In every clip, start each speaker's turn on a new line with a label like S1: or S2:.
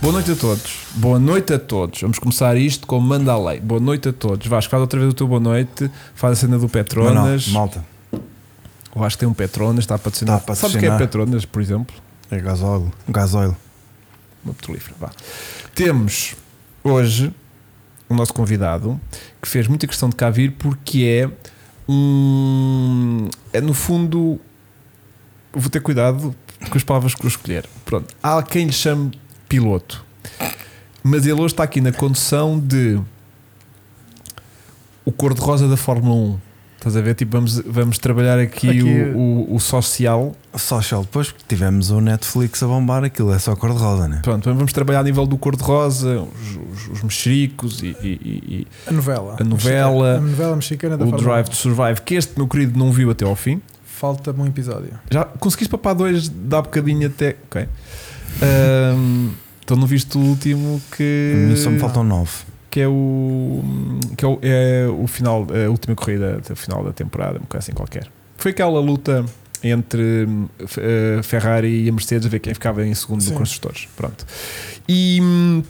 S1: Boa noite a todos. Boa noite a todos. Vamos começar isto com Manda a Lei. Boa noite a todos. Vasco, faz outra vez o teu boa noite. Faz a cena do
S2: Não, não,
S1: Petronas.
S2: malta,
S1: Eu acho que tem um Petronas, está a patrocinar.
S2: Está a
S1: Sabe o que é
S2: patrocinar.
S1: Petronas, por exemplo?
S2: é gasóleo. Gasóleo.
S1: Uma petrolífera. Vá. Temos hoje o nosso convidado que fez muita questão de cá vir porque é um. É no fundo. Vou ter cuidado com as palavras que eu escolher. Pronto. Há quem lhe chame piloto, mas ele hoje está aqui na condução de. O cor-de-rosa da Fórmula 1. Estás a ver? Tipo, vamos, vamos trabalhar aqui,
S3: Aqui-
S1: o- o- o social
S2: Social, depois que tivemos o Netflix a bombar, aquilo é só cor-de-rosa, né?
S1: Pronto, vamos- vamos trabalhar a nível do cor-de-rosa, os, os, os mexericos e, e- e- e
S3: A novela.
S1: A novela,
S3: A novela mexicana da
S1: o
S3: Fórmula
S1: Drive to Survive, que este, meu querido, não viu até ao fim.
S3: 1. Falta-me um episódio.
S1: Já conseguiste papar dois, dá bocadinho até. Ok. Ahm, então não viste o último
S2: A mim
S1: que.
S2: Só me faltam nove.
S1: Que é o. Que é o, é o final, a última corrida, o final da temporada, um bocado assim qualquer. Foi aquela luta entre hum, F- eh, Ferrari e a Mercedes a ver quem ficava em segundo
S3: Sim.
S1: do construtores. Pronto. E, hum,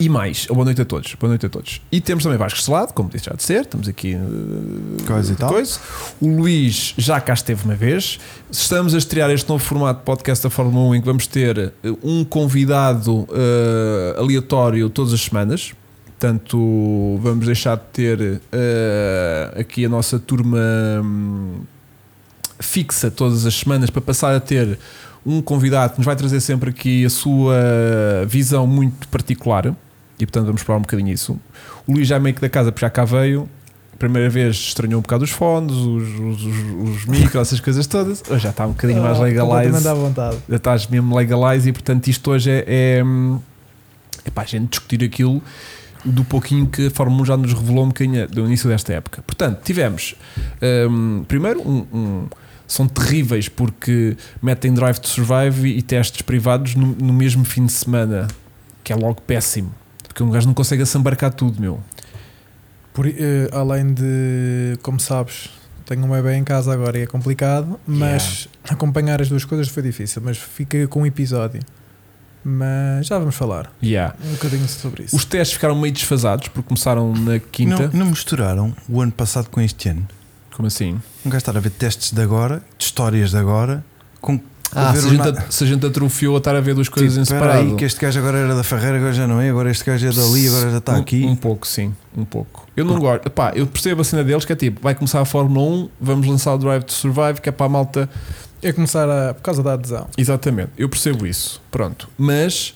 S1: e mais, boa noite a todos. Boa noite a todos. E temos também Vasco Selado, como disse já de ser, estamos aqui eh,
S2: Coisa e tal.
S1: coisa. O Luís já cá esteve uma vez. Estamos a estrear este novo formato de podcast da Fórmula 1 em que vamos ter eh, um convidado eh, aleatório todas as semanas. Portanto, vamos deixar de ter eh, aqui a nossa turma hum, fixa todas as semanas para passar a ter um convidado que nos vai trazer sempre aqui a sua visão muito particular. E portanto vamos provar um bocadinho isso. O Luís já é meio que da casa, porque já cá veio. Primeira vez estranhou um bocado os fones, os, os, os, os micros, essas coisas todas. Hoje já está um bocadinho mais
S3: Ah, completamente
S1: legalize.
S3: à vontade.
S1: Já estás mesmo legalize e portanto isto hoje é, é, é para a gente discutir aquilo do pouquinho que a Fórmula 1 já nos revelou um bocadinho do início desta época. Portanto, tivemos hum, primeiro um- um- são terríveis porque metem Drive to Survive e, e testes privados no, no mesmo fim de semana, que é logo péssimo. Porque um gajo não consegue assambarcar tudo, meu.
S3: Por, eh, além de, como sabes, tenho um bebê em casa agora e é complicado, mas acompanhar as duas coisas foi difícil. Mas fica com um episódio. Mas já vamos falar
S1: Yeah.
S3: um bocadinho sobre isso.
S1: Os testes ficaram meio desfasados porque começaram na quinta.
S2: Não, não misturaram o ano passado com este ano.
S1: Como assim?
S2: Não gastaram a ver testes de agora, de histórias de agora, com
S1: Ah,
S2: ver
S1: se, a
S2: os
S1: gente,
S2: na-
S1: a- se a gente atrofiou a estar a ver duas coisas
S2: Tipo,
S1: em
S2: espera
S1: separado.
S2: aí, que este gajo agora era da Ferreira, agora já não é, agora este gajo é dali, agora já está
S1: Um-
S2: aqui.
S1: Um, pouco, sim, um pouco. Eu não gosto. Epá, eu percebo a cena deles que é tipo, vai começar a Fórmula 1, vamos lançar o Drive to Survive, que é para a malta.
S3: É começar a, por causa da adesão.
S1: Exatamente, eu percebo isso. Pronto. Mas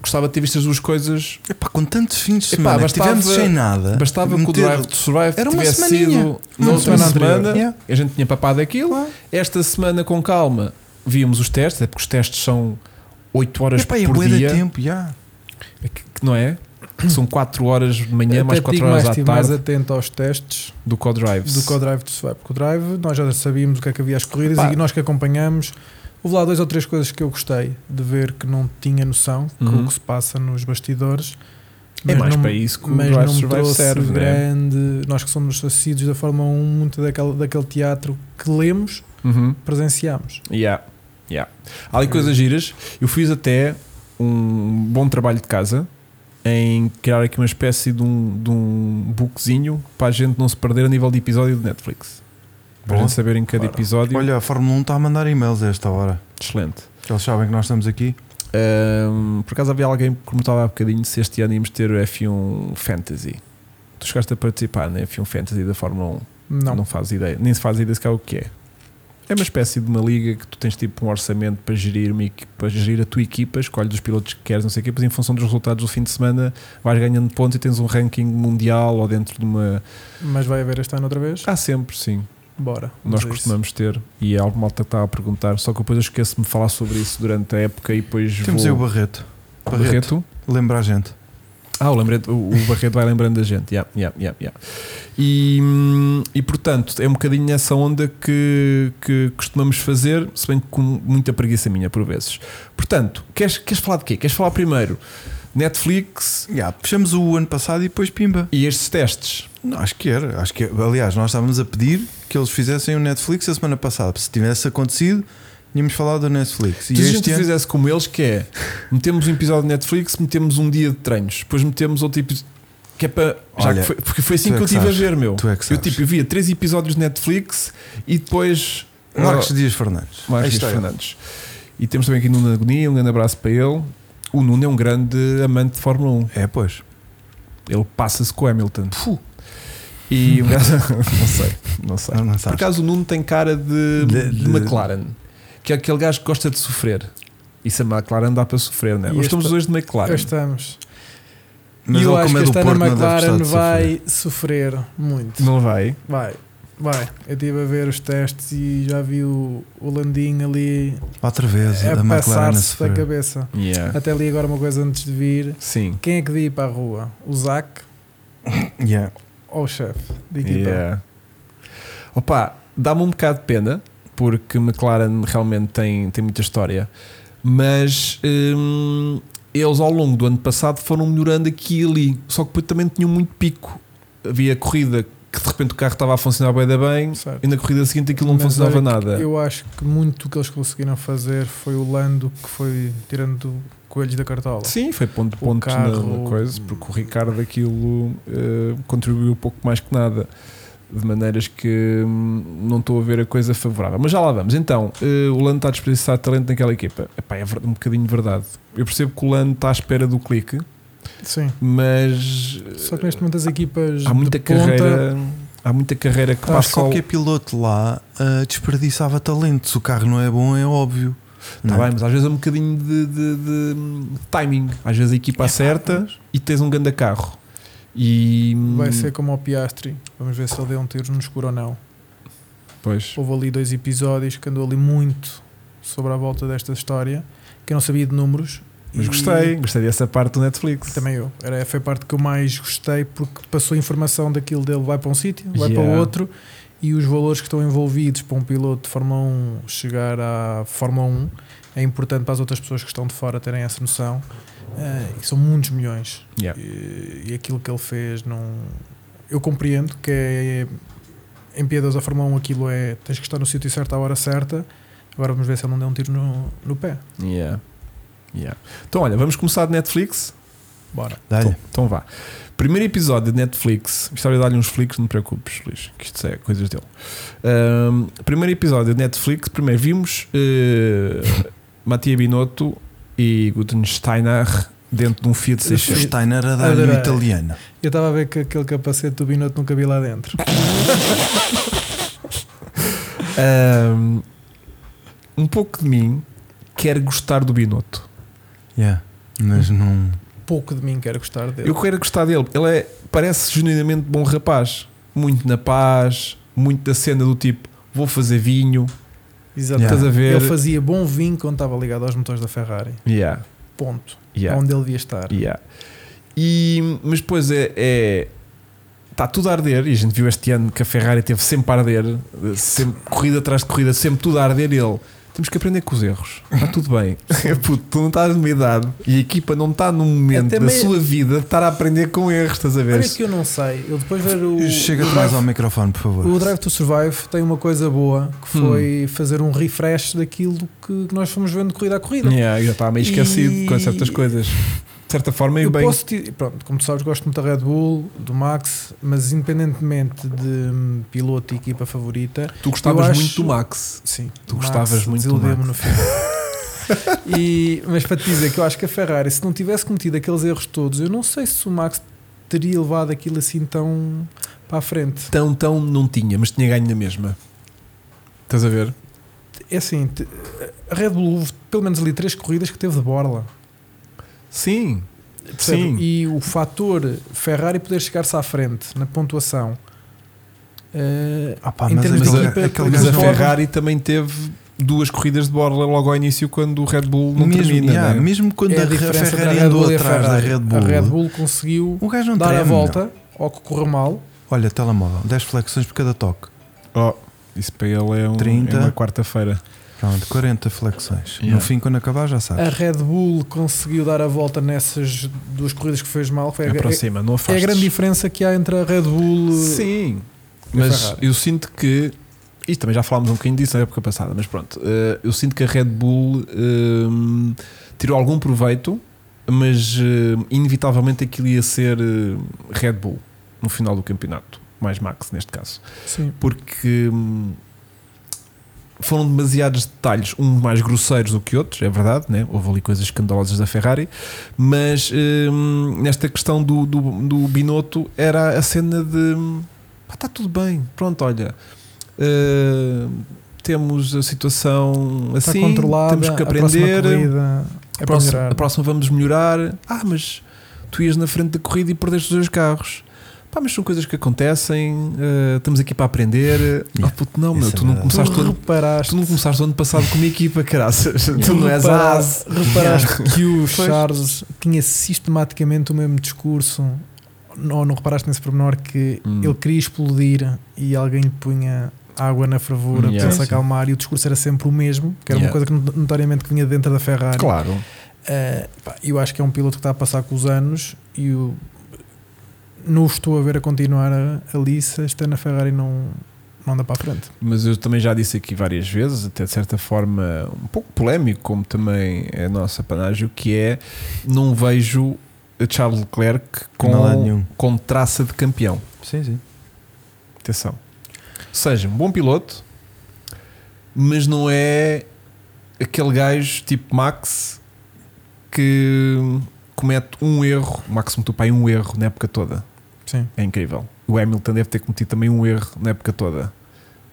S1: gostava de ter visto as duas coisas.
S2: Epá, com tantos fins de
S1: Epá,
S2: semana que
S1: bastava-
S2: tivemos sem nada.
S1: Bastava que o
S2: meter-
S1: Drive to Survive
S2: Era uma
S1: tivesse
S2: semaninha.
S1: sido na
S3: Uma
S1: última
S3: semana anterior.
S1: semana,
S2: Yeah.
S1: a gente tinha papado aquilo.
S2: Claro.
S1: Esta semana, com calma, víamos os testes, é porque os testes são 8 horas
S2: Epá, e
S1: por
S2: bué de
S1: dia,
S2: tempo, já.
S1: que, que não é? São 4 horas de manhã, mais
S3: Até te
S1: 4
S3: digo
S1: horas
S3: mais,
S1: à
S3: estive
S1: tarde
S3: mais atento aos testes.
S1: do Co-Drives.
S3: do que o drive do Swap. Porque o drive, nós já sabíamos o que é que havia as corridas
S1: Pá.
S3: e nós que acompanhamos. Houve lá duas ou três coisas que eu gostei de ver que não tinha noção com
S1: Uhum.
S3: o que se passa nos bastidores.
S1: É
S3: Mas
S1: mais
S3: não-
S1: para isso que o
S3: mas
S1: Drive
S3: não me
S1: Survive
S3: trouxe
S1: serve, né?
S3: grande. Nós que somos assíduos da Fórmula 1, muito daquele, daquele teatro que lemos,
S1: Uhum.
S3: presenciamos.
S1: Yeah. Yeah. Há ali
S3: Uhum.
S1: coisas giras. Eu fiz até um bom trabalho de casa em criar aqui uma espécie de um, de um bookzinho para a gente não se perder a nível de episódio de Netflix. Para a
S2: Boa.
S1: gente saber em cada
S3: Claro.
S1: episódio.
S2: Olha, a Fórmula 1 está a mandar e-mails a esta hora.
S1: Excelente.
S2: Que eles sabem que nós estamos aqui.
S1: Ahm, por acaso havia alguém que perguntava há bocadinho se este ano íamos ter o F1 Fantasy. Tu chegaste a participar na F1 Fantasy da Fórmula 1.
S3: Não.
S1: Não. faz ideia, nem se faz ideia sequer o que é. É uma espécie de uma liga que tu tens tipo um orçamento para gerir, uma equi- para gerir a tua equipa, escolhes os pilotos que queres, não sei o quê, depois em função dos resultados do fim de semana vais ganhando pontos e tens um ranking mundial ou dentro de uma.
S3: Mas vai haver este ano outra vez?
S1: Há sempre, sim.
S3: Bora.
S1: Nós
S3: vamos a isso.
S1: costumamos ter e é algo malta que estava a perguntar, só que depois eu esqueço-me de falar sobre isso durante a época e depois.
S2: Temos aí
S1: vou...
S2: o Barreto. Barreto.
S1: Barreto.
S2: Lembra a gente.
S1: Ah, o, lembrete, o o Barreto vai lembrando da gente. Yeah, yeah, yeah, yeah. E, hum, e portanto, é um bocadinho nessa onda que, que costumamos fazer, se bem que com muita preguiça minha por vezes. Portanto, queres, queres falar de quê? Queres falar primeiro Netflix
S2: Já, puxamos o ano passado e depois pimba.
S1: e estes testes?
S2: Não, acho que era. Acho que, aliás, nós estávamos a pedir que eles fizessem o Netflix a semana passada. Se tivesse acontecido, Tínhamos falado do Netflix. E
S1: Se a gente
S2: este ano.
S1: fizesse como eles, que é metemos um episódio de Netflix, metemos um dia de treinos, depois metemos outro episódio. Que é para. já
S2: Olha,
S1: que foi- porque foi assim
S2: tu é
S1: que eu
S2: que
S1: estive a
S2: sabes.
S1: ver, meu.
S2: Tu é que
S1: Eu
S2: sabes.
S1: tipo, eu via três episódios de Netflix e depois.
S2: Marcos Dias Fernandes.
S1: Marcos
S2: Aí está ele.
S1: Fernandes. E temos também aqui Nuno Agonia, um grande abraço para ele. O Nuno é um grande amante de Fórmula 1.
S2: É, pois.
S1: Ele passa-se com o Hamilton. E um gajo. não sei, não sei.
S2: Não, não
S1: Por
S2: sabes.
S1: acaso o Nuno tem cara de,
S2: De-
S1: de
S2: de-
S1: McLaren, que é aquele gajo que gosta de sofrer. E se a McLaren dá para sofrer, não é?
S3: E
S1: Nós
S3: esta-
S1: estamos hoje de
S3: Cá
S1: McLaren.
S3: estamos.
S2: Mas
S3: e eu
S2: ele,
S3: acho
S2: como
S3: que
S2: é do
S3: este ano
S2: Porto,
S3: a
S2: não deve gostar
S3: McLaren
S2: de sofrer.
S3: vai sofrer muito.
S1: Não vai.
S3: Vai, vai. Eu estive a ver os testes e já vi o, o Landinho ali
S2: Outra vez, a
S3: a
S2: é da McLaren a
S3: é passar-se da
S2: sofrer.
S3: cabeça. Até ali agora uma coisa antes de vir.
S1: Sim.
S3: Quem é que devia ir para a rua? O Zac
S2: Yeah.
S3: ou o chefe de equipa?
S1: Yeah. Opa, dá-me um bocado de pena, porque McLaren realmente tem, tem muita história, mas hum, eles ao longo do ano passado foram melhorando aqui e ali, só que depois também tinham muito pico. Havia corrida que de repente o carro estava a funcionar bem, da bem,
S3: Certo.
S1: e na corrida seguinte aquilo não
S3: Mas
S1: funcionava
S3: olha
S1: nada.
S3: Eu acho que muito o que eles conseguiram fazer foi o Lando que foi tirando coelhos da cartola.
S1: Sim, foi ponto a
S3: O
S1: ponto
S3: carro-
S1: na coisa, porque o Ricardo aquilo eh, contribuiu pouco mais que nada, de maneiras que hum, não estou a ver a coisa favorável. Mas já lá vamos. Então, eh, o Lando está a desperdiçar talento naquela equipa. Epá, é ver- um bocadinho de verdade. Eu percebo que o Lando está à espera do clique,
S3: Sim.
S1: mas eh,
S3: Só que neste momento as equipas.
S1: há muita
S3: de ponta, Ah,
S1: carreira. Há muita carreira que
S2: Acho que
S1: passa ao...
S2: qualquer piloto lá ah, desperdiçava talento. Se o carro não é bom, é óbvio.
S1: Tá
S2: Não é?
S1: bem, mas às vezes é um bocadinho de, de- de, hum, timing. Às vezes a
S3: É
S1: equipa acerta e tens um grande carro. E hum,
S3: Vai ser como o Piastri. Vamos ver se ele deu um tiro no escuro ou não.
S1: pois.
S3: Houve ali dois episódios que andou ali muito sobre a volta desta história, que eu não sabia de números.
S1: Mas
S3: e
S1: gostei, gostei dessa parte do Netflix.
S3: Também eu. Era, foi a parte que eu mais gostei porque passou a informação daquilo dele vai para um sítio, vai para
S1: Yeah.
S3: o outro e os valores que estão envolvidos para um piloto de Fórmula 1 chegar à Fórmula 1 é importante para as outras pessoas que estão de fora terem essa noção. eh, e são muitos milhões.
S1: Yeah.
S3: E, e aquilo que ele fez não. Eu compreendo que é em Piedas a Fórmula 1 aquilo é tens que estar no sítio certo à hora certa. Agora vamos ver se ele não deu um tiro no, no pé.
S1: Yeah. Yeah. Então, olha, vamos começar de Netflix.
S3: Bora.
S2: Dá-lhe.
S1: Então, então vá. Primeiro episódio de Netflix. Estava a dar-lhe uns flicks, não te preocupes, Luís, que isto é coisas dele. Ahm, primeiro episódio de Netflix. Primeiro vimos eh, Matia Binotto e Guten Steiner dentro de um Fiat 600.
S2: Steiner a dar no
S3: Adorei.
S2: italiano.
S3: Eu estava a ver que aquele capacete do Binotto nunca vi lá dentro.
S1: Ahm, um pouco de mim quer gostar do Binotto.
S2: Yeah. Mas não.
S3: pouco de mim quero gostar dele.
S1: Eu quero gostar dele. Ele é, parece genuinamente bom rapaz. Muito na paz, muito da cena do tipo vou fazer vinho.
S3: Exato.
S2: Yeah.
S1: Estás a ver?
S3: Ele fazia bom vinho quando estava ligado aos motores da Ferrari.
S1: Yeah,
S3: Ponto. É
S1: yeah,
S3: Onde ele devia estar.
S1: yeah. E, mas depois é. é Está tudo a arder, e a gente viu este ano que a Ferrari teve sempre a arder, eh, sempre, corrida atrás de corrida, sempre tudo a arder. e Ele temos que aprender com os erros, está tudo bem. É, Puto, tu não estás numa idade e a equipa não está num momento
S3: Até
S1: da
S3: meio-
S1: sua vida de estar a aprender com erros, estás a ver?
S3: Olha que eu não sei. Eu depois ver o.
S2: Chega-te
S3: o
S2: mais
S3: Drive-
S2: ao microfone, por favor.
S3: O Drive to Survive tem uma coisa boa que
S1: Hum.
S3: foi fazer um refresh daquilo que que nós fomos vendo de corrida a corrida.
S1: Yeah, já estava meio esquecido
S3: E-
S1: com certas coisas. De certa forma, e
S3: Eu
S1: bem.
S3: posso ti- pronto, como tu sabes, gosto muito da Red Bull, do Max, mas independentemente de hum, piloto e equipa favorita,
S1: Tu gostavas
S3: eu acho-
S1: muito do Max.
S3: Sim,
S1: Tu gostavas muito do
S3: desiludiu-me no final. E- mas para te dizer que eu acho que a Ferrari, se não tivesse cometido aqueles erros todos, eu não sei se o Max teria levado aquilo assim tão para a frente.
S1: Tão, tão não tinha, mas tinha ganho na mesma. Estás a ver?
S3: É assim, te- a Red Bull houve pelo menos ali três corridas que teve de borla.
S1: Sim.
S3: percebe?
S1: Sim.
S3: E o fator Ferrari poder chegar-se à frente na pontuação. eh,
S2: Ah, pá,
S3: em
S2: mas
S3: termos de
S2: aquele,
S3: equipa,
S2: aquele
S3: por
S1: Mas
S2: gajo
S1: a
S3: exemplo,
S2: não-
S1: Ferrari também teve duas corridas de borla logo ao início quando o Red Bull não
S2: mesmo,
S1: termina.
S2: yeah,
S1: né?
S2: mesmo quando
S3: é
S2: a,
S3: a
S2: Re-
S3: diferença entre a
S2: Ferrari
S3: Red
S2: andou
S3: Bull e a
S2: atrás
S3: Ferrari.
S2: da Red Bull,
S3: A Red Bull conseguiu
S2: o gajo não
S3: dar a
S2: treme,
S3: volta ao que correu mal.
S2: meu. Olha, telemóvel, 10 flexões por cada toque.
S1: Oh, isso para ele é, um,
S2: 30.
S1: é uma quarta-feira.
S2: Pronto, 40 flexões.
S1: Yeah.
S2: No fim, quando acabar, já sabes.
S3: A Red Bull conseguiu dar a volta nessas duas corridas que fez mal. Foi a, é,
S1: Aproxima, não
S3: é
S1: afastes.
S3: a grande diferença que há entre a Red Bull.
S1: Sim.
S3: e a
S1: Mas
S3: Ferrari.
S1: eu sinto que Isto também já falámos um bocadinho disso na época passada, mas pronto. eh, eu sinto que a Red Bull eh, tirou algum proveito, mas eh, inevitavelmente aquilo ia ser eh, Red Bull no final do campeonato, mais Max neste caso
S3: Sim.
S1: porque hum, foram demasiados detalhes, uns mais grosseiros do que outros, é verdade, né? houve ali coisas escandalosas da Ferrari, mas hum, nesta questão do, do, do Binotto era a cena de hum, pá, está tudo bem, pronto, olha. hum, temos a situação
S3: Está
S1: assim,
S3: Tá controlada.
S1: temos que
S3: a próxima
S1: aprender.
S3: corrida é
S1: A próxima,
S3: para
S1: a próxima vamos melhorar. Ah, mas tu ias na frente da corrida e perdeste os dois carros. Pá, mas são coisas que acontecem. eh, estamos aqui para aprender. Ah, puto, não, meu,
S2: Isso é
S1: tu não,
S2: verdade.
S1: começaste o
S3: tu
S1: ano,
S3: reparaste,
S1: tu não começaste o ano passado com uma equipa, caraças. tu não és
S3: repara-
S1: a AS.
S3: Reparaste que o
S1: Pois.
S3: Charles tinha sistematicamente o mesmo discurso. Não, não reparaste nesse pormenor que
S1: Hum.
S3: ele queria explodir e alguém lhe punha água na fervura
S1: Hum, Yeah.
S3: para ele se
S1: Sim.
S3: acalmar e o discurso era sempre o mesmo, que era
S1: Yeah.
S3: uma coisa que not- notoriamente que vinha dentro da Ferrari.
S1: Claro.
S3: Eh, pá, eu acho que é um piloto que está a passar com os anos e eu não o estou a ver a continuar a, a liça, está na Ferrari não, não anda para a frente.
S1: Mas eu também já disse aqui várias vezes, até de certa forma um pouco polémico, como também é a nossa panágio, que é não vejo a Charles Leclerc
S2: Não há
S1: com,
S2: nenhum.
S1: com traça de campeão.
S2: Sim, sim.
S1: Atenção. Ou seja, um bom piloto, mas não é aquele gajo tipo Max que comete um erro. O Max meteu para aí um erro na época toda.
S3: Sim.
S1: É incrível. O Hamilton deve ter cometido também um erro na época toda.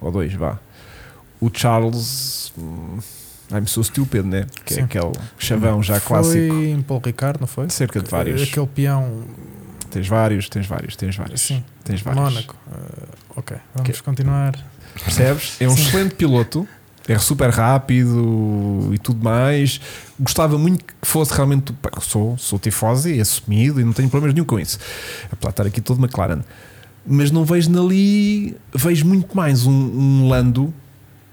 S1: Ou dois, vá. O Charles. hum, I'm so stupid, né? Que
S3: Sim.
S1: é aquele chavão já
S3: foi
S1: clássico.
S3: em Paulo Ricardo, não foi?
S1: Cerca de vários.
S3: Aquele peão,
S1: Tens vários, tens vários, tens vários.
S3: sim,
S1: Tens vários.
S3: Mónaco. Eh, ok, vamos continuar.
S1: Percebes? É um
S3: Sim.
S1: excelente piloto, é super rápido e tudo mais. Gostava muito que fosse realmente. pá, Sou, sou tifosi, assumido e não tenho problemas nenhum com isso. Apesar de estar aqui todo McLaren. Mas não vejo nali. Vejo muito mais um, um Lando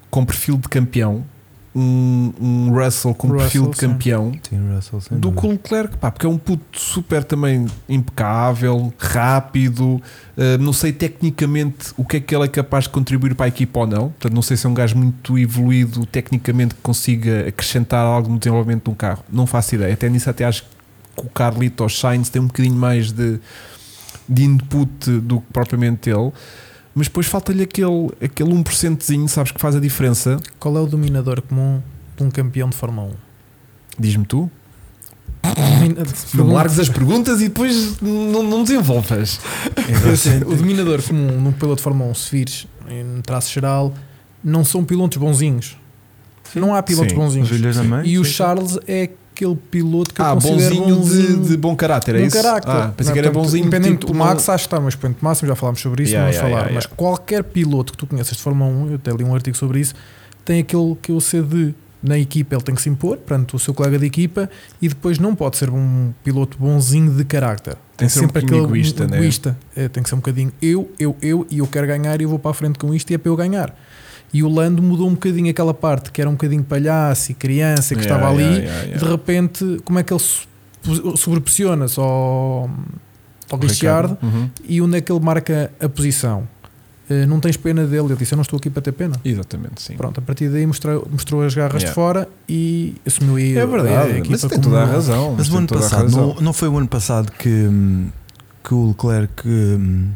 S1: com perfil de campeão, um, um Russell com
S3: Russell,
S1: perfil de
S3: sim.
S1: campeão
S2: Sim, Russell, sem
S1: do que
S2: dúvida.
S1: o Leclerc, pá, porque é um puto super também impecável, rápido, eh, não sei tecnicamente o que é que ele é capaz de contribuir para a equipa ou não, portanto não sei se é um gajo muito evoluído tecnicamente que consiga acrescentar algo no desenvolvimento de um carro, não faço ideia, até nisso até acho que o Carlito ou Sainz tem um bocadinho mais de, de input do que propriamente ele, mas depois falta-lhe aquele, aquele 1%zinho, sabes, que faz a diferença,
S3: Qual é o dominador comum de um campeão de Fórmula
S1: diz-me tu,
S3: 1?
S1: não largues as perguntas e depois não, não desenvolvas.
S3: o dominador comum num piloto de Fórmula 1, se vires em um traço geral, não são pilotos bonzinhos. Não há pilotos
S1: Sim.
S3: bonzinhos.
S2: Os Williams também?
S3: E o
S2: Sim, sim.
S3: Charles é aquele piloto que eu
S1: ah,
S3: considero um
S1: bonzinho,
S3: bonzinho
S1: De, de bom caráter, é
S3: no
S1: isso?
S3: carácter.
S1: Ah, pensei
S3: Não,
S1: que era
S3: portanto,
S1: bonzinho.
S3: Independente
S1: tipo,
S3: do Max, acho que está, mas ponto máximo, já falámos sobre isso,
S1: Yeah,
S3: não vamos
S1: yeah,
S3: falar.
S1: yeah,
S3: Mas qualquer piloto que tu conheças de Fórmula 1, eu até li um artigo sobre isso, tem aquele que eu sei de na equipa ele tem que se impor perante o seu colega de equipa e depois não pode ser um piloto bonzinho de carácter.
S1: Tem que ser um bocadinho egoísta, né?
S3: egoísta. É, tem que ser um bocadinho eu, eu, eu e eu quero ganhar e eu vou para a frente com isto e é para eu ganhar. E o Lando mudou um bocadinho aquela parte que era um bocadinho palhaço e criança e que
S1: Yeah,
S3: estava ali
S1: yeah, yeah, yeah.
S3: de repente, como é que ele se pos- sobrepõe-se ao, ao Richard
S1: Uhum.
S3: e onde é que ele marca a posição? Eh, não tens pena dele? Ele disse: Eu não estou aqui para ter pena.
S1: Exatamente, sim.
S3: Pronto, a partir daí mostrou, mostrou as garras
S1: Yeah.
S3: de fora e assumiu aí
S1: É
S3: a
S1: verdade,
S3: equipa
S1: mas tem
S3: como
S1: toda a
S3: uma-
S1: razão.
S2: Mas o
S1: tem
S2: ano
S1: toda a
S2: passado,
S1: razão.
S2: não, não foi o ano passado que, hum, que o Leclerc. hum,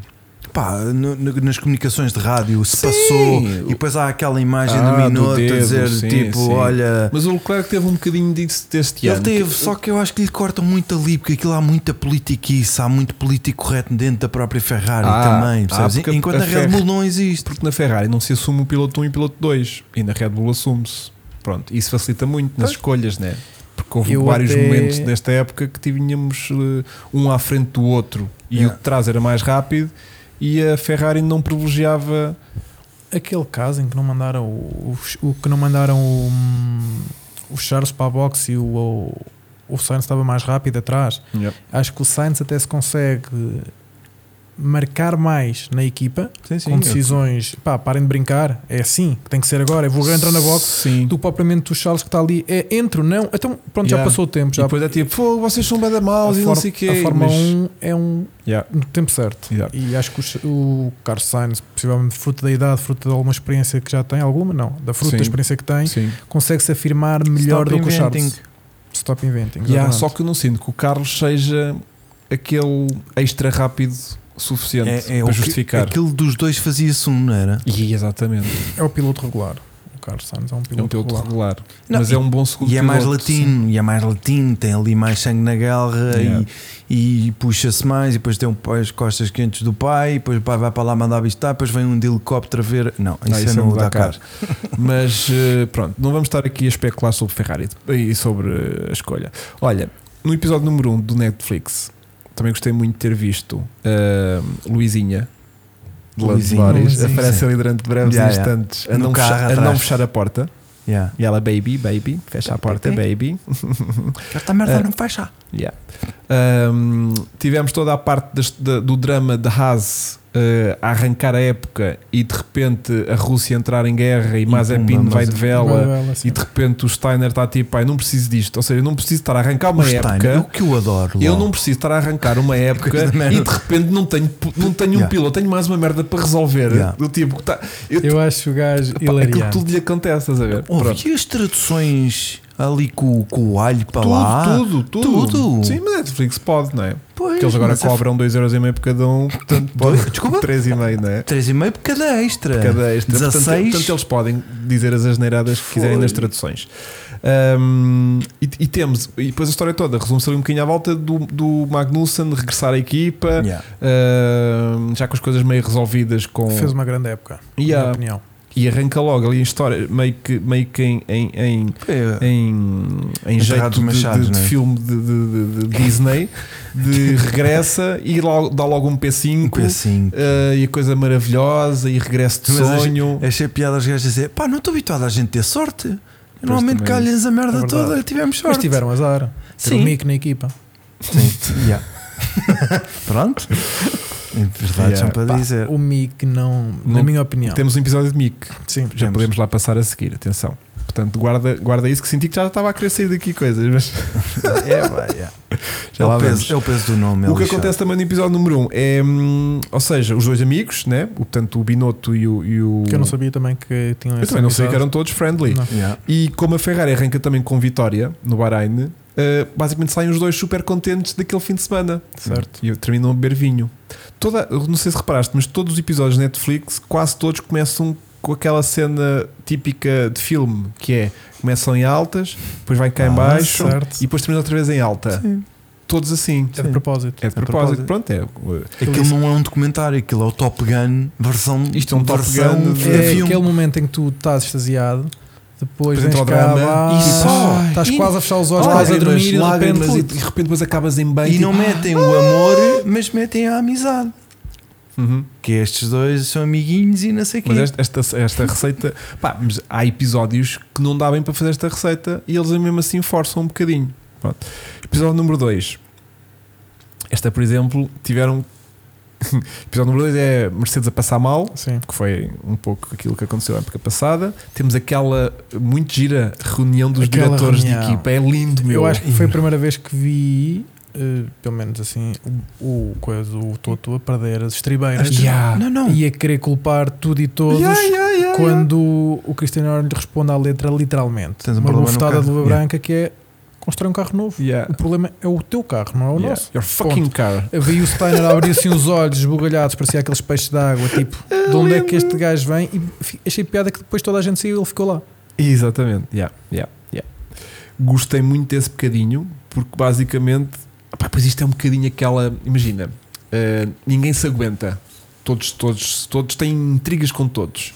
S2: Pá, no- no- nas comunicações de rádio se
S1: Sim.
S2: passou e depois há aquela imagem
S1: Ah,
S2: do
S1: do
S2: minuto
S1: dedo,
S2: a dizer
S1: sim,
S2: tipo,
S1: sim.
S2: olha.
S1: Mas o Leclerc teve um bocadinho disso deste
S2: Ele
S1: ano.
S2: teve, só que eu acho que lhe cortam muito ali, porque aquilo há muita politiquice, há muito político correto dentro da própria Ferrari
S1: Ah,
S2: também,
S1: ah,
S2: percebes?
S1: porque
S2: Enquanto
S1: a
S2: a Red Bull não existe.
S1: Porque na Ferrari não se assume o piloto 1 e o piloto 2, e na Red Bull assume-se. Pronto, isso facilita muito nas
S3: Pois.
S1: escolhas, né? Porque houve
S3: Eu
S1: vários
S3: até-
S1: momentos nesta época que tínhamos eh, um à frente do outro e
S2: Yeah.
S1: o de trás era mais rápido e a Ferrari não privilegiava
S3: Aquele caso em que não mandaram o, o, o que não mandaram o, hum, o Charles para a boxe e o, o, o Sainz estava mais rápido atrás. Acho que o Sainz até se consegue marcar mais na equipa
S2: Sim, sim.
S3: com decisões. Pá, parem de brincar, é assim que tem que ser agora. Eu vou entrar na box
S1: Sim.
S3: do que propriamente o Charles que está ali. É entro, não. Então, pronto, já
S1: Yeah.
S3: passou o tempo.
S1: E
S3: Já
S1: depois é tipo, "Fogo, vocês são bada maus e não
S3: for-
S1: sei o quê.
S3: a Fórmula
S1: mas-
S3: 1 é um
S1: Yeah.
S3: no tempo certo.
S1: Yeah.
S3: E acho que o, o Carlos Sainz, possivelmente fruto da idade, fruto de alguma experiência que já tem, alguma não, da fruto da
S1: Sim.
S3: experiência que tem,
S1: Sim.
S3: consegue se afirmar melhor do que o Charles. Stop inventing.
S1: Yeah,
S3: exatamente.
S1: só que eu não sinto que o Carlos seja aquele extra rápido suficiente
S2: É, é o
S1: para
S2: que-
S1: justificar.
S2: Aquele dos dois fazia-se um, não era?
S1: E, exatamente,
S3: É o piloto regular. O Carlos Sainz é um piloto,
S1: é um piloto regular.
S3: regular.
S2: Não,
S1: mas
S2: e-
S1: é um bom segundo
S2: E é mais
S1: piloto.
S2: latino, e é mais latino, tem ali mais sangue na guerra
S1: Yeah.
S2: e, e puxa-se mais, e depois tem um pai- as costas quentes do pai, e depois o pai vai para lá mandar avistar, depois vem um de helicóptero a ver. Não, isso,
S1: Não,
S2: é no Dakar.
S1: Mas eh, pronto, não vamos estar aqui a especular sobre Ferrari e sobre eh, a escolha. Olha, no episódio número 1 um do Netflix, também gostei muito de ter visto eh, Luizinha de Lance
S2: Luizinha.
S1: Boris.
S3: Luizinha.
S1: Aparece ali durante breves
S2: Yeah, yeah.
S1: instantes a
S2: No
S1: não,
S2: carro
S1: fechar, a
S2: atrás.
S1: não fechar a porta.
S2: Yeah.
S1: E ela, baby, baby, fecha a porta, baby.
S2: Esta merda
S1: Eh,
S2: não fecha.
S1: Yeah. Um, tivemos toda a parte das- da- do drama de Haas eh, a arrancar a época e de repente a Rússia entrar em guerra e, Mazepin
S2: pumba,
S1: vai de
S3: Vai
S1: vela
S3: dela, sim.
S1: e de repente o Steiner está tipo, pai, não preciso disto, ou seja, eu não preciso estar a arrancar uma
S2: O Steiner, o
S1: época.
S2: que eu adoro.
S1: Eu
S2: logo.
S1: não preciso estar a arrancar uma época
S2: Coisa da merda.
S1: e de repente não tenho, não tenho um
S2: Yeah.
S1: piloto, tenho mais uma merda para resolver.
S2: Yeah.
S1: Do tipo, tá, eu,
S3: Eu acho o gajo
S1: pá, aquilo
S3: hilariante.
S1: é tudo lhe acontece, estás a ver?
S2: Ouve,
S1: Pronto.
S2: e as traduções ali com, com o alho para
S1: Tudo,
S2: lá?
S1: tudo, tudo,
S2: Tudo.
S1: Sim, mas Netflix pode, não é?
S2: Pois,
S1: Porque eles agora
S2: mas é-
S1: cobram 2,5€ por cada um, portanto,
S2: Dois-
S1: pode,
S2: desculpa? É.
S1: 3,5€, não é?
S2: 3,5 por cada extra.
S1: Cada extra. Portanto,
S2: 16.
S1: Portanto, eles podem dizer as asneiradas que quiserem
S2: Foi.
S1: nas traduções. Ahm, e, e temos, e depois a história toda resume-se ali um bocadinho à volta do, do Magnussen regressar à equipa,
S2: Yeah. um-
S1: ahm, já com as coisas meio resolvidas com.
S3: Fez uma grande época, na
S1: Yeah.
S3: minha opinião.
S1: E arranca logo ali a história, meio que, meio que em- em- em
S2: É,
S1: em, em jeito
S2: Enterrados
S1: de,
S2: Machados,
S1: de- de
S2: não é?
S1: filme de, de- de- de Disney, de regressa e logo- dá logo um P5,
S2: um pedacinho.
S1: eh, e a coisa maravilhosa e regresso de
S2: Mas a
S1: sonho.
S2: Achei piada aos gajos a dizer: pá, não estou habituado a gente ter sorte. Normalmente
S1: também
S2: calhas a merda
S3: É verdade.
S2: toda, tivemos sorte.
S3: Mas tiveram azar. Ter o
S2: Sim.
S3: Mick na equipa.
S2: Sim. Yeah. Pronto. Em verdade,
S1: Yeah,
S2: são para
S1: pá.
S2: dizer.
S3: O Mick não, na
S1: Não-
S3: minha opinião.
S1: Temos um episódio de Mick,
S3: Sim,
S1: já
S2: Temos.
S1: podemos lá passar a seguir, atenção. Portanto, guarda, guarda isso que senti que já estava a querer sair daqui coisas, mas
S2: É, pá, yeah.
S1: já
S2: é,
S1: lá
S2: o
S1: vamos.
S2: peso, é o peso do nome. é
S1: O que
S2: lixado.
S1: acontece também no episódio número 1 um é, hum, ou seja, os dois amigos, né? O, portanto, o Binotto e o. E o...
S3: que eu não sabia também que tinham
S1: Eu
S3: essa
S1: também não sei que um
S3: amizade.
S1: eram todos friendly.
S3: Não.
S2: Yeah.
S1: E como a Ferrari arranca também com vitória no Bahrein, eh, basicamente saem os dois super contentes daquele fim de semana.
S3: Certo.
S1: E terminam a beber vinho. Toda, eu não sei se reparaste, mas todos os episódios de Netflix, quase todos começam com aquela cena típica de filme, que é começam em altas, depois vai cá
S2: Ah,
S1: em baixo
S3: certo.
S1: e depois terminam outra vez em alta.
S2: Sim.
S1: Todos assim.
S3: É de propósito.
S1: É de propósito. Pronto, é.
S2: Aquilo não é um documentário, aquilo é o Top Gun versão.
S1: Isto é um Top
S2: versão
S1: Gun
S2: de
S1: de-
S3: É
S2: filme.
S3: aquele momento em que tu estás extasiado,
S1: Depois
S3: depois vens
S1: entra o
S3: cá
S1: drama
S3: abaixo,
S2: e só.
S3: estás
S1: E-
S3: quase a fechar os olhos,
S1: Lágrimas,
S3: quase a dormir e de
S1: lágrimas, e
S3: repente.
S1: de repente depois acabas em bem.
S2: E
S1: tipo,
S2: não metem o amor, mas metem a amizade.
S1: uhum.
S2: Que estes dois são amiguinhos e não sei o quê.
S1: Mas esta, esta, esta receita, pá, mas há episódios que não dá bem para fazer esta receita e eles mesmo assim forçam um bocadinho. Pronto. Episódio número 2. Esta, por exemplo, tiveram. episódio número 2 é Mercedes a passar mal,
S3: Sim.
S1: que foi um pouco aquilo que aconteceu na época passada. Temos aquela muito gira reunião dos
S3: Aquela
S1: diretores
S3: reunião.
S1: de equipa, é lindo, meu.
S3: Eu acho que foi a primeira vez que vi, eh, pelo menos assim, o, o, coisa, o Toto a perder as estribeiras
S1: Yeah.
S2: Ah, Não, não.
S3: e a querer culpar tudo e todos.
S1: Yeah, yeah, yeah, yeah.
S3: Quando o Cristiano Ronaldo responde à letra literalmente,
S2: Tens um
S3: uma
S2: problema no
S3: bofetada
S2: carro.
S3: de luva
S2: Yeah.
S3: branca que é constrói um carro novo.
S1: Yeah.
S3: O problema é o teu carro, não é o
S1: Yeah.
S3: nosso.
S1: Your fucking car.
S3: Havia o Steiner a abrir assim os olhos esbugalhados, parecia aqueles peixes d'água, tipo, de onde é que este gajo vem? E fi- achei piada que depois toda a gente saiu e ele ficou lá.
S1: Exatamente, yeah, yeah, yeah. gostei muito desse bocadinho, porque basicamente, pá, pois isto é um bocadinho aquela. Imagina, eh, ninguém se aguenta, todos, todos, todos têm intrigas com todos,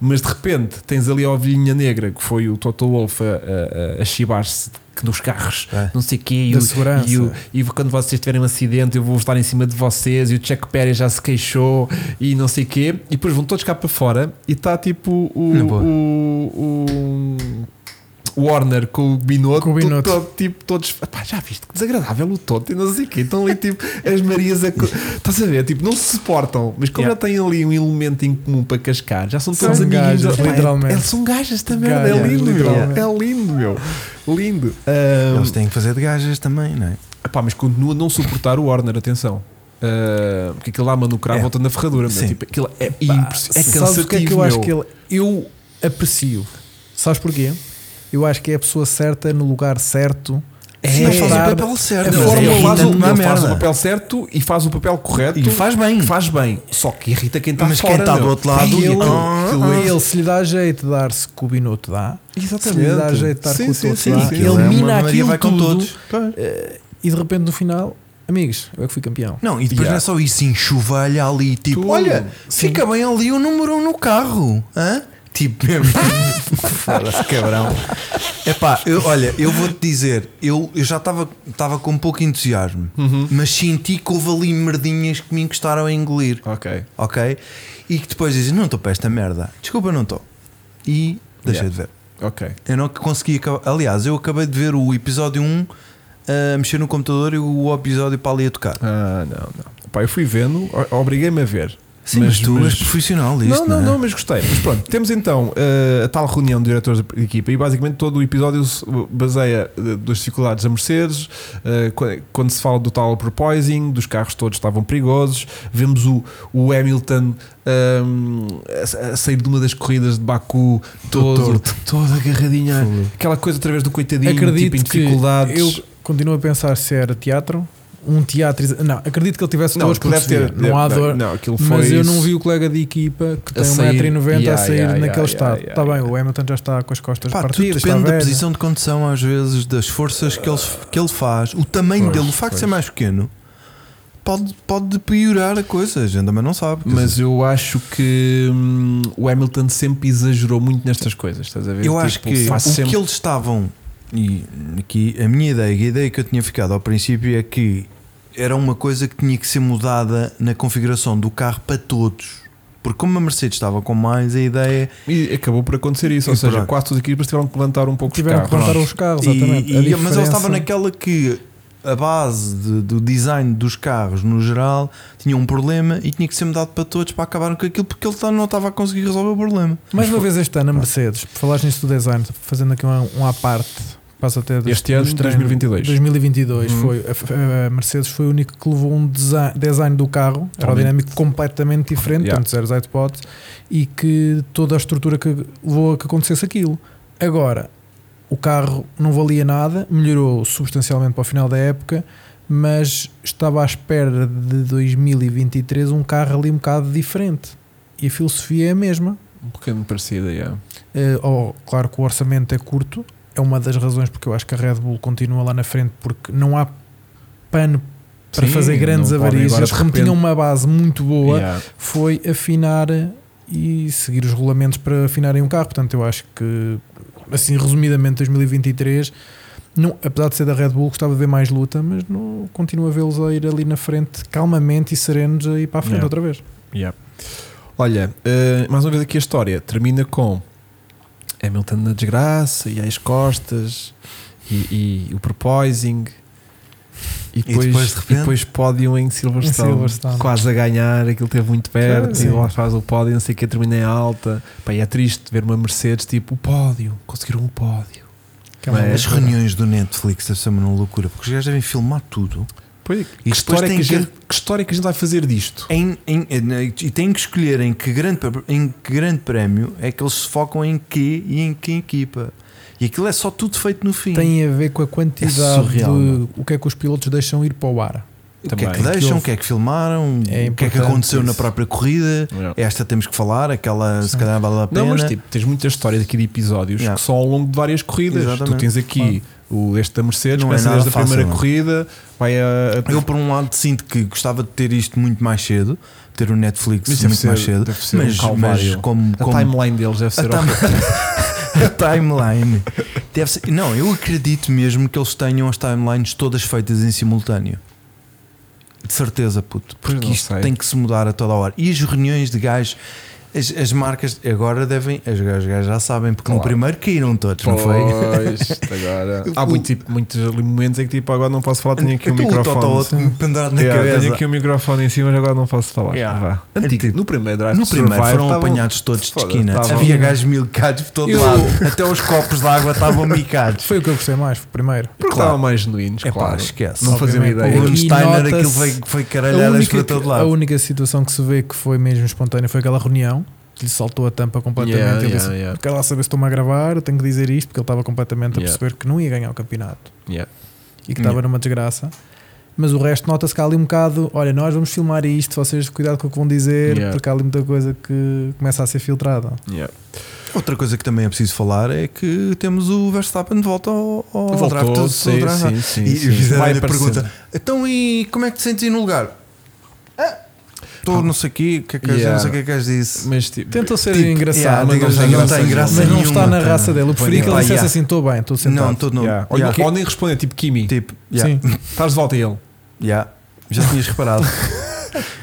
S1: mas de repente tens ali a ovelhinha negra que foi o Toto Wolff a, a, a chibar-se dos carros,
S2: É.
S1: não sei o quê, e
S3: Da
S1: o-
S3: segurança. É
S1: e, o- e quando vocês tiverem um acidente, eu vou estar em cima de vocês. E o Checo Pérez já se queixou e não sei o quê. E depois vão todos cá para fora e está tipo o.
S2: Na boa.
S1: o, o Warner com o Binotto,
S3: Com o Binotto.
S1: Todo, tipo, todos. "Epá, já viste que desagradável o Toto e não sei o quê. Estão ali tipo as Marias a. co- Estás a ver? Tipo, não se suportam, mas como
S2: Yeah.
S1: já têm ali um elemento em comum para cascar, já são
S3: São
S1: todos amiguinhos.
S3: gajas,
S1: Epá, é-
S3: literalmente.
S1: é- São gajas esta merda, é
S3: Gajas,
S1: lindo, meu.
S3: literalmente.
S1: É lindo, meu. Lindo.
S2: Eles
S1: Ahm,
S2: têm que fazer de gajas também, não é?
S1: Epá, mas continua a não suportar o Warner, atenção. Ah, porque aquilo lá manda o cravo
S2: É.
S1: volta na ferradura, meu.
S2: Sim.
S1: Tipo, aquilo é, impressi- é cansativo.
S3: Sabes o que é que eu
S1: meu.
S3: acho que ele. Eu aprecio. Sabes porquê? Eu acho que é a pessoa certa no lugar certo.
S1: É,
S2: mas faz
S3: Dar-
S2: o papel
S1: A
S2: certo.
S3: Não,
S1: forma
S3: mas
S1: ele faz,
S2: irrita-me
S1: o,
S2: uma
S1: ele faz o
S2: merda.
S1: papel certo e faz o papel correto
S2: E faz bem.
S1: faz bem. Só que irrita quem está
S2: Mas
S1: fora.
S2: quem está do
S1: meu.
S2: outro lado.
S1: Ai,
S3: ele-
S2: Ah,
S1: é-
S2: ah.
S3: Ele, se lhe dá jeito de dar-se que o Binotto dá,
S1: Exatamente.
S3: Se lhe dá jeito de estar
S1: sim,
S3: com
S1: sim,
S3: todos
S1: sim,
S3: lá.
S1: sim.
S3: Ele-
S2: é uma
S3: mina
S2: Maria
S3: aquilo
S2: vai com
S3: tudo.
S2: todos.
S3: eh, e de repente no final, amigos, eu é que fui campeão.
S2: Não, e depois
S1: Yeah.
S2: não é só isso, enxovalha ali, tipo,
S1: Tudo.
S2: olha,
S3: Sim.
S2: fica bem ali o número 1 um no carro, hã? Tipo mesmo. Foda-se, cabrão. Epá, eu, olha, eu vou-te dizer, eu, eu já estava estava com pouco entusiasmo,
S1: Uhum.
S2: mas senti que houve ali merdinhas que me encostaram a engolir,
S1: Ok.
S2: ok? E que depois dizem, não estou para esta merda, desculpa, não estou. E deixei
S1: Yeah.
S2: de ver.
S1: Ok.
S2: Eu não consegui acabar. Aliás, eu acabei de ver o episódio 1 a mexer no computador e o episódio para ali a tocar.
S1: Ah, não, não. Pá, eu fui vendo, o- obriguei-me a ver.
S2: Sim, mas, tu és profissional disto,
S1: Não, não,
S2: é?
S1: não, mas gostei. Mas pronto, temos então eh, a tal reunião de diretores da equipa e basicamente todo o episódio se baseia eh, das dificuldades da Mercedes, eh, qu- quando se fala do tal proposing, dos carros todos estavam perigosos, vemos o, o Hamilton ehm, a, a sair de uma das corridas de Baku
S2: Todo
S1: todo,
S2: torto.
S1: todo agarradinho,
S2: Fogo.
S1: aquela coisa através do coitadinho, tipo
S3: acredito
S1: em dificuldades.
S3: que eu continuo a pensar se era teatro, um teatro. exa- Não, acredito que ele tivesse dores porque se vê, não há dor.
S1: não, aquilo foi
S3: Mas eu não
S1: isso.
S3: vi o colega de equipa que tem
S1: sair.
S3: 1,90m a
S1: Yeah,
S3: sair
S1: yeah,
S3: naquele
S1: yeah,
S3: estado.
S1: yeah,
S3: Está bem,
S1: yeah.
S3: o Hamilton já está com as costas
S2: Pá, tudo
S3: partidas.
S2: depende
S3: está
S2: da
S3: velho.
S2: posição
S1: né?
S2: de condução, às vezes, das forças que ele, que ele faz, o tamanho
S1: Pois,
S2: dele, o facto de ser
S1: pois.
S2: mais pequeno, pode, pode piorar a coisa. A gente também não sabe. quer
S1: Mas
S2: dizer,
S1: eu acho que hum, o Hamilton sempre exagerou muito nestas coisas, estás a ver?
S2: eu acho
S1: Tipo,
S2: que o
S1: faz sempre-
S2: que eles estavam. E aqui a minha ideia, e a ideia que eu tinha ficado ao princípio é que era uma coisa que tinha que ser mudada na configuração do carro para todos. Porque como a Mercedes estava com mais, a ideia
S1: E acabou por acontecer isso,
S2: E
S1: ou seja,
S2: pronto.
S1: quase todas as equipas tiveram que levantar um pouco
S3: Tiveram
S1: os
S3: que
S1: carros.
S3: levantar os carros,
S2: E-
S3: exatamente.
S2: e-
S3: A
S2: mas
S3: diferença-
S2: ele estava naquela que a base de- do design dos carros no geral tinha um problema e tinha que ser mudado para todos para acabar com aquilo porque ele tá- não estava a conseguir resolver o problema.
S3: Mais uma vez este ano, a Mercedes, por falares nisso do design, fazendo aqui uma- um à parte, passo até dos-
S1: Este ano,
S3: dos treinos.
S1: 2022.
S3: 2022
S1: Uhum.
S3: foi, a, a Mercedes foi o único que levou um desa- design do carro aerodinâmico completamente diferente,
S1: Yeah.
S3: tanto zero aipods, e que toda a estrutura que levou a que acontecesse aquilo. Agora, o carro não valia nada, melhorou substancialmente para o final da época, mas estava à espera de 2023 um carro ali um bocado diferente. E a filosofia é a mesma.
S1: Um bocadinho parecida, yeah.
S3: Eh, oh, claro que o orçamento é curto, é uma das razões porque eu acho que a Red Bull continua lá na frente, porque não há pano para
S1: Sim,
S3: fazer grandes
S1: não podem
S3: avarias.
S1: agora
S3: Eles,
S1: de
S3: como
S1: repente-
S3: tinham uma base muito boa,
S1: Yeah.
S3: foi afinar e seguir os regulamentos para afinarem um carro. Portanto, eu acho que, assim, resumidamente, 2023. Não, apesar de ser da Red Bull, gostava de ver mais luta, mas não, continuo a vê-los a ir ali na frente calmamente e serenos a ir para a frente
S1: Yeah.
S3: outra vez.
S1: Yeah. Olha, eh, mais uma vez aqui a história termina com Hamilton na desgraça e as costas e, e o proposing e depois,
S2: depois, de repente?
S1: e depois pódio em Silverstone,
S3: Em Silverstone.
S1: quase a ganhar, aquilo teve muito perto
S3: Sim.
S1: e lá faz o pódio, não sei o que, termina em alta. Pá, e é triste ver uma Mercedes tipo o pódio, conseguiram o pódio.
S3: Que é uma
S1: Mas-
S2: As
S3: loucura.
S2: reuniões do Netflix deve ser uma loucura porque os gajos devem filmar tudo.
S1: Pois, que,
S2: depois
S1: história é que,
S2: tem
S1: a
S2: que-
S1: gente, que história é que a gente vai fazer disto?
S2: Em- em- em- e têm que escolher em que, grande, em que grande prémio é que eles se focam em que e em que equipa. E aquilo é só tudo feito no fim.
S3: tem a ver com a
S2: É
S3: quantidade
S2: surreal,
S1: Eh,
S3: de o que é que os pilotos deixam ir para o ar.
S2: o que é que
S1: também.
S2: deixam,
S3: Aquilo-
S2: o que é que filmaram,
S3: É
S2: o que é que
S3: importante
S2: aconteceu na
S3: isso.
S2: própria corrida. é
S1: Yeah.
S2: Esta temos que falar, aquela se calhar vale a pena.
S1: Não, mas tipo, tens muitas histórias aqui de episódios
S2: Yeah.
S1: que são ao longo de várias corridas.
S2: Exatamente.
S1: Tu tens aqui o, este da Mercedes,
S2: Não é
S1: começa
S2: nada
S1: desde a
S2: fácil,
S1: primeira
S2: não.
S1: corrida, vai a. a
S2: Eu, por um lado, sinto que gostava de ter isto muito mais cedo, ter o Netflix
S1: Mas deve
S2: muito
S1: ser-
S2: mais cedo,
S1: deve ser um
S2: mas,
S1: calvário.
S2: mas como,
S1: a
S2: como-
S1: timeline deles deve
S2: a
S1: ser.
S2: time-
S1: horrível. é?
S2: a timeline deve ser- Não, eu acredito mesmo que eles tenham as timelines todas feitas em simultâneo. De certeza, puto,
S1: Pois
S2: porque
S1: não
S2: isto
S1: sei.
S2: tem que se mudar a toda hora. E as reuniões de gajos As, as marcas agora devem. As gajas já sabem, porque no
S1: Claro.
S2: primeiro caíram todos, não foi?
S1: Pois, isto agora. Há
S2: O-
S1: muito, tipo, muitos ali momentos em que tipo, agora não posso falar, tenho aqui um
S2: Então, O
S1: microfone.
S2: Totó pendurado na
S1: Yeah,
S2: cabeça.
S1: tenho aqui o microfone em cima, mas agora não posso falar.
S2: Yeah.
S1: Tá Vá. Antigo,
S2: Antigo.
S1: No primeiro drive
S2: No
S1: to
S2: primeiro
S1: Survive
S2: foram
S1: estavam-
S2: apanhados todos de
S1: Foda,
S2: esquina.
S1: estavam-
S2: Havia gajos milcados por todo
S1: um- Eu-
S2: lado. Até os copos de água estavam micados.
S3: Foi o que eu gostei mais, primeiro.
S1: Porque
S2: Claro.
S1: estavam mais genuínos,
S2: É pá,
S1: claro.
S2: esquece.
S1: Não fazia
S3: Obviamente.
S2: O
S1: ideia.
S2: Bruno
S3: E
S2: Steiner,
S3: nota-se-
S2: aquilo foi, foi
S3: A
S2: caralhadas
S3: única,
S2: para todo
S3: a
S2: lado.
S3: única situação que se vê que foi mesmo espontânea foi aquela reunião que lhe saltou a tampa completamente.
S1: Yeah,
S3: ele
S1: yeah,
S3: disse:
S1: yeah.
S3: Quer lá saber se estou-me a gravar, eu tenho que dizer isto, porque ele estava completamente a
S1: Yeah.
S3: perceber que não ia ganhar o campeonato
S1: Yeah.
S3: e que estava
S2: Yeah.
S3: numa desgraça. Mas o resto nota-se que há ali um bocado: olha, nós vamos filmar isto, vocês cuidado com o que vão dizer,
S1: Yeah.
S3: porque há ali muita coisa que começa a ser filtrada.
S1: Yeah.
S2: Outra coisa que também é preciso falar é que temos o Verstappen de volta ao, ao
S1: Voltou,
S2: draft. ao
S1: sim,
S2: draft.
S1: sim, sim,
S2: e
S1: sim.
S2: fizeram-lhe a
S1: aparecendo.
S2: pergunta: então e como é que te sentes aí no lugar? "Ah, Estou não sei o quê, o que é que
S1: Yeah.
S2: não sei o que é que és disse.
S1: Mas tipo,
S3: Tentam ser
S2: Tipo, yeah,
S3: engraçados,
S1: mas não
S2: digamos,
S1: tem
S2: não
S1: graça
S2: tem
S1: nenhuma.
S2: graça
S3: mas não está na
S2: nenhuma,
S3: raça
S2: cara.
S3: dele. Eu preferia que ele
S2: Pá,
S3: dissesse
S2: yeah.
S3: assim: estou bem, estou sentado.
S2: Não, estou não.
S1: yeah. Ou,
S2: Yeah.
S1: ou nem responder, tipo Kimi,
S2: Tipo, yeah.
S3: Sim.
S1: estás de volta a ele.
S2: Yeah. já tinhas reparado.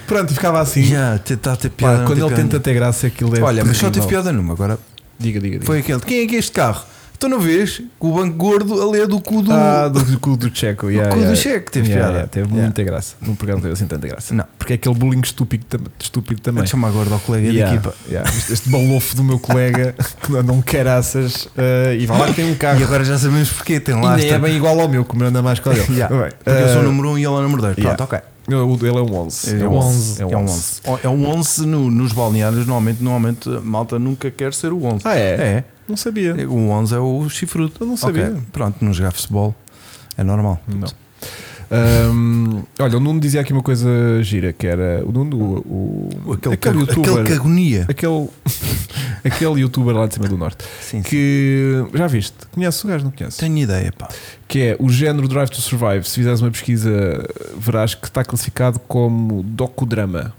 S1: Pronto, e ficava assim.
S2: Já, está a ter
S1: Pá,
S2: piada. não
S1: quando
S2: tem
S1: ele
S2: piada
S1: tenta ter graça, aquilo é.
S2: nenhuma. Olha, mas só
S1: terrível.
S2: teve piada numa agora.
S1: Diga, diga, diga.
S2: Foi aquele. de Quem é que é este carro? Então não vês? que O banco gordo ali é do cu do.
S1: Ah, do, do cu do Checo.
S2: do
S1: yeah,
S2: cu
S1: yeah.
S2: do cheque. Teve
S1: Yeah,
S2: piada.
S1: yeah, teve
S2: Yeah.
S1: muita graça. No programa não teve assim tanta graça.
S2: Não.
S1: Porque é aquele bullying estúpido, tam- estúpido também.
S2: Vou chamar agora ao colega
S1: Yeah,
S2: da equipa.
S1: yeah. Este, este balofo do meu colega que não- não quer assas eh, e vai lá que tem um
S2: E
S1: carro.
S2: agora já sabemos porquê. Tem
S1: E
S2: lá
S1: nem
S2: esta.
S1: é bem igual ao meu, como eu ando mais que o dele.
S2: Yeah.
S1: Bem,
S2: Porque eu sou o
S1: eh,
S2: número 1 um e ele é o número 2. Pronto,
S1: yeah.
S2: ok.
S1: eu- Ele é um 11.
S2: É um
S3: 11.
S1: É
S2: É
S1: um
S2: um
S1: 11.
S2: 11. É um 11 no- nos balneários. Normalmente, normalmente, a malta nunca quer ser o 11.
S1: Ah, é?
S2: É.
S1: Não sabia.
S2: O 11 é o chifrudo.
S1: Eu não sabia.
S2: Ok, Pronto, não jogar futebol. É normal.
S1: Não. Ahm, olha, o Nuno dizia aqui uma coisa gira que era o Nuno, o, o-
S2: Aquele,
S1: aquele,
S2: que-
S1: youtuber,
S2: aquele que agonia.
S1: aquele, aquele youtuber lá de cima do norte
S2: Sim, sim.
S1: que já viste, conheces o gajo, não conheces?
S2: Tenho ideia, pá.
S1: Que é o género Drive to Survive. Se fizeres uma pesquisa, verás que está classificado como docudrama,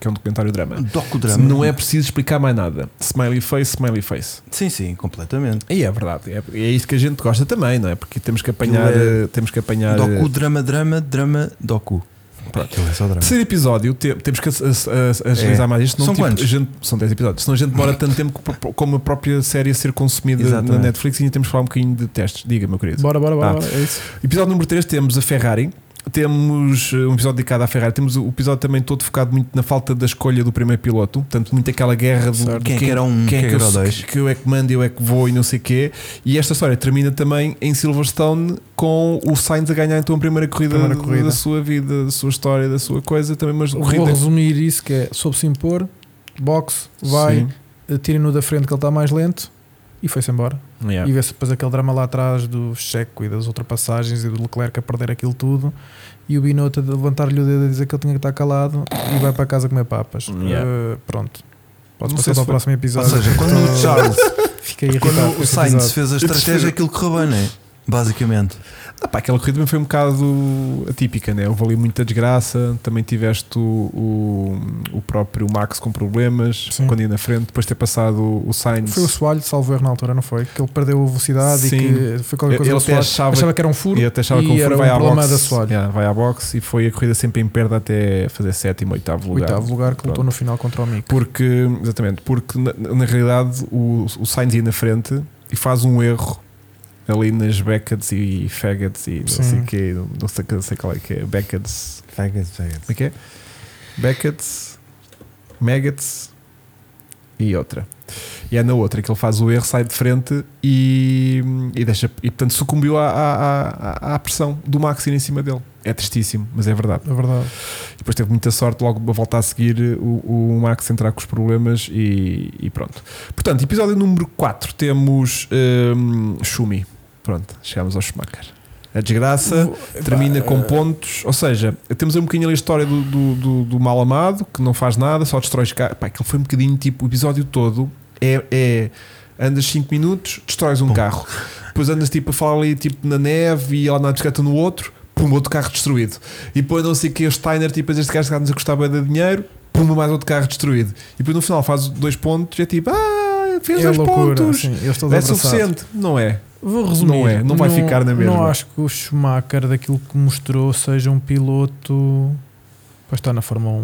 S1: que é um documentário drama.
S2: Docodrama.
S1: Não é preciso explicar mais nada. Smiley face, smiley face.
S2: Sim, sim, completamente.
S1: E é verdade, é, é isso que a gente gosta também, não é? Porque temos que apanhar,
S2: Aquilo
S1: eh, temos que apanhar eh,
S2: Docu, drama, drama, drama, docu.
S1: Pronto.
S2: Aquilo é só drama.
S1: Terceiro episódio, te- temos que as- as- as- agilizar
S2: É.
S1: mais isto.
S2: São
S1: tipo,
S2: quantos?
S1: a gente- são 10 episódios. Senão a gente demora tanto tempo co- como a própria série a ser consumida na
S2: Exatamente.
S1: Netflix e ainda temos que falar um bocadinho de testes. Diga, meu querido.
S3: Bora, bora, bora,
S1: Ah.
S3: bora, é isso.
S1: Episódio número 3 temos a Ferrari. Temos eh, um episódio dedicado à Ferrari. Temos o episódio também todo focado muito na falta da escolha do primeiro piloto. Portanto, muito aquela guerra do
S2: Certo.
S1: do
S2: Quem é que era um,
S1: quem é que,
S2: era
S1: eu,
S2: o dois?
S1: que, que eu é que mando, eu é que vou e não sei o quê. E esta história termina também em Silverstone com o Sainz a ganhar então a primeira corrida,
S3: Primeira
S1: da-
S3: corrida.
S1: da sua vida, da sua história, da sua coisa. Também uma
S3: Vou
S1: corrida.
S3: resumir isso: que é soube-se impor, boxe, vai,
S1: Sim.
S3: atirem-no da frente que ele está mais lento e foi-se embora.
S1: Yeah.
S3: E vê-se depois aquele drama lá atrás do Checo e das ultrapassagens e do Leclerc a perder aquilo tudo e o Binotto a levantar-lhe o dedo a dizer que ele tinha que estar calado e vai para casa comer papas.
S1: Yeah.
S3: Eh, pronto. Podes
S1: Não sei se
S3: passar para o
S1: foi-
S3: próximo
S2: Ou
S3: episódio.
S2: seja, quando o Charles,
S3: Fiquei irritado.
S2: quando
S3: com
S2: o
S3: este
S2: Sainz
S3: episódio.
S2: fez a estratégia, aquilo correu bem, não é? Basicamente.
S1: Ah, pá, aquela corrida também foi um bocado atípica, né? Houve ali muita desgraça. Também tiveste o, o, o próprio Max com problemas
S3: Sim.
S1: quando ia na frente, depois de ter passado o Sainz.
S3: Foi o Soalho, salvo erro na altura, não foi? Que ele perdeu a velocidade
S1: Sim.
S3: e que foi qualquer
S1: Ele
S3: coisa. do
S1: até
S3: Soalho.
S1: achava-
S3: que era um furo.
S1: e até achava
S3: e
S1: que o
S3: era
S1: Furo
S3: um
S1: vai à
S3: problema
S1: boxe.
S3: da Soalho.
S1: Yeah, vai à boxe e foi a corrida sempre em perda até fazer sétimo, oitavo lugar.
S3: Oitavo lugar que lutou
S1: Pronto.
S3: no final contra o Mick.
S1: Porque, exatamente, porque na, na realidade o, o Sainz ia na frente e faz um erro ali nas Beckets e Faggots e não
S3: Sim.
S1: sei o que, não sei, não sei qual é que é, Beckets. Como é que é? Beckett, Maggots e outra. E é na outra que ele faz o erro, sai de frente e, e deixa. E portanto sucumbiu à, à, à, à pressão do Max ir em cima dele. É tristíssimo, mas é verdade.
S3: É verdade.
S1: Depois teve muita sorte, logo a volta a seguir, o, o Max entrar com os problemas e, e pronto. Portanto, episódio número 4 temos hum, Schumi. Pronto, chegamos ao Schumacher. A desgraça termina com
S3: eh,
S1: pontos, ou seja, temos um bocadinho ali a história do, do, do, do mal amado que não faz nada, só destrói os carros. Pá, aquilo foi um bocadinho tipo o episódio todo é, é andas 5 minutos, destróis um carro, depois andas tipo a falar ali tipo na neve e ela na bicicleta no outro, pum, outro carro destruído, e depois não sei o que, o Steiner, tipo, este gajo que nos a custar bué de dinheiro, pum, mais outro carro destruído, e depois no final faz dois pontos e é tipo, ah, fez
S3: É
S1: dois
S3: loucura.
S1: pontos,
S3: Assim, eles todos
S1: é
S3: abraçados.
S1: suficiente, não é?
S3: Vou resumir.
S1: Não é, não vai ficar na mesma.
S3: Não acho que o Schumacher, daquilo que mostrou, seja um piloto para estar na Fórmula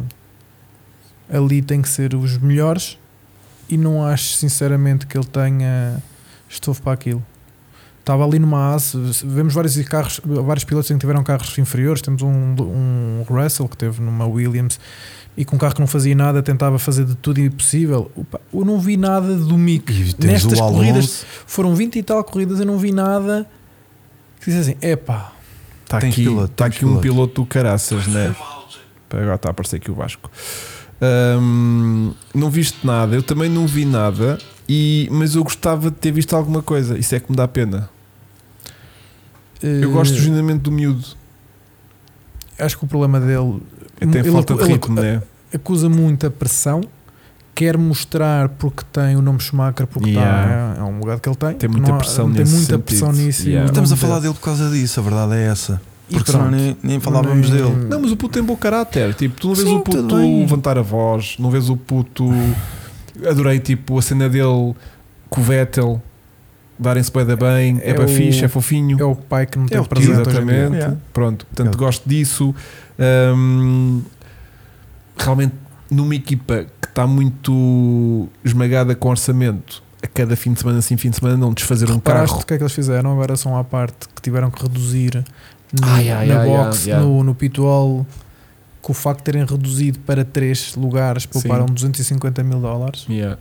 S3: 1. Ali tem que ser os melhores e não acho sinceramente que ele tenha estofo para aquilo. Estava ali numa AS, vemos vários carros, vários pilotos em que tiveram carros inferiores. Temos um, um Russell que teve numa Williams e com um carro que não fazia nada, tentava fazer de tudo impossível. Opa, eu não vi nada do Mick.
S2: E tens
S3: Nestas
S2: o Alonso.
S3: corridas, foram 20 e tal corridas, eu não vi nada que dizem assim: epá,
S1: Está
S2: Tens
S1: aqui,
S2: piloto,
S1: tá
S2: tens
S1: aqui um
S2: piloto.
S1: piloto do caraças, né? Pá, Agora está a aparecer aqui o Vasco. Hum, não viste nada, eu também não vi nada, e, mas eu gostava de ter visto alguma coisa. Isso é que me dá pena. Eu
S3: eh,
S1: gosto genuinamente do miúdo.
S3: acho que o problema dele
S1: É, Tem
S3: Ele
S1: falta
S3: acu-
S1: de
S3: ele
S1: ritmo,
S3: acu-
S1: né?
S3: acusa muito a pressão, quer mostrar porque tem o nome Schumacher, porque
S1: Yeah.
S3: tá, é, é um lugar que ele tem.
S1: Tem muita
S3: Não há-
S1: pressão
S3: tem
S1: nesse
S3: muita
S1: sentido.
S3: pressão nisso. e
S1: Yeah.
S3: o
S2: Estamos a
S3: nome
S2: falar
S3: dele-
S2: dele por causa disso, a verdade é essa.
S3: e
S2: Porque senão
S3: pronto. é-
S2: nem, nem falávamos
S3: Nem-
S2: dele.
S1: Não, mas o puto tem bom caráter. Tipo, tu não vês
S2: Sim,
S1: o puto
S2: tudo bem.
S1: levantar a voz, não vês o puto. Adorei, tipo, a cena dele com o Vettel, darem-se bem da bem, é,
S3: É
S1: para
S3: o-
S1: fixe, é fofinho.
S3: É o pai que não
S2: É
S3: tem
S2: o tio,
S3: presente hoje em dia.
S1: Exatamente.
S2: Yeah.
S1: Pronto, portanto,
S2: Yeah.
S1: gosto disso. Hum, realmente, numa equipa que está muito esmagada com orçamento, a cada fim de semana, assim, fim de semana, não desfazer um
S3: Reparaste
S1: carro.
S3: o que é que eles fizeram? Agora são à parte que tiveram que reduzir no-
S1: Ai, ai,
S3: na
S1: ai,
S3: box,
S1: ai, ai.
S3: no, no pitwall, com o facto de terem reduzido para 3 lugares, pouparam 250 mil dólares.
S1: Yeah,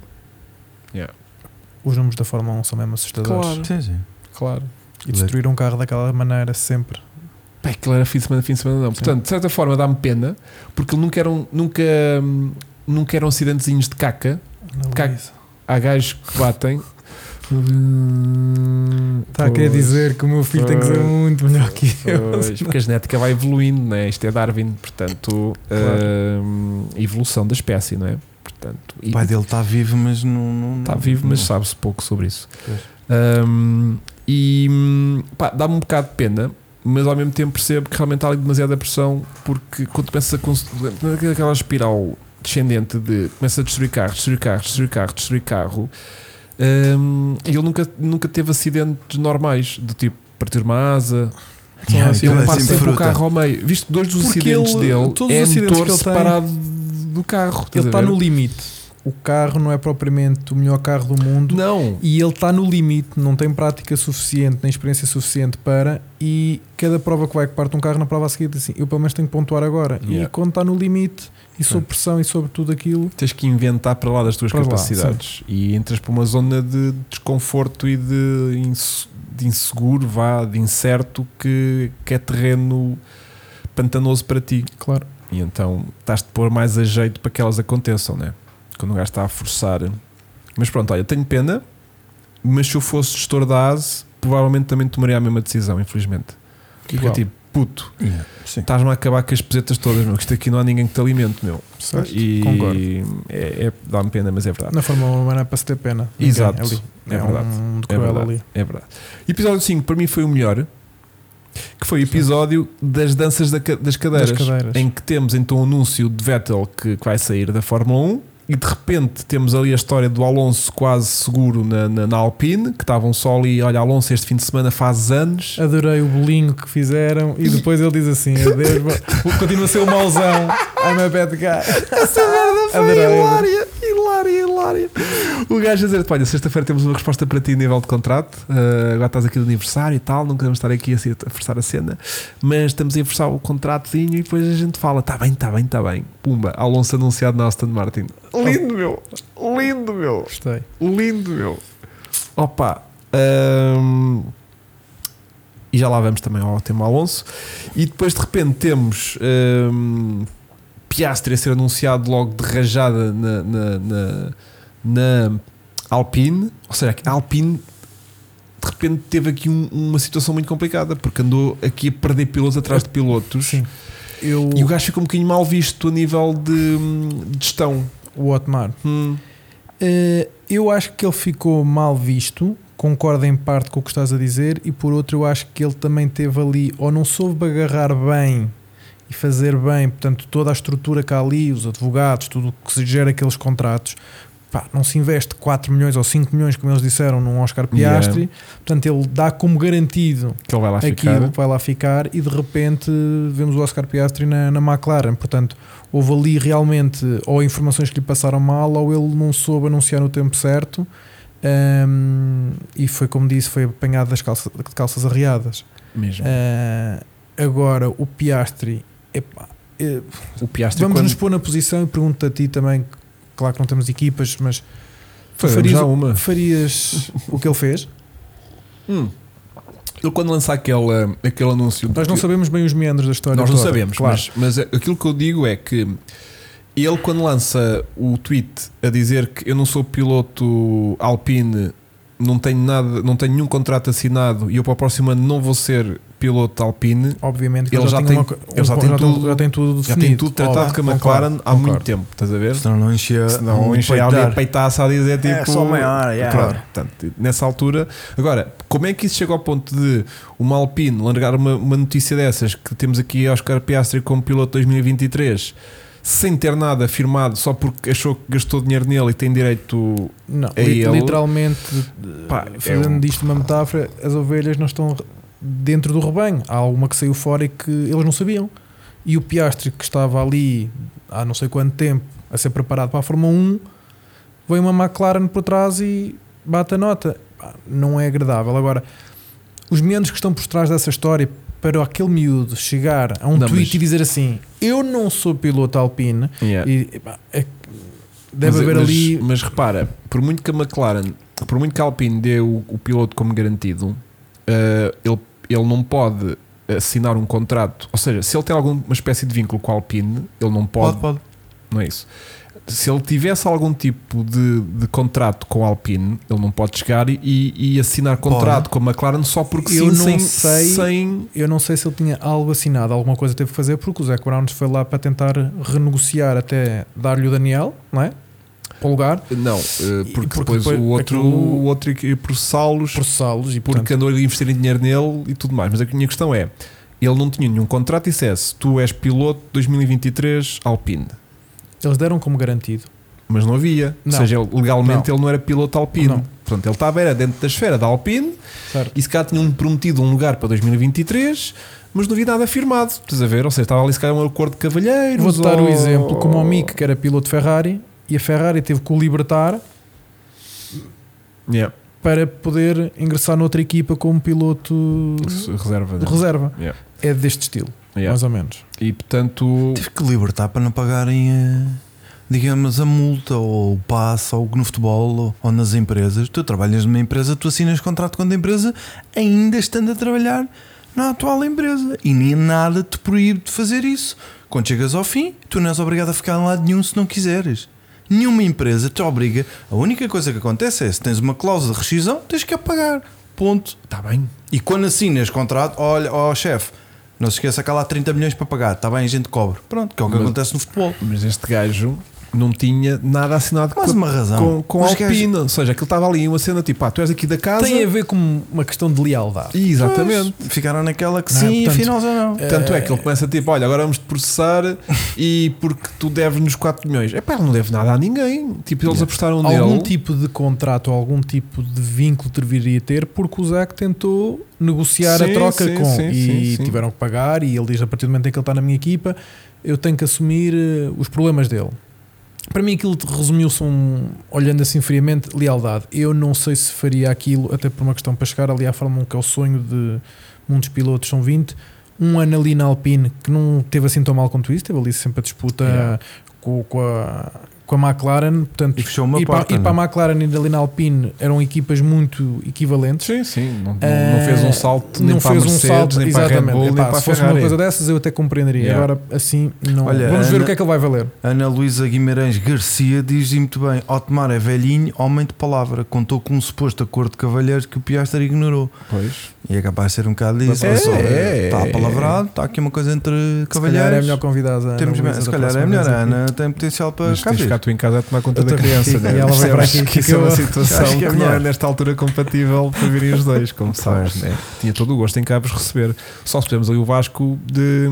S3: Os números da Fórmula 1 são mesmo assustadores.
S2: Sim, sim.
S1: claro.
S3: E destruir um carro daquela maneira sempre.
S1: Pá, aquilo era fim de semana, fim de semana não. Portanto, de certa forma dá-me pena, porque nunca eram, nunca, hum, nunca eram acidentezinhos de caca.
S3: na
S1: Cago.
S3: Luísa.
S1: Há gajos que batem.
S3: Está Tá a querer
S1: Pois,
S3: dizer que o meu filho tem que ser
S1: Pois.
S3: muito melhor que eu.
S1: pois, porque a genética vai evoluindo, né? Isto é Darwin, portanto, hum, evolução da espécie, não é? Portanto, e-
S2: O pai dele está vivo, mas não. não-
S1: Está Tá
S2: não-
S1: vivo, mas
S2: não.
S1: sabe-se pouco sobre isso.
S2: Pois.
S1: Um, e hum, pá, dá-me um bocado de pena, mas ao mesmo tempo percebo que realmente há ali demasiada pressão, porque quando começa a cons- aquela espiral descendente de começa a destruir carro, destruir carro, destruir carro, destruir carro, hum, e ele nunca, nunca teve acidentes normais, do tipo partir uma asa.
S2: Yeah,
S3: Sim,
S1: Ele
S2: aquilo
S1: passa
S2: é sempre
S1: um assim, sempre o
S2: fruta.
S1: carro ao meio. Visto dois dos
S3: Porque
S1: acidentes
S3: ele-
S1: dele,
S3: todos os
S1: é
S3: acidentes
S1: motor
S3: que ele tem,
S1: separado do carro. estás
S3: Ele
S1: a
S3: está
S1: ver?
S3: no limite. O carro não é propriamente o melhor carro do mundo.
S1: Não.
S3: E ele está no limite, não tem prática suficiente, nem experiência suficiente para. E cada prova que vai que parte um carro na prova a seguir diz assim: eu pelo menos tenho que pontuar agora.
S1: Yeah.
S3: E quando está no limite, e sob pressão e sobre tudo aquilo,
S1: tens que inventar para lá das tuas
S3: Para lá,
S1: capacidades e entras para uma zona de desconforto e de, inse- de inseguro, vá, de incerto que, que é terreno pantanoso para ti.
S3: claro,
S1: E então estás-te a pôr mais a jeito para que elas aconteçam, né? Quando o gajo está a forçar. Mas pronto, olha, tenho pena, mas se eu fosse gestor da ASE, provavelmente também tomaria a mesma decisão, infelizmente. Porque
S3: Igual.
S1: tipo, puto,
S2: Yeah, sim.
S1: estás-me a acabar com as pesetas todas, meu, que isto aqui não há ninguém que te alimente, meu.
S3: certo?
S1: E
S3: Concordo.
S1: é, é- dá-me pena, mas é verdade.
S3: Na Fórmula 1 não é para se ter pena. Ninguém
S1: Exato.
S3: ali.
S1: É,
S3: É,
S1: verdade.
S3: um
S1: É
S3: cruel
S1: verdade.
S3: ali.
S1: É verdade. Episódio 5 para mim foi o melhor, que foi o episódio das danças da ca- das, cadeiras,
S3: Das cadeiras.
S1: em que temos então o anúncio de Vettel que, que vai sair da Fórmula 1 e de repente temos ali a história do Alonso quase seguro na, na, na Alpine, que estavam só ali, olha, Alonso este fim de semana faz anos.
S3: Adorei o bolinho que fizeram e depois ele diz assim: adeus, bo- continua a ser o mauzão. I'm a bad guy.
S1: Essa merda foi
S3: Adorei,
S1: hilária, hilária, hilária. O gajo a dizer-te: olha, sexta-feira temos uma resposta para ti a nível de contrato. ah, agora estás aqui de aniversário e tal, não queremos estar aqui assim a forçar a cena, mas estamos a forçar o contratozinho e depois a gente fala: está bem, está bem, está bem. Pumba, Alonso anunciado na Aston Martin. Lindo, meu, lindo, meu,
S3: Gostei.
S1: lindo, meu. Opa. hum, e já lá vamos também ao tema Alonso. E depois de repente temos hum, Piastri a ser anunciado logo de rajada na, na, na- na Alpine. Ou seja, a Alpine de repente teve aqui um- uma situação muito complicada porque andou aqui a perder pilotos atrás de pilotos.
S3: Sim. Eu,
S1: E o gajo ficou um bocadinho mal visto a nível de, hum, de gestão.
S3: o Otmar,
S1: Hum.
S3: Eh, eu acho que ele ficou mal visto. Concordo em parte com o que estás a dizer, e por outro, eu acho que ele também teve ali, ou não soube agarrar bem e fazer bem, portanto, toda a estrutura que há ali, os advogados, tudo o que se gera aqueles contratos, pá, não se investe 4 milhões ou 5 milhões, como eles disseram, num Oscar Piastri. Portanto, ele dá como garantido
S1: Que ele vai lá
S3: aquilo
S1: ficar.
S3: que vai lá ficar e de repente vemos o Oscar Piastri na, na McLaren. Portanto, houve ali realmente ou informações que lhe passaram mal ou ele não soube anunciar no tempo certo Ahm, e foi como disse, foi apanhado das calça- de calças arriadas.
S1: Mesmo.
S3: Ah, agora o Piastri, epá, eh,
S1: O Piastri
S3: vamos
S1: tipo, quando...
S3: nos pôr na posição e pergunto a ti também, claro que não temos equipas, mas
S1: Fazemos
S3: farias,
S1: já uma.
S3: farias o que ele fez?
S1: Hum. Ele quando lança aquele, aquele anúncio...
S3: Nós não
S1: de-
S3: sabemos bem os meandros da história.
S1: Nós não
S3: toda,
S1: sabemos,
S3: claro.
S1: mas, mas aquilo que eu digo é que ele, quando lança o tweet a dizer que eu não sou piloto Alpine, não tenho, nada, não tenho nenhum contrato assinado e eu para o próximo ano não vou ser piloto Alpine,
S3: Obviamente que
S1: Ele
S3: ele
S1: já
S3: já,
S1: tem-
S3: uma co- um
S1: ele já tem tudo-
S3: já tem tudo
S1: já
S3: definido.
S1: tem tudo tratado
S3: Óbvio,
S1: com a
S3: concordo,
S1: McLaren há
S3: concordo.
S1: muito tempo, estás a ver?
S2: Senão não enchia.
S1: Senão
S2: muito
S1: enche a
S2: peito de ar.
S1: aldeia peitaça a dizer tipo.
S2: É, só maior, yeah.
S1: Claro, portanto, nessa altura. Agora, como é que isso chegou ao ponto de uma Alpine largar uma, uma notícia dessas que temos aqui Oscar Piastri como piloto 2023 sem ter nada firmado só porque achou que gastou dinheiro nele e tem direito.
S3: Não,
S1: É
S3: li-
S1: ele.
S3: literalmente, eh,
S1: Pá, é um-
S3: fazendo disto uma metáfora, as ovelhas não estão dentro do rebanho. Há uma que saiu fora e que eles não sabiam. E o Piastri, que estava ali há não sei quanto tempo a ser preparado para a Fórmula 1, vem uma McLaren por trás e bate a nota. Pá, Não é agradável. Agora, os meandros que estão por trás dessa história, para aquele miúdo chegar a um
S1: Não,
S3: tweet
S1: mas-
S3: e dizer assim: Eu não sou piloto Alpine,
S1: Yeah.
S3: e, pá, é- deve
S1: Mas- é,
S3: haver
S1: mas-
S3: ali.
S1: Mas repara, por muito que a McLaren, por muito que a Alpine dê o, o piloto como garantido, eh, ele, ele não pode assinar um contrato. Ou seja, se ele tem alguma espécie de vínculo com a Alpine, ele não pode,
S2: Pode, pode.
S1: não é isso. Se ele tivesse algum tipo de, de contrato com a Alpine, ele não pode chegar e, e assinar contrato com a McLaren só porque
S3: Eu
S1: sim, sem,
S3: não sei.
S1: sem-
S3: Eu não sei se ele tinha algo assinado, alguma coisa teve que fazer, porque o Zac Browns foi lá para tentar renegociar até dar-lhe o Daniel, não é? Para o lugar,
S1: Não, eh, porque,
S3: porque
S1: depois,
S3: depois
S1: o outro,
S3: aquilo-
S1: o outro ia processá-los
S3: processá-los e
S1: porque
S3: portanto,
S1: andou a investir em dinheiro nele e tudo mais. Mas a minha questão é: ele não tinha nenhum contrato e dissesse tu és piloto 2023 Alpine,
S3: eles deram como garantido.
S1: mas não havia.
S3: Não.
S1: Ou seja, ele- legalmente ele não era piloto Alpine.
S3: Não.
S1: Portanto, ele estava era dentro da esfera da Alpine
S3: Certo.
S1: e se calhar tinham prometido um lugar para 2023, mas não havia nada afirmado. Estás a ver? Ou seja, estava ali se calhar um acordo de cavalheiros.
S3: Vou dar
S1: ou-
S3: o exemplo, como o Mick, que era piloto Ferrari, e a Ferrari teve que o libertar
S1: Yeah,
S3: para poder ingressar noutra equipa como piloto
S1: se- reserva.
S3: de reserva.
S1: Yeah.
S3: É deste estilo,
S1: Yeah.
S3: mais ou menos.
S1: E portanto.
S2: Tive que libertar para não pagarem, eh, digamos, a multa ou o passo ou no futebol ou, ou nas empresas. Tu trabalhas numa empresa, tu assinas contrato com a empresa, ainda estando a trabalhar na atual empresa. E nem é nada te proíbe de fazer isso. Quando chegas ao fim, tu não és obrigado a ficar em lado nenhum se não quiseres. Nenhuma empresa te obriga. A única coisa que acontece é se tens uma cláusula de rescisão, tens que a pagar. Ponto.
S1: Está bem.
S2: E quando assinas contrato, olha, ó chefe, não se esqueça que há lá 30 milhões para pagar, está bem, a gente cobre. Pronto, que é o que
S1: Mas-
S2: acontece no futebol.
S1: Mas este gajo não tinha nada assinado
S2: Mais
S1: com,
S2: uma razão.
S1: com, com a
S2: Os
S1: Alpina. Ou seja, aquilo estava ali uma cena tipo, ah, tu és aqui da casa.
S3: Tem a ver com uma questão de lealdade.
S1: E, Exatamente.
S2: Pois, ficaram naquela que
S3: Não é?
S2: sim,
S3: Portanto,
S2: afinal já não.
S1: Tanto é que ele começa tipo, olha, agora vamos te processar e porque tu deves-nos 4 milhões. É pá, ele não deve nada a ninguém. Tipo, eles apostaram nele.
S3: algum tipo de contrato, algum tipo de vínculo deveria ter, porque o Zac tentou negociar
S1: Sim,
S3: a troca
S1: sim,
S3: com
S1: sim,
S3: e
S1: sim, sim.
S3: tiveram que pagar. E ele diz: a partir do momento em que ele está na minha equipa, eu tenho que assumir eh, os problemas dele. Para mim, aquilo resumiu-se, um, olhando assim friamente, lealdade. Eu não sei se faria aquilo, até por uma questão para chegar ali à Fórmula 1, que é o sonho de muitos pilotos, são 20. Um ano ali na Alpine que não teve assim tão mal quanto isso, teve ali sempre a disputa
S1: Yeah.
S3: com, com a, com a McLaren, portanto,
S2: E fechou uma
S3: e
S2: porta.
S3: Para, e
S2: não é?
S3: para a McLaren e ali na Alpine eram equipas muito equivalentes.
S1: Sim, sim. Não, não-
S3: Eh,
S1: não fez um salto nem
S3: não
S1: para
S3: fez
S1: a Mercedes,
S3: um salto,
S1: nem para a Red
S3: exatamente.
S1: Bull, nem
S3: Epá,
S1: para a
S3: se fosse uma
S1: Ferrari.
S3: coisa dessas, eu até compreenderia.
S1: Yeah.
S3: Agora, assim, não.
S2: Olha,
S3: Vamos ver
S2: Ana-
S3: o que é que ele vai valer.
S2: Ana Luísa Guimarães Garcia diz muito bem: Otmar é velhinho, homem de palavra. Contou com um suposto acordo de cavalheiros que o Piastra ignorou.
S1: Pois.
S2: E é capaz de ser um bocado disso.
S1: É,
S2: pessoal.
S1: é,
S2: Está
S1: é.
S2: palavrado, está tá aqui uma coisa entre
S3: Se calhar é
S2: cavalheiros.
S3: melhor convidar a Ana.
S2: Temos bem-
S3: Luísa
S2: Se
S3: da
S2: calhar é
S3: próxima
S2: melhor.
S3: vez
S2: A
S3: aqui.
S2: Ana tem potencial para
S1: Mas
S2: cá
S1: tens de
S2: vir.
S1: ficar cá tu em casa a tomar conta
S3: Eu
S1: da
S3: também
S1: criança,
S3: fico,
S1: né?
S3: e ela vai
S1: Percebes
S3: para aqui,
S1: que isso é uma
S3: fica eu-
S1: situação
S3: acho
S1: que,
S3: que é
S1: não é
S3: melhor.
S1: nesta altura compatível para virem os dois, como sabes, né? Tinha todo o gosto em cá vos receber. Só se fizemos ali o Vasco de,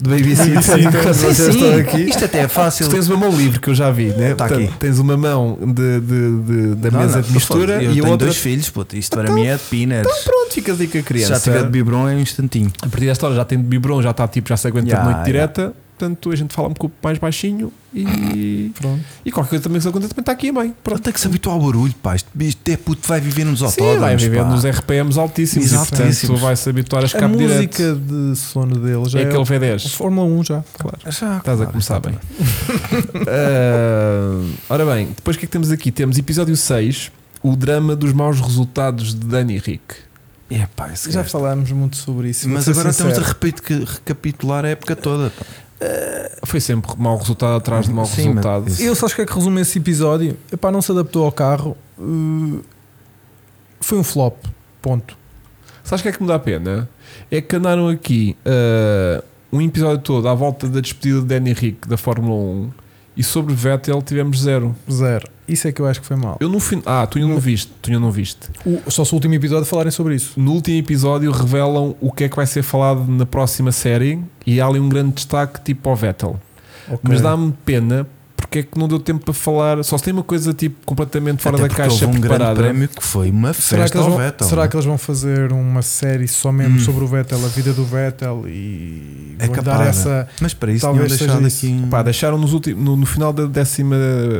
S1: de babysitter quando
S2: Sim,
S1: vocês
S2: sim.
S1: estão aqui.
S2: Isto até é fácil.
S1: Tu tens uma mão livre que eu já vi, né?
S2: Tá
S1: Portanto,
S2: aqui.
S1: Tens uma mão de, de- de- da
S2: Não,
S1: mesa
S2: não,
S1: de mistura
S2: eu
S1: e a
S2: tenho
S1: outra.
S2: dois filhos, puto. Isto para mim é de pinas.
S1: Pronto, fica ali com a
S2: Se
S1: criança.
S2: já tiver de biberon é um instantinho.
S1: A partir desta hora já tem de biberon, já está tipo, já se aguenta
S2: Ya,
S1: muito
S2: ya.
S1: direta. Portanto, a gente fala um pouco mais baixinho e,
S3: Pronto.
S1: e qualquer coisa também que se aconteça, também está aqui a mãe.
S2: Pronto,
S1: Pronto.
S2: tem que se habituar ao barulho, pá. Isto, isto é puto, vai viver nos autódromos.
S1: Sim, vai viver
S2: pá.
S1: nos RPMs altíssimos e, portanto,
S2: Altíssimos.
S1: vai se habituar a
S3: A
S1: escape direto.
S3: música de sono dele já
S1: É
S3: é,
S1: aquele
S3: o
S1: V10.
S3: Fórmula 1 já.
S2: Já,
S1: Estás a
S2: claro,
S1: começar
S2: está
S1: bem. Ah, ora bem, depois o que é que temos aqui? Temos episódio 6, o drama dos maus resultados de Dani e Rick.
S2: bem. É, pá, esse
S3: Já
S2: gajo.
S3: falámos muito sobre isso.
S2: Mas
S3: vou ser
S2: agora
S3: sincero.
S2: temos de repito que recapitular a época toda. pá.
S1: Foi sempre mau resultado atrás de mau
S2: Sim, mas
S1: resultado.
S2: isso-
S3: Eu só acho que é que resume esse episódio. Epá, não se adaptou ao carro. Uh, foi um flop. Ponto.
S1: Sabes o que é que me dá pena? É que andaram aqui ah, um episódio todo à volta da despedida de Danny Rick da Fórmula 1 e sobre Vettel tivemos zero.
S3: Zero. Isso é que eu acho que foi mal.
S1: Eu no fim. Ah, tu ainda não viste, tu ainda não viste.
S3: O- só se o último episódio falarem sobre isso.
S1: No último episódio revelam o que é que vai ser falado na próxima série e há ali um grande destaque tipo ao Vettel. Mas dá-me pena porque é que não deu tempo para falar. Só se tem uma coisa tipo completamente fora
S2: Até
S1: da
S2: porque
S1: caixa
S2: houve um grande
S1: preparada.
S2: prémio que foi uma
S3: Será que,
S2: festa
S3: eles
S2: ao
S3: vão,
S2: Vettel. né?
S3: será que eles vão fazer uma série só mesmo
S2: Hum.
S3: sobre o Vettel, a vida do Vettel e
S2: É
S3: vão
S2: capaz,
S3: dar essa.
S2: Mas para isso tinham
S3: Talvez seja
S2: deixado
S3: isso.
S2: aqui... um-
S1: Pá, deixaram nos últimos, no, no final da décima,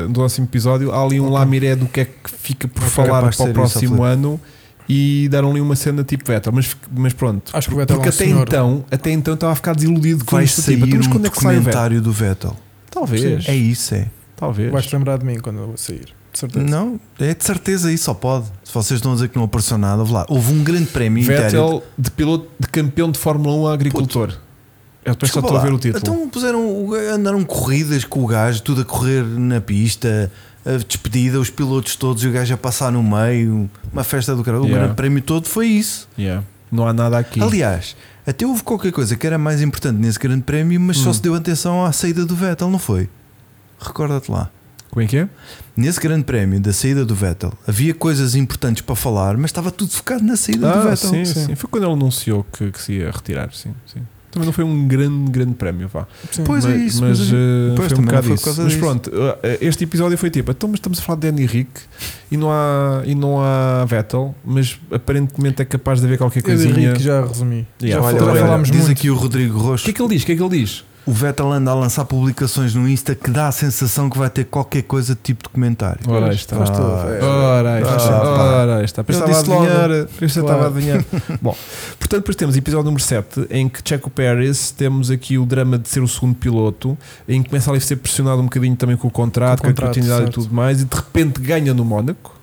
S1: do décimo episódio, há ali um lamiré do que é que fica por
S2: Ok,
S1: falar
S2: capaz de
S1: para o
S2: ser isso, é
S1: próximo ano e deram ali uma cena tipo Vettel, mas, mas pronto.
S3: Acho que o Vettel
S1: Porque
S3: é um
S1: até
S3: senhor.
S1: então, até então estava a ficar desiludido com
S2: Vai
S1: isto.
S2: sair
S1: tipo, então, mas
S2: um
S1: quando é que sai o Vettel?
S2: documentário do Vettel.
S1: Talvez,
S2: É isso, é.
S1: talvez.
S3: Vais-te lembrar de mim quando eu sair. De certeza.
S2: Não, é de certeza isso, só pode. Se vocês estão a dizer que não apareceu nada, vá lá. Houve um grande prémio interno.
S1: Vettel de piloto de campeão de Fórmula 1 a agricultor. Eu depois só
S2: Desculpa
S1: estou a
S2: lá,
S1: ver o título.
S2: Então puseram, o gajo- andaram corridas com o gajo, tudo a correr na pista, a despedida, os pilotos todos e o gajo a passar no meio, uma festa do caralho. O
S1: Yeah.
S2: grande prémio todo foi isso.
S1: Yeah. Não há nada aqui.
S2: Aliás, até houve qualquer coisa que era mais importante nesse grande prémio, mas
S1: Hum.
S2: só se deu atenção à saída do Vettel, não foi? Recorda-te lá.
S1: Como é que é?
S2: Nesse grande prémio da saída do Vettel, havia coisas importantes para falar, mas estava tudo focado na saída do
S1: Ah,
S2: Vettel.
S1: sim,
S3: sim.
S1: sim. Foi quando ele anunciou que, que se ia retirar, sim, sim. Também não foi um grande, grande prémio, vá.
S3: Sim.
S2: Pois é
S1: mas,
S2: isso,
S1: mas,
S2: mas,
S1: eh,
S2: pois,
S1: foi um bocado
S2: também não foi por
S1: isso.
S2: causa
S1: Mas
S2: disso.
S1: pronto, eh, este episódio foi tipo, então, mas estamos a falar de Danny Rick e não há, e não há Vettel, mas aparentemente é capaz de haver qualquer
S3: Eu de
S1: coisinha.
S3: Rick já resumi.
S1: Yeah.
S3: Já,
S1: Olha,
S3: já
S1: olha,
S3: falámos
S2: diz
S3: muito.
S2: aqui o Rodrigo
S1: O
S2: Rocha
S1: que é que ele diz? O que é que ele diz?
S2: O Vettel anda a lançar publicações no Insta que dá a sensação que vai ter qualquer coisa de tipo documentário.
S1: Ora aí está.
S3: Faz tudo.
S2: Ah,
S3: É.
S1: Ora aí
S2: Ah,
S1: está.
S2: pá.
S1: Ora aí está. Pois
S2: Eu
S1: estava a
S2: disse logo.
S1: adivinhar. Pois eu
S3: Claro.
S1: estava a adivinhar. Bom, portanto, depois temos episódio número 7, em que Checo Pérez temos aqui o drama de ser o segundo piloto, em que começa ali a ser pressionado um bocadinho também com o contrato,
S3: Com
S1: com,
S3: o
S1: a
S3: contrato,
S1: continuidade
S3: certo.
S1: e tudo mais, e de repente ganha no Mónaco.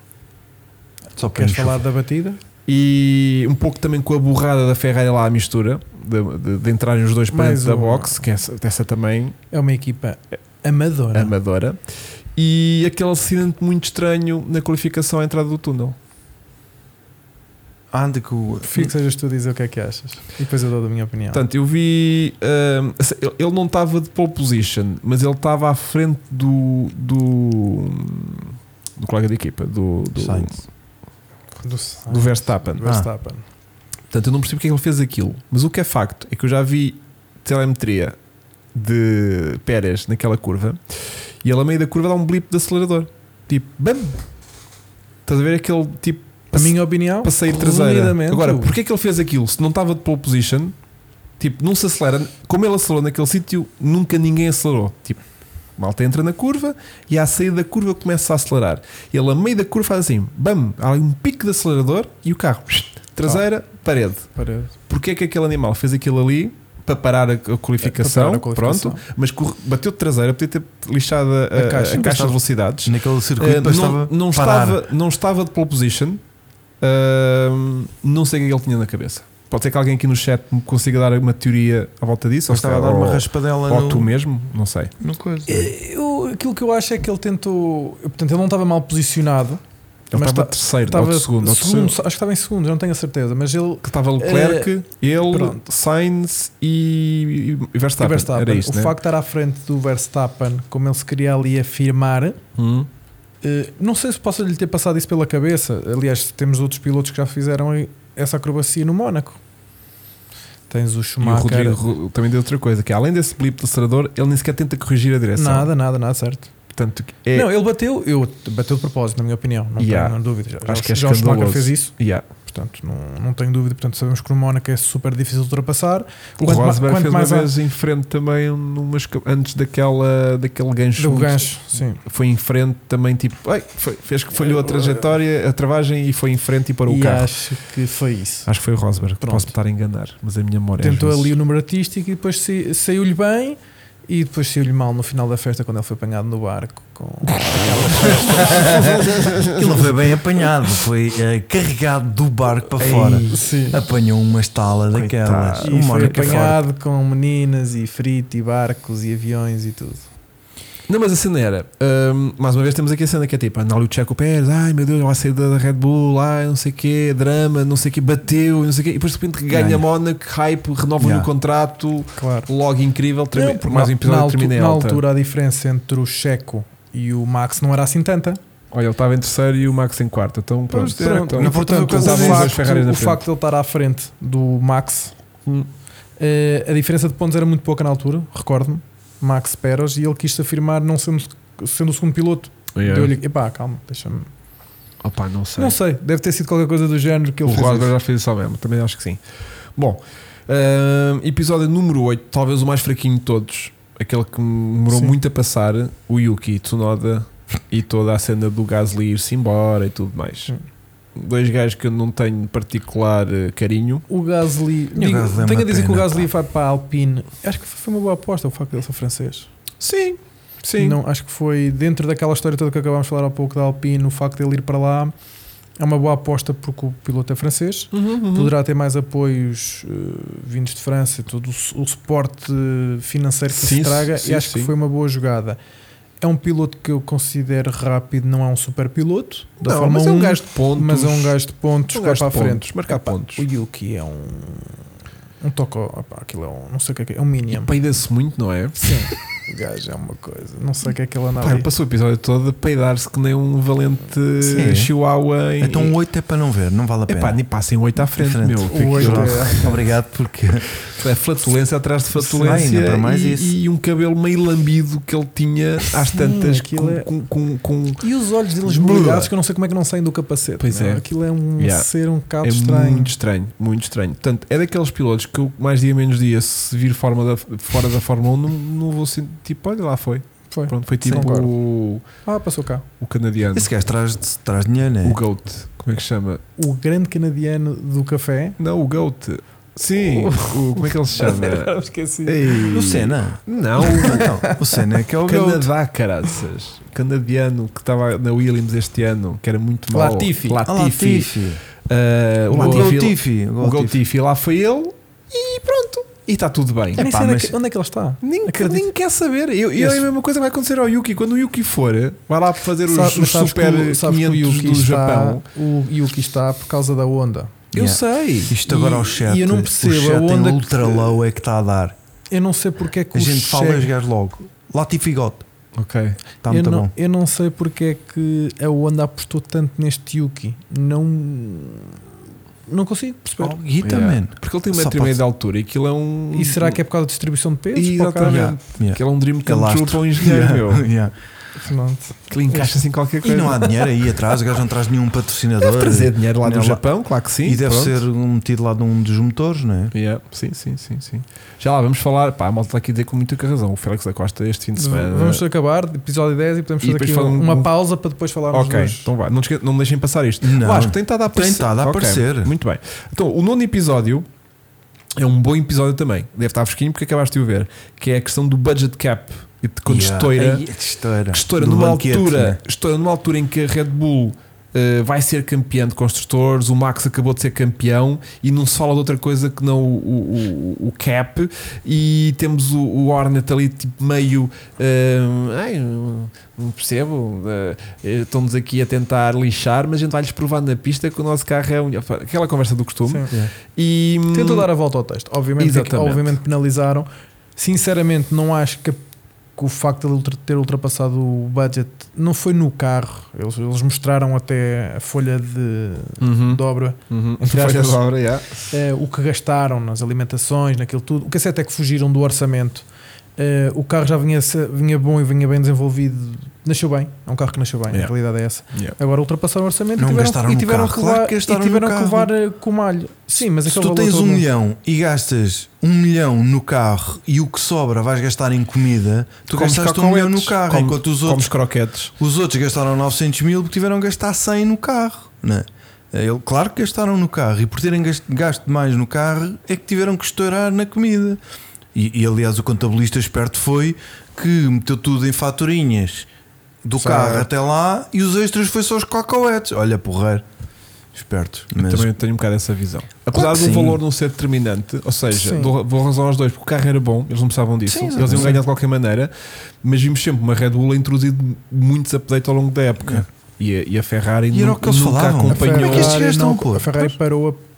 S2: Só para
S3: Queres
S2: nos
S3: falar da batida?
S1: e um pouco também com a burrada da Ferrari lá à mistura, de, de, de entrarem os dois para
S3: Mais
S1: dentro da
S3: uma.
S1: box, que é essa, essa também
S3: É uma equipa amadora.
S1: amadora, e aquele acidente muito estranho na qualificação à entrada do túnel.
S2: Ah, anda que o.
S3: Prefiro que sejas tu a dizer o que é que achas. E depois eu dou a minha opinião.
S1: Portanto, eu vi. hum, assim, ele- ele não estava de pole position, mas ele estava à frente do. do, do colega de equipa, do, do,
S2: Sainz.
S3: do, Ah.
S1: do Verstappen.
S3: Verstappen.
S1: Portanto, eu não percebo porque é que ele fez aquilo. Mas o que é facto é que eu já vi telemetria de Pérez naquela curva e ele, a meio da curva, dá um blip de acelerador. Tipo, BAM! Estás a ver aquele tipo
S3: A minha opinião,
S1: para sair traseira.
S3: resumidamente,
S1: Agora, porque é que ele fez aquilo se não estava de pole position? Tipo, não se acelera. Como ele acelerou naquele sítio, nunca ninguém acelerou. Tipo, a malta entra na curva e à saída da curva começa a acelerar. Ele, a meio da curva, faz assim: BAM! Há ali um pico de acelerador e o carro, traseira,
S3: Ah.
S1: parede
S3: para
S1: porque é que aquele animal fez aquilo ali para parar a, a qualificação,
S3: para parar a qualificação.
S1: pronto, mas corre- bateu de traseira, podia ter lixado a, a- a
S3: caixa.
S1: caixa, de velocidades.
S2: Naquele
S1: Eh,
S2: circuito
S1: não,
S2: estava.
S1: não estava, não estava de pole position, Ahm, não sei o que é que ele tinha na cabeça. Pode ser que alguém aqui no chat me consiga dar uma teoria à volta disso, ou,
S2: estava a
S1: se-
S2: dar uma
S3: Oh,
S1: ou-
S2: raspadela
S1: ou
S2: no,
S1: tu mesmo, não sei.
S2: no coisa.
S3: Eh, Eu, aquilo que eu acho é que ele tentou. Portanto, ele não estava mal posicionado.
S1: Ele
S3: Mas
S1: estava
S3: tá-
S1: terceiro,
S3: Estava
S1: ou de segundo, ou terceiro.
S3: segundo, acho que estava em segundo, já não tenho a certeza, mas ele
S1: Que estava Leclerc, ele,
S3: Eh, pronto.
S1: Sainz e, e Verstappen.
S3: e Verstappen,
S1: Era isto,
S3: o
S1: né?
S3: facto de estar à frente do Verstappen, como ele se queria ali afirmar,
S1: Hum.
S3: eh, não sei se possa lhe ter passado isso pela cabeça. Aliás, temos outros pilotos que já fizeram essa acrobacia no Mónaco. Tens o
S1: E o
S3: Schumacher.
S1: Rodrigo Ro- também deu outra coisa, que é, além desse blip do acelerador, ele nem sequer tenta corrigir a direção.
S3: Nada, nada, nada, certo.
S1: Portanto, é,
S3: Não, ele bateu, eu bateu de propósito, na minha opinião, não
S1: Yeah.
S3: tenho dúvida. Já,
S1: Acho
S3: já,
S1: que é
S3: já o Schumacher
S1: escandaloso.
S3: fez isso,
S1: yeah.
S3: portanto, não, não tenho dúvida. Portanto, sabemos que no Mónaco é super difícil de ultrapassar.
S1: O
S3: Quanto ma-
S1: Rosberg
S3: quanto
S1: fez uma
S3: mais a-
S1: vez em frente também, numas, ca- antes daquela, daquele gancho.
S3: Deu gancho, sim.
S1: Foi em frente também, tipo, ai, foi- fez que falhou a trajetória, a travagem e foi em frente e parou
S3: eh, e
S1: o carro.
S3: acho que foi isso.
S1: Acho que foi o Rosberg,
S3: Pronto.
S1: posso estar a enganar, mas a minha memória é às
S3: Tentou
S1: vezes-
S3: ali o número artístico e depois sa- saiu-lhe bem. E depois saiu-lhe mal no final da festa quando ele foi apanhado no barco. Com...
S2: Ele não foi bem apanhado, foi eh, carregado do barco para fora.
S3: Sim.
S2: Apanhou uma estala daquelas.
S1: Coitado.
S3: E
S2: Uma
S3: foi
S2: hora que é fora.
S3: apanhado com meninas e frito e barcos e aviões e tudo.
S1: Não, mas a cena era, hum, mais uma vez temos aqui a cena que é tipo, anda ali o Checo Pérez, ai meu Deus, vai sair da da Red Bull, ai não sei o quê, drama, não sei o quê, bateu, não sei o quê, e depois de repente ganha
S2: Ganha.
S1: Mónaco, hype, renova lhe o
S2: Yeah.
S1: contrato,
S3: Claro.
S1: logo incrível, treme-
S3: Não,
S1: por mais um
S3: na-
S1: episódio
S3: na,
S1: terminei
S3: altura, na
S1: alta.
S3: altura a diferença entre o Checo e o Max não era assim tanta.
S1: Olha, ele estava em terceiro e o Max em quarto, então pronto,
S3: Pois, pronto.
S1: então,
S2: Não,
S3: E, portanto,
S1: portanto,
S3: o,
S1: usavam os dois
S3: facto,
S1: Ferrari na
S3: o
S1: frente.
S3: facto de ele estar à frente do Max,
S1: Hum.
S3: eh, a diferença de pontos era muito pouca na altura, recordo-me. Max Pérez, e ele quis se afirmar não sendo, sendo o segundo piloto.
S1: Yeah.
S3: Deu-lhe, epá, calma, deixa-me.
S1: É. Opa, não sei.
S3: Não sei, deve ter sido qualquer coisa do género que ele
S1: o
S3: fez.
S1: Rosberg já fez isso ao mesmo, também acho que sim. Bom, hum, episódio número 8, talvez o mais fraquinho de todos, aquele que me demorou
S3: Sim.
S1: muito a passar, o Yuki Tsunoda e toda a cena do Gasly ir-se embora e tudo mais.
S3: Sim.
S1: Dois gajos que eu não tenho particular eh, carinho.
S3: O Gasly.
S2: E o
S3: digo-
S2: Gasly é
S3: tenho
S2: uma
S3: a dizer que o
S2: pena,
S3: Gasly vai para a Alpine. Acho que foi uma boa aposta o facto de ele ser francês.
S1: Sim, sim.
S3: Não, acho que foi dentro daquela história toda que acabámos de falar há pouco da Alpine, o facto de ele ir para lá é uma boa aposta porque o piloto é francês.
S1: Uhum, uhum.
S3: Poderá ter mais apoios eh, vindos de França e todo o, su- o suporte financeiro que
S1: Sim,
S3: se traga.
S1: sim,
S3: e acho
S1: sim.
S3: que foi uma boa jogada. É um piloto que eu considero rápido, não é um super piloto. Da
S1: Não,
S3: Fórmula
S1: mas é
S3: 1,
S1: um gajo de pontos.
S3: mas é um gajo de pontos,
S1: um
S3: vai
S1: gajo
S3: para a
S1: de
S3: frente.
S1: pontos, marcar
S3: Epá,
S1: pontos.
S3: O Yuki é um. Um toco. opá, aquilo é um. Não sei o que é que é. É um
S1: E
S3: Minion.
S1: peida-se muito, não é?
S3: Sim. O gajo é uma coisa. Não sei o que é que
S2: Tá
S3: ele anda
S1: Pá,
S3: ali.
S1: ele passou o episódio todo a peidar-se que nem um valente
S2: Sim.
S1: chihuahua. Em...
S2: Então oito é para não ver, não vale a pena.
S1: Epá, nem passem oito à frente,
S2: Diferente.
S1: meu.
S3: O oito
S1: Aquilo-
S3: é-
S2: Obrigado porque
S1: É flatulência atrás de
S2: Sim,
S1: flatulência
S2: ainda para mais
S1: e,
S2: isso.
S1: e um cabelo meio lambido que ele tinha às
S3: Sim,
S1: tantas
S3: aquilo
S1: com,
S3: é-
S1: com, com,
S2: um
S1: com-
S3: E os olhos deles
S1: Blá.
S3: brilhados que eu não sei como é que não saem do capacete.
S1: Pois
S3: não
S1: é.
S3: Aquilo é um
S1: Yeah.
S3: ser um bocado
S1: é
S3: estranho.
S1: muito estranho, muito estranho. Portanto, é daqueles pilotos que eu mais dia menos dia, se vir forma da- fora da Fórmula 1, não, não vou sentir tipo, olha lá foi.
S2: É.
S3: Foi.
S1: Pronto, foi
S3: Sim,
S1: tipo
S3: concordo.
S1: o,
S3: Ah, passou cá.
S1: o canadiano,
S2: esse gajo traz, traz dinheiro, né?
S1: o GOAT. Como é que se chama?
S3: O grande canadiano do café.
S1: Não, o GOAT. Sim, o- como é que ele se chama?
S3: Agora me esqueci.
S1: Ei.
S2: O Senna.
S1: Não,
S2: Então, o Senna é que é o Goat.
S1: Canadá, caraças. Canadiano que estava na Williams este ano, que era muito mau.
S3: Latifi.
S2: Ah,
S1: Latifi. Uh,
S2: O
S1: o Latifi.
S2: Latifi.
S1: O Goltifi lá foi ele e pronto. E está tudo bem.
S3: Nem
S2: Epá,
S3: sei onde é
S2: mas-
S3: que- onde é que ele está.
S1: Nem, que-
S3: Acredito.
S1: nem quer saber. Eu, eu
S3: Esse-
S1: é a mesma coisa que vai acontecer ao Yuki. Quando o Yuki for, vai lá fazer os,
S3: Sabe-
S1: os
S3: mas sabes
S1: um Super
S3: que o- sabes que o
S1: 500
S3: Yuki
S1: do
S3: está-
S1: Japão.
S3: O Yuki está por causa da onda.
S1: Eu
S2: Yeah.
S1: sei.
S2: Isto agora
S3: E-
S2: ao chat.
S3: e eu não
S2: o
S3: percebo
S2: chat
S3: a
S2: em
S3: onda que-
S2: ultra low é que está a dar.
S3: Eu não sei porque é que
S2: A
S3: o
S2: gente fala e
S3: Che-
S2: os gajos logo. Latifi Got.
S1: Ok.
S2: Está
S3: eu,
S2: muito
S3: não,
S2: bom.
S3: eu não sei porque é que a Honda apostou tanto neste Yuki. Não. Não consigo perceber.
S2: Oh, Guita,
S1: Yeah.
S2: man.
S1: Porque ele tem um
S2: Só
S1: metro e
S2: pode
S1: meio
S2: ser.
S1: de altura e aquilo é um.
S3: E será que é por causa da distribuição de peso? Para o carro?
S1: Exatamente.
S2: Yeah, yeah.
S1: Aquilo é um dream
S2: Aquele
S1: come true
S2: astro.
S1: para um engenheiro, meu.
S2: Yeah, yeah.
S3: Pronto.
S1: Que ele encaixa assim qualquer
S2: E
S1: coisa.
S2: não há dinheiro aí atrás, o gajo não traz nenhum patrocinador.
S1: Deve trazer dinheiro lá do
S2: Não, lá-
S1: é Japão, claro que sim.
S2: e deve
S1: pronto.
S2: ser um metido lá de um dos motores, não é?
S1: Yeah, sim, sim, sim, sim. Já lá vamos falar. Pá, a malta está aqui a dizer com muita razão. O Félix da Costa este fim de semana.
S3: Vamos acabar, episódio 10, e podemos
S1: E
S3: fazer
S1: depois
S3: aqui um-
S1: falam-
S3: uma pausa para depois falarmos
S1: Ok,
S3: dos-
S1: então vá. Não, esque- não me deixem passar isto.
S2: Não.
S1: Eu acho que tem estado a aparecer.
S2: Tem estado a
S1: Ok,
S2: aparecer.
S1: Muito bem. Então, o nono episódio é um bom episódio também. Deve estar fresquinho porque acabaste de o ver. Que é a questão do budget cap. E de quando
S2: Yeah.
S1: estoura.
S2: Ai, que estoura.
S1: que estoura
S2: Do
S1: numa
S2: banquete,
S1: altura.
S2: né?
S1: Estoura numa altura em que a Red Bull eh, vai ser campeão de construtores. O Max acabou de ser campeão e não se fala de outra coisa que não o, o- o- o Cap. E temos o, o Hornet ali, tipo, meio. eh, "Ai, não- não percebo. eh, eh, Estão-nos aqui a tentar lixar, mas a gente vai-lhes provar na pista que o nosso carro é. Um... Aquela conversa do costume.
S3: Sim.
S1: E, hum,
S3: Tentou dar a volta ao texto. Obviamente, é que-
S1: Exatamente.
S3: obviamente penalizaram. Sinceramente, não acho que, que o facto de ele ultra- ter ultrapassado o budget não foi no carro. Eles, eles mostraram até a folha de,
S1: Uhum,
S3: de obra,
S1: uhum.
S3: Entre
S1: Foi
S3: aspas.
S1: agora, yeah.
S3: eh, o que gastaram nas alimentações, naquilo tudo. O que é certo é que fugiram do orçamento. Eh, o carro já vinha, se- vinha bom e vinha bem desenvolvido. Nasceu bem. É um carro que nasceu bem.
S1: Yeah.
S3: A realidade é essa.
S1: Yeah.
S3: Agora ultrapassaram o orçamento
S2: Não
S3: e tiveram,
S2: gastaram
S3: e
S2: no
S3: tiveram
S2: carro.
S3: que
S2: Claro
S3: levar,
S2: que gastaram
S3: e tiveram
S2: no
S3: que
S2: carro.
S3: levar eh, com o malho. Sim, mas
S2: Se
S3: aquele
S2: tu
S3: valor
S2: tens
S3: todo
S2: um
S3: não-
S2: milhão e gastas um milhão no carro e o que sobra vais gastar em comida, tu
S1: Comes
S2: gastaste um milhão no
S1: croquetes,
S2: carro,
S1: comes-
S2: enquanto os
S1: comes
S2: outros,
S1: croquetes.
S2: os outros gastaram 900 mil porque tiveram que gastar 100 no carro. Né? Ele, claro que gastaram no carro e por terem gas- gasto mais no carro é que tiveram que estourar na comida. E, e, aliás, o contabilista esperto foi que meteu tudo em faturinhas do
S1: Certo.
S2: carro até lá e os extras foi só os cacauetes. Olha, porreiro, esperto.
S1: Eu
S2: mas-
S1: também tenho um bocado essa visão. Apesar
S2: que
S1: do
S2: sim.
S1: valor não ser determinante, ou seja,
S3: Sim.
S1: dou, vou razão aos dois, porque o carro era bom, eles não precisavam disso,
S2: Sim,
S1: eles iam ganhar de qualquer maneira, mas vimos sempre uma Red Bull a introduzir muitos updates ao longo da época. E, a, e a Ferrari
S2: É. E era o
S1: nu-
S2: que eles
S1: nunca
S2: falavam.
S3: A Ferrari,
S1: acompanhou.
S2: Como é que estes gajos
S3: não-
S2: estão, pô?
S3: a Ferrari parou a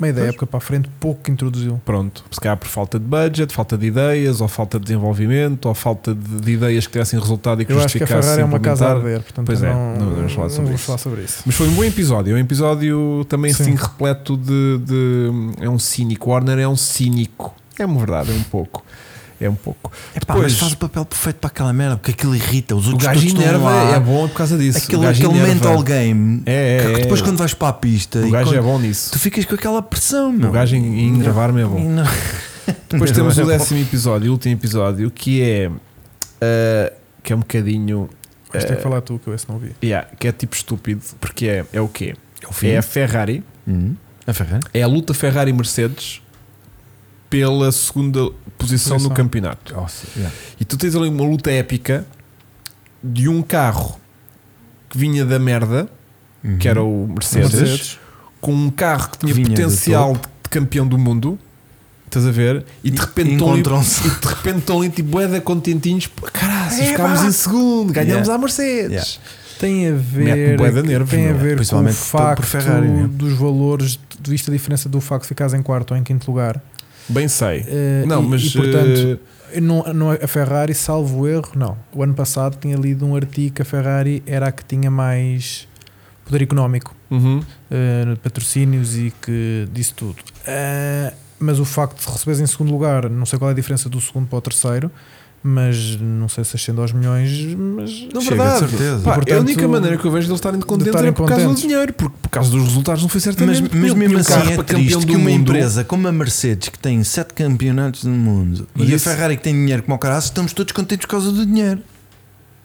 S3: meio da
S1: Pois.
S3: época para a frente, pouco introduziu.
S1: Pronto, se calhar por falta de budget, falta de ideias, ou falta de desenvolvimento, ou falta de, de ideias que tivessem resultado e que
S3: Eu acho que a
S1: justificassem
S3: Ferrari é uma casa a
S1: implementar.
S3: arder, portanto
S1: Pois
S3: eu
S1: é,
S3: não,
S1: não vamos falar
S3: não
S1: sobre
S3: vou
S1: isso.
S3: falar sobre isso.
S1: Mas foi um bom episódio, um episódio também
S3: Sim.
S1: assim repleto de, de- É um cínico. Warner é um cínico. É uma verdade, é um pouco. É um pouco.
S2: É pá,
S1: Depois-
S2: mas faz o papel perfeito para aquela merda, porque aquilo irrita, os
S1: O
S2: outros
S1: gajo
S2: todos estão
S1: enerva
S2: lá.
S1: é bom por causa disso. o
S2: Aquele,
S1: gajo
S2: aquele
S1: enerva.
S2: mental game.
S1: É, é, é.
S2: que depois quando vais para a pista
S1: O
S2: e
S1: gajo
S2: quando-
S1: é bom nisso.
S2: tu ficas com aquela pressão, meu.
S1: O gajo em, em gravar-me é bom.
S2: Não.
S1: Depois
S2: Não,
S1: temos
S2: é
S1: o
S2: bom.
S1: décimo episódio, o último episódio, que é. ah, que é um bocadinho.
S3: Mas tem
S1: eh,
S2: É.
S3: que falar tu que eu esse não vi.
S1: yeah, que é tipo estúpido, porque é, é o quê?
S2: É o fim.
S1: É a Ferrari,
S2: Hum. A Ferrari.
S1: é a luta Ferrari-Mercedes pela segunda posição
S3: Posição.
S1: no campeonato. E tu tens ali uma luta épica de um carro que vinha da merda,
S2: Uhum.
S1: que era o Mercedes. com um carro que tinha
S2: Vinha do
S1: potencial de de campeão do mundo, estás a ver? E de repente estão ali,
S2: encontram-se.
S1: e de repente estão ali tipo boeda contentinhos, pô, caralho,
S2: É,
S1: ficámos
S2: pá.
S1: em segundo, ganhamos
S2: Yeah.
S1: à Mercedes.
S2: Yeah.
S3: Tem a
S2: um
S1: Mete-me
S3: ver,
S1: bué de nervos,
S3: tem a
S1: meu.
S3: ver com o
S2: é, Principalmente por-
S3: facto
S2: por Ferrari, né?
S3: dos valores, de vista a diferença do facto de ficares em quarto ou em quinto lugar.
S1: Bem sei.
S3: Eh,
S1: Não,
S3: e-
S1: mas
S3: e, portanto,
S1: eh,
S3: Eu Não, não, a Ferrari, salvo erro, não. O ano passado tinha lido um artigo que a Ferrari era a que tinha mais poder económico,
S1: uhum.
S3: eh, patrocínios e que disse tudo. Eh, mas o facto de receberes em segundo lugar, não sei qual é a diferença do segundo para o terceiro, mas não sei se ascende aos milhões, mas
S1: Na
S2: Chega,
S1: verdade,
S2: de certeza.
S1: pá,
S3: Portanto,
S1: a única maneira que eu vejo de eles estarem contentes
S3: estarem
S1: é por causa
S3: contentes.
S1: do dinheiro, porque por causa dos resultados não foi
S2: Mas,
S1: certamente. Eu
S2: mas
S1: tinha
S2: mesmo
S1: um carro
S2: assim é
S1: para campeão
S2: triste
S1: do
S2: que uma
S1: mundo.
S2: empresa como a Mercedes, que tem sete campeonatos do mundo,
S1: Mas
S2: e
S1: isso-
S2: a Ferrari que tem dinheiro como o caralho, estamos todos contentes por causa do dinheiro.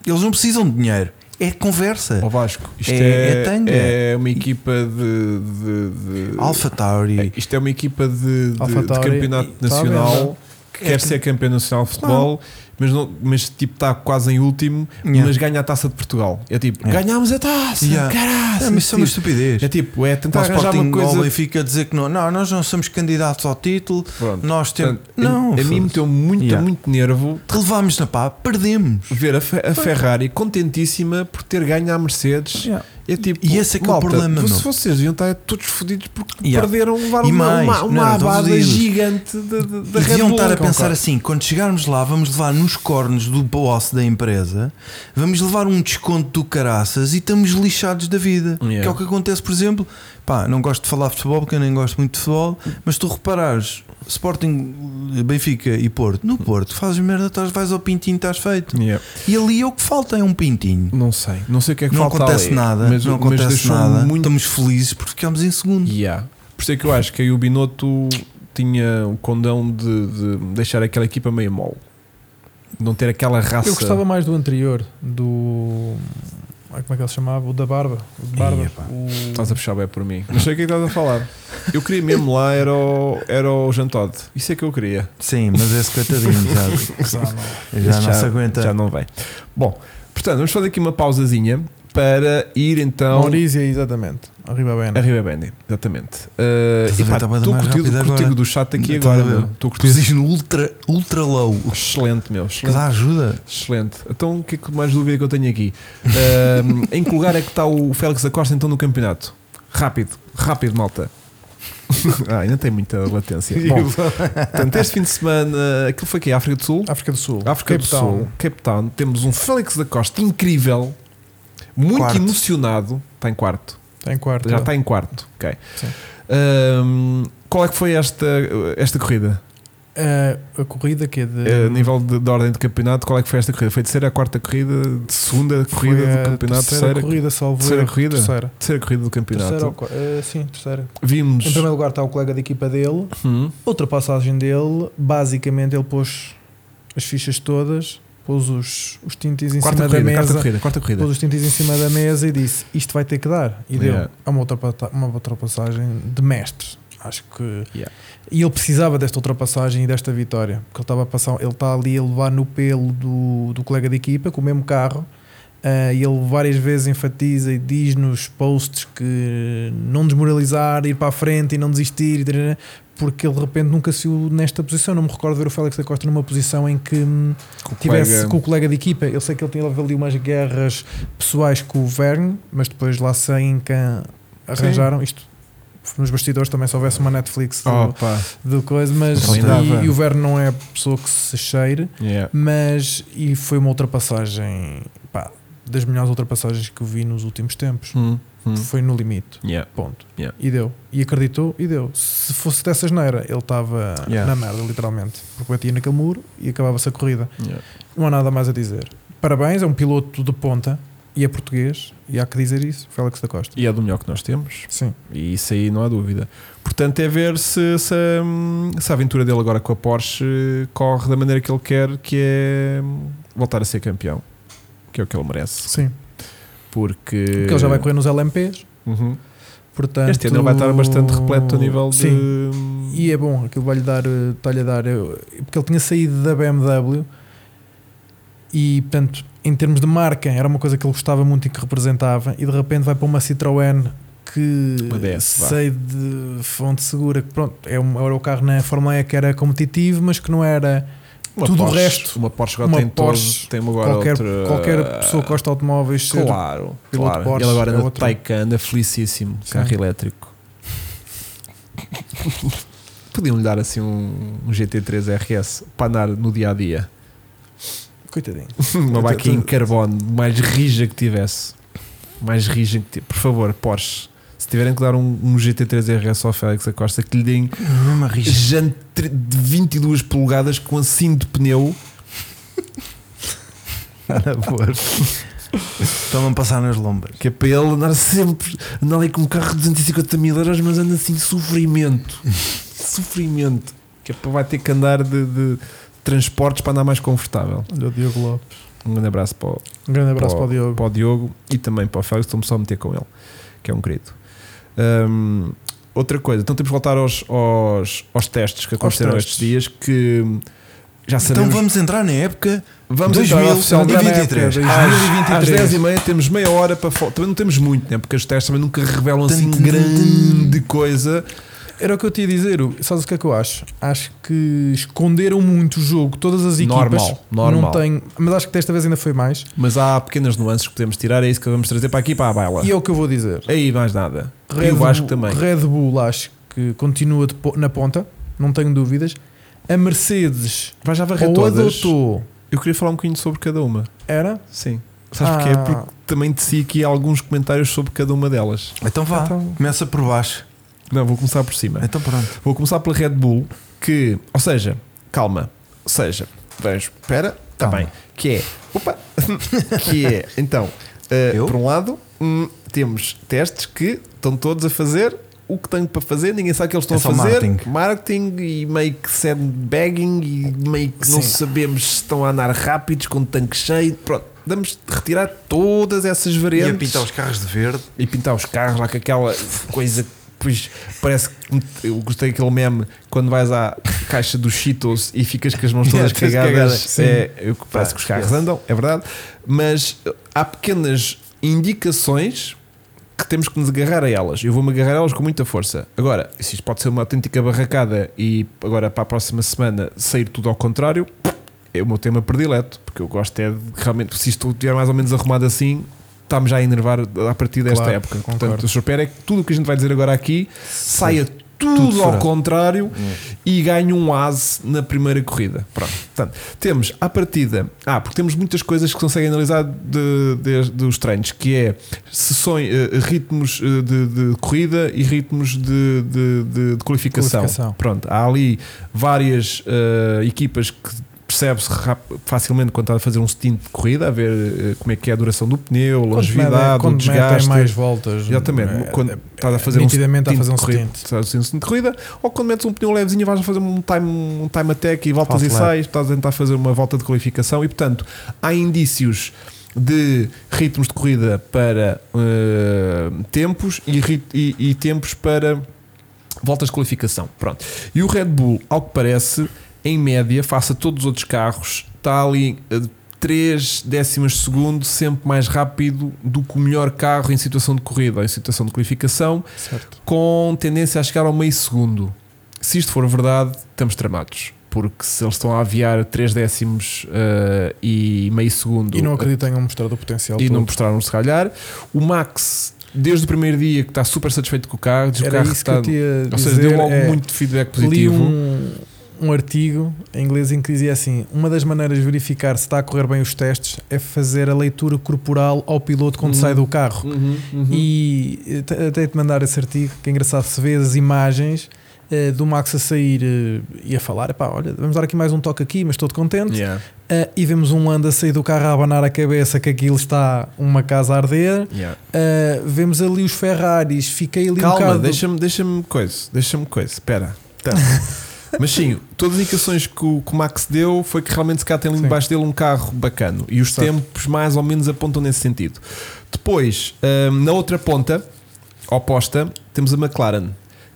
S2: Eles não precisam de dinheiro. É conversa.
S1: Ó Vasco, isto é,
S2: É- é tanga.
S1: é uma equipa de. de, de
S2: Alpha Tauri.
S1: Isto é uma equipa de, de-
S3: Alpha
S1: de
S3: Tauri, tá
S1: campeonato
S2: Tá
S3: está bem,
S1: nacional
S3: não?
S1: que
S2: É
S1: quer ser campeão nacional de futebol, mas, não, mas tipo está quase em último,
S2: Yeah.
S1: mas ganha a taça de Portugal. É tipo,
S2: Yeah.
S1: ganhámos a taça,
S2: Yeah.
S1: caraças!
S2: Ah, mas isso é uma
S1: tipo,
S2: estupidez.
S1: é tipo, é tentar
S2: Nós
S1: arranjar
S2: Sporting
S1: uma
S2: coisa...
S1: coisa.
S2: fica a dizer que não, não, nós não somos candidatos ao título,
S1: Pronto.
S2: nós temos.
S1: Portanto,
S2: não,
S1: a, a mim
S2: foda-se.
S1: meteu muito,
S2: Yeah.
S1: muito nervo
S2: Levámos na pá, perdemos.
S1: ver a, Fe- a Ferrari contentíssima por ter ganho à Mercedes.
S3: Yeah.
S1: É tipo,
S2: E esse é que é o
S1: malta,
S2: problema,
S1: Se
S2: meu.
S1: vocês deviam estar todos fodidos porque
S2: Yeah.
S1: perderam, levaram
S2: E
S1: uma,
S2: mais,
S1: uma, uma
S2: não, é? não estão
S1: abada
S2: fodidos.
S1: gigante da- da da
S2: E
S1: Red
S2: deviam
S1: Bull.
S2: estar a
S1: concordo.
S2: pensar assim: quando chegarmos lá, vamos levar nos cornos do boss da empresa, vamos levar um desconto do caraças e estamos lixados da vida.
S1: Yeah.
S2: Que é o que acontece, por exemplo, pá, não gosto de falar de futebol porque eu nem gosto muito de futebol, mas tu reparares, Sporting, Benfica e Porto, no Porto, fazes merda, estás, vais ao pintinho, estás feito.
S1: Yeah.
S2: E ali é o que falta, é um pintinho.
S1: Não sei, não sei o que é que
S2: não
S1: falta
S2: acontece
S1: ali,
S2: nada,
S1: mas,
S2: não
S1: mas
S2: acontece
S1: deixou-me
S2: nada.
S1: Muito...
S2: Estamos felizes porque ficamos em segundo.
S1: Yeah. Por isso é que eu acho que aí o Binotto tinha o condão de, de deixar aquela equipa meio mole, de não ter aquela raça.
S3: eu gostava mais do anterior, do. ah, Como é que ele se chamava? O da Barba. O de Barba.
S2: Ih, epá.
S3: O-
S1: Estás a puxar bem por mim. Não sei o que é que estás a falar. Eu queria mesmo lá, era o, era o Jean Todt. Isso é que eu queria.
S2: Sim, mas é 50 já,
S3: Ah, não.
S2: já
S1: Isso
S2: não se aguenta.
S1: Já não vem. Bom, portanto, vamos fazer aqui uma pausazinha para ir então
S3: Maurísia, exatamente. Arriba bem. né?
S1: a Ribebendi. Exatamente. Uh,
S2: Estás a ver,
S1: epá,
S2: está bem
S1: Estou
S2: mais
S1: curtido
S2: rápido
S1: contigo
S2: agora.
S1: do chat aqui
S2: Estás
S1: agora.
S2: a ver?
S1: meu. Estou
S2: Tu
S1: curtido.
S2: dizes no ultra, ultra low.
S1: Excelente, meu.
S2: Que
S1: Excelente.
S2: dá ajuda.
S1: Excelente. Então, o que é que mais dúvida que eu tenho aqui? Ahm, em que lugar é que está o Félix da Costa então no campeonato? Rápido, rápido, malta. ah, ainda tem muita latência. Bom, portanto, este fim de semana, aquilo foi aqui, África do Sul.
S3: África do Sul.
S1: África
S3: Cape
S1: do Sul, Cape Town, temos um Félix da Costa incrível, muito
S2: Quarto.
S1: emocionado. Está em quarto,
S3: Tem quarto.
S1: já está em quarto. Ok.
S3: Sim.
S1: Ahm, qual é que foi esta, esta corrida?
S3: Ah, a corrida que é de.
S1: A nível de, de ordem de campeonato, qual é que foi esta corrida? Foi a terceira, a quarta corrida, de segunda
S3: foi
S1: corrida
S3: a
S1: do campeonato,
S3: Terceira,
S1: terceira,
S3: corrida, salvo
S1: terceira
S3: erro.
S1: corrida?
S3: Terceira.
S1: terceira corrida do campeonato.
S3: Terceira ou qua- ah, sim, terceira.
S1: Vimos.
S3: Em primeiro lugar está o colega de equipa dele.
S1: Hum,
S3: Outra passagem dele, basicamente ele pôs as fichas todas, pôs os, os tintes em
S1: quarta,
S3: cima
S1: corrida,
S3: da
S1: quarta
S3: mesa.
S1: corrida, quarta corrida.
S3: Pôs os tintes em cima da mesa e disse isto vai ter que dar. E deu
S1: Yeah.
S3: a uma, ultrapata- uma ultrapassagem de mestre. Acho que.
S1: Yeah.
S3: E ele precisava desta ultrapassagem e desta vitória. Porque ele estava a passar, ele está ali a levar no pelo do, do colega de equipa com o mesmo carro. ah, e ele várias vezes enfatiza e diz nos posts que não desmoralizar, ir para a frente e não desistir, e tarará, porque ele de repente nunca se viu nesta posição. Não me recordo de ver o Félix da Costa numa posição em que hum,
S1: Com o
S3: tivesse
S1: colega-
S3: com o colega de equipa. Eu sei que ele tinha ali umas guerras pessoais com o Verne, mas depois lá sem quem arranjaram isto. Nos bastidores também se houvesse uma Netflix do,
S1: Opa,
S3: do coisa, mas
S1: Oh. Também dava.
S3: e, e o Verne não é a pessoa que se cheire,
S1: yeah.
S3: mas e foi uma ultrapassagem pá, das melhores ultrapassagens que eu vi nos últimos tempos.
S1: Hum, hum,
S3: Foi no limite.
S1: yeah.
S3: Ponto.
S1: Yeah.
S3: E deu. E acreditou e deu. Se fosse dessa asneira, ele estava
S1: Yeah.
S3: na merda, literalmente. Porque batia naquele muro e acabava-se a corrida.
S1: yeah.
S3: Não há nada mais a dizer. Parabéns, é um piloto de ponta e é português, e há que dizer isso, Félix da Costa.
S1: E é do melhor que nós temos,
S3: Sim,
S1: e isso aí não há dúvida. Portanto, é ver se, se, a- se a aventura dele agora com a Porsche eh, corre da maneira que ele quer, que é voltar a ser campeão, que é o que ele merece.
S3: sim.
S1: Porque,
S3: Porque ele já vai correr nos LMPs,
S1: Uhum.
S3: portanto.
S1: Este ano ele vai estar bastante repleto a nível de. hum,
S3: Sim. E é bom, aquilo vai-lhe dar, eh, está-lhe a dar, eh, porque ele tinha saído da BMW e, portanto, em termos de marca, era uma coisa que ele gostava muito e que representava, e de repente vai para uma Citroën que
S1: Uma DS, vá.
S3: sei de fonte segura, que pronto, é um, era o carro na Fórmula E que era competitivo, mas que não era
S1: Uma
S3: tudo o
S1: Porsche-
S3: resto,
S1: Uma Porsche agora
S3: uma
S1: tem,
S3: Porsche,
S1: todo, tem agora
S3: qualquer,
S1: outra-
S3: qualquer pessoa que gosta de automóveis ser
S1: Claro,
S3: é piloto
S1: claro.
S3: Porsche
S1: ele agora
S3: é
S1: anda
S3: outro.
S1: Taycan, anda felicíssimo,
S3: Sim.
S1: carro elétrico. Podiam-lhe dar assim um, um GT3 RS para andar no dia a dia.
S3: coitadinho.
S1: Uma
S3: Eu
S1: bike
S3: tô-
S1: em carbono, mais rija que tivesse. Mais rija que tivesse. Por favor, Porsche. Se tiverem que dar um, um GT3 RS ao Félix Acosta, que lhe deem
S2: Mesma rija.
S1: jantre de 22 polegadas com assim de pneu.
S2: Estão-me a passar nas lombras.
S1: Que é para ele andar sempre, andar ali com um carro de 250 mil euros, mas anda assim, sofrimento. sofrimento. Que é para vai ter que andar de, de transportes para andar mais confortável.
S3: Olha o Diogo Lopes.
S1: Um grande abraço para o,
S3: Um grande abraço
S1: Pô.
S3: para o Diogo.
S1: para o Diogo e também para o Félix, estou-me só a meter com ele, que é um querido. Hum, outra coisa, então temos que voltar aos, aos, aos testes que aconteceram
S3: testes.
S1: estes dias, que já
S2: Então
S1: sabemos.
S2: vamos entrar na época.
S1: Vamos então,
S2: 2000,
S1: entrar oficialmente na
S2: 2023.
S1: época, às-
S3: 2023.
S1: Às 10h30 temos meia hora para fo- Também não temos muito, né? porque os testes também nunca revelam assim
S2: Tum, tum,
S1: grande coisa.
S3: Era o que eu te ia dizer, Hugo. sabes o que é que eu acho? Acho que esconderam muito o jogo, todas as equipas.
S1: Normal, normal.
S3: Não tem, mas acho que desta vez ainda foi mais.
S1: Mas há pequenas nuances que podemos tirar, é isso que vamos trazer para aqui para a baila.
S3: E é o que eu vou dizer.
S1: Aí mais nada. e o Vasco também.
S3: Red Bull acho que continua de po- na ponta, não tenho dúvidas. A Mercedes
S1: Vai já varrer
S3: ou
S1: todas.
S3: adotou,
S1: Eu queria falar um bocadinho sobre cada uma.
S3: era?
S1: Sim. Sabes
S3: Ah.
S1: porquê? Porque também desci aqui alguns comentários sobre cada uma delas.
S2: Então vá,
S3: Então-
S2: começa por baixo.
S1: Não, vou começar por cima.
S2: Então pronto.
S1: Vou começar pela Red Bull, que, ou seja, calma, ou seja, vejo, espera, está
S2: Calma.
S1: bem, que é, opa, que é, então, eh,
S2: Eu?
S1: por um lado, hum, temos testes que estão todos a fazer o que têm para fazer, ninguém sabe o que eles estão
S2: É
S1: a
S2: só
S1: fazer,
S2: marketing.
S1: marketing e meio que sandbagging e meio que não
S3: Sim.
S1: sabemos se estão a andar rápidos com o tanque cheio, pronto, damos de retirar todas essas
S2: E
S1: variantes
S2: a pintar os carros de verde.
S1: e pintar os carros lá com aquela coisa pois parece que eu gostei daquele meme quando vais à caixa dos Cheetos e ficas com as mãos todas
S2: Yeah, todas
S1: cagadas
S2: cagadas,
S1: é, eu- parece
S2: Pá,
S1: que os carros andam é verdade mas há pequenas indicações que temos que nos agarrar a elas. Eu vou-me agarrar a elas com muita força. Agora, se isto pode ser uma autêntica barracada e agora para a próxima semana sair tudo ao contrário, é o meu tema predileto, porque eu gosto é de realmente, se isto estiver mais ou menos arrumado assim, estamos já a enervar a partir desta
S3: Claro,
S1: época.
S3: concordo.
S1: Portanto, eu espero é que tudo o que a gente vai dizer agora aqui saia tudo,
S2: Tudo
S1: ao
S2: furado.
S1: contrário e ganhe um ase na primeira corrida. Pronto. Portanto, temos à partida. Ah, porque temos muitas coisas que conseguem analisar de, de- dos treinos, que é sessões, eh, ritmos eh, de, de corrida e ritmos de, de, de- de qualificação.
S3: Qualificação.
S1: Pronto, há ali várias eh, equipas que percebe-se rap- facilmente quando está a fazer um stint de corrida, a ver eh, como é que é a duração do pneu,
S3: Quando
S1: longevidade,
S3: medem-
S1: o
S3: quando metem
S1: desgaste.
S3: mais voltas.
S1: Exatamente,
S3: é-
S1: quando
S3: é-
S1: estás a fazer um
S3: nitidamente a
S1: stint
S3: fazer um
S1: de corrida,
S3: stint.
S1: estás a fazer um stint de corrida, ou quando metes um pneu levezinho e vais a fazer um time, um time attack e voltas
S3: False
S1: e
S3: lap.
S1: sais, estás a tentar fazer uma volta de qualificação e portanto há indícios de ritmos de corrida para eh, tempos e, rit- e- e tempos para voltas de qualificação. Pronto. E o Red Bull, ao que parece, em média, face a todos os outros carros, está ali. eh, 3 décimas de segundo, sempre mais rápido do que o melhor carro em situação de corrida ou em situação de qualificação,
S3: é Certo.
S1: com tendência a chegar ao meio segundo. Se isto for verdade, estamos tramados. Porque se eles estão a aviar 3 décimos eh, e meio segundo
S3: E não acredito em um mostrar do potencial.
S1: e
S3: todo.
S1: não mostraram se calhar, o Max, desde o primeiro dia, que está super satisfeito com o carro, diz que o
S3: Era
S1: carro
S3: isso que
S1: está.
S3: eu tinha
S1: Ou seja, deu logo
S3: é,
S1: muito feedback
S3: Li
S1: positivo.
S3: um, um artigo em inglês em que dizia assim: uma das maneiras de verificar se está a correr bem os testes é fazer a leitura corporal ao piloto quando
S1: Uhum.
S3: sai do carro.
S1: Uhum, uhum.
S3: E eh, te- até te mandar esse artigo, que é engraçado, se vê as imagens eh, do Max a sair eh, e a falar: pá, olha, vamos dar aqui mais um toque aqui, mas estou contente.
S1: Yeah,
S3: Eh, e vemos um Landa sair do carro a abanar a cabeça, que aquilo está uma casa a arder.
S1: yeah.
S3: Eh, vemos ali os Ferraris, fiquei ali um
S1: Calma,
S3: bocado.
S1: deixa-me deixa coisa, deixa-me coisa, espera. Então, Mas sim, todas as indicações que o, que o Max deu foi que realmente se cá tem ali
S3: Sim.
S1: debaixo dele um carro bacano e os
S3: Certo.
S1: tempos mais ou menos apontam nesse sentido. Depois, hum, na outra ponta, oposta, temos a McLaren,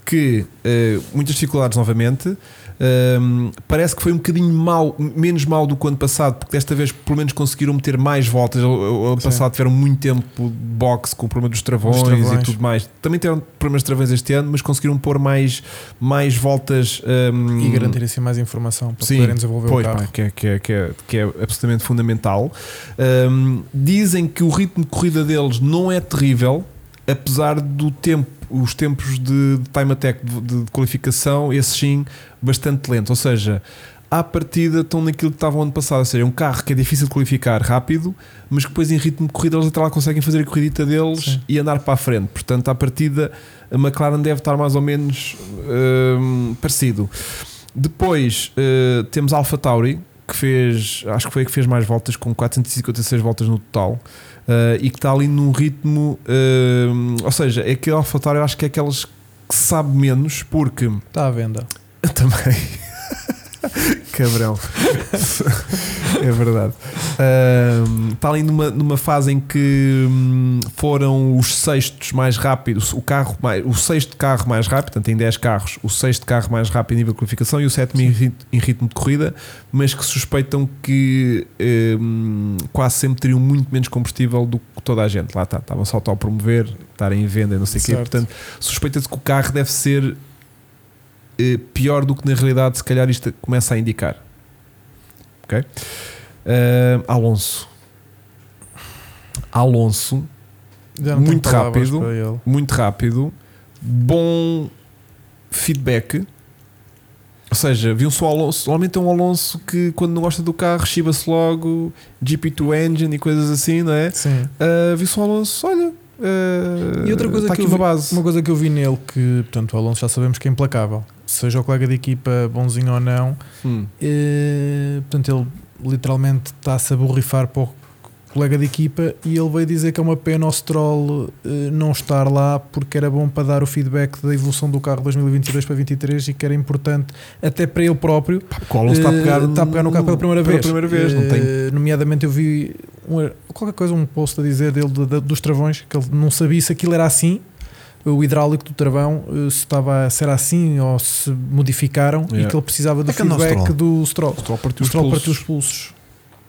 S1: que eh, muitas dificuldades novamente. Hum, parece que foi um bocadinho mal, menos mal do que o ano passado, porque desta vez pelo menos conseguiram meter mais voltas. O- O o ano
S3: Sim.
S1: passado tiveram muito tempo de boxe com o problema dos travões,
S3: Os
S1: travões e
S3: travões.
S1: tudo mais. Também tiveram problemas de travões este ano, mas conseguiram pôr mais, mais voltas hum,
S3: e garantir assim mais informação para
S1: Sim,
S3: poderem desenvolver
S1: Pois,
S3: o carro.
S1: pá, que, é, que, é, que, é, que é absolutamente fundamental. Hum, dizem que o ritmo de corrida deles não é terrível, apesar do tempo, os tempos de, de time attack de, de- de qualificação, esse sim, bastante lento. Ou seja, à partida estão naquilo que estavam ano passado, ou seja, um carro que é difícil de qualificar rápido, mas que depois em ritmo de corrida eles até lá conseguem fazer a corridita deles
S3: Sim.
S1: e andar para a frente. Portanto, à partida a McLaren deve estar mais ou menos hum, parecido. Depois eh, temos a Alpha Tauri, que fez, acho que foi a que fez mais voltas, com 456 voltas no total, eh, e que está ali num ritmo. eh, ou seja, é que a Alpha Tauri eu acho que é aquelas que sabe menos, porque.
S3: Está Tá à venda.
S1: Também. Cabrão. é verdade. Ahm, Está ali numa, numa fase em que hum, foram os sextos mais rápidos, o, carro mais, o sexto carro mais rápido, portanto, em 10 carros, o sexto carro mais rápido em nível de qualificação e o sétimo em rit- em ritmo de corrida, mas que suspeitam que hum, quase sempre teriam muito menos combustível do que toda a gente. Lá está, estavam só a promover, estarem em venda, e não sei o quê.
S3: Certo.
S1: Portanto, suspeita-se que o carro deve ser eh, pior do que na realidade, se calhar isto começa a indicar. Ok? Ah, Alonso. Alonso,
S3: Já não tenho
S1: Muito
S3: palavras
S1: rápido.
S3: para ele.
S1: muito rápido, bom feedback. Ou seja, viu-se o Alonso. Normalmente é um Alonso que, quando não gosta do carro, chiba-se logo, GP2 engine e coisas assim, não é?
S3: Sim.
S1: Ah, viu-se o Alonso, olha. ah,
S3: E outra coisa
S1: está
S3: que
S1: aqui
S3: eu
S1: uma
S3: vi-
S1: base.
S3: Uma coisa que eu vi nele que, portanto, o Alonso já sabemos que é implacável. Seja o colega de equipa bonzinho ou não,
S1: Hum.
S3: eh, portanto, ele literalmente está-se a borrifar para o colega de equipa e ele veio dizer que é uma pena o Stroll eh, não estar lá porque era bom para dar o feedback da evolução do carro 2022 para 2023 e que era importante até para ele próprio
S1: O Alonso está a pegar,
S3: Eh, está a pegar no carro pela primeira vez.
S1: primeira vez, não
S3: Eh,
S1: tem
S3: Nomeadamente, eu vi um- qualquer coisa, um post a dizer dele de- de- dos travões, que ele não sabia se aquilo era assim, o hidráulico do travão, eh, se, estava, se era assim ou se modificaram
S1: Yeah.
S3: e que ele precisava do
S2: É que anda o
S3: feedback
S2: Stroll.
S3: do Stroll.
S1: Stroll partiu
S3: O
S1: os
S3: Stroll partiu
S1: pulsos.
S3: os pulsos.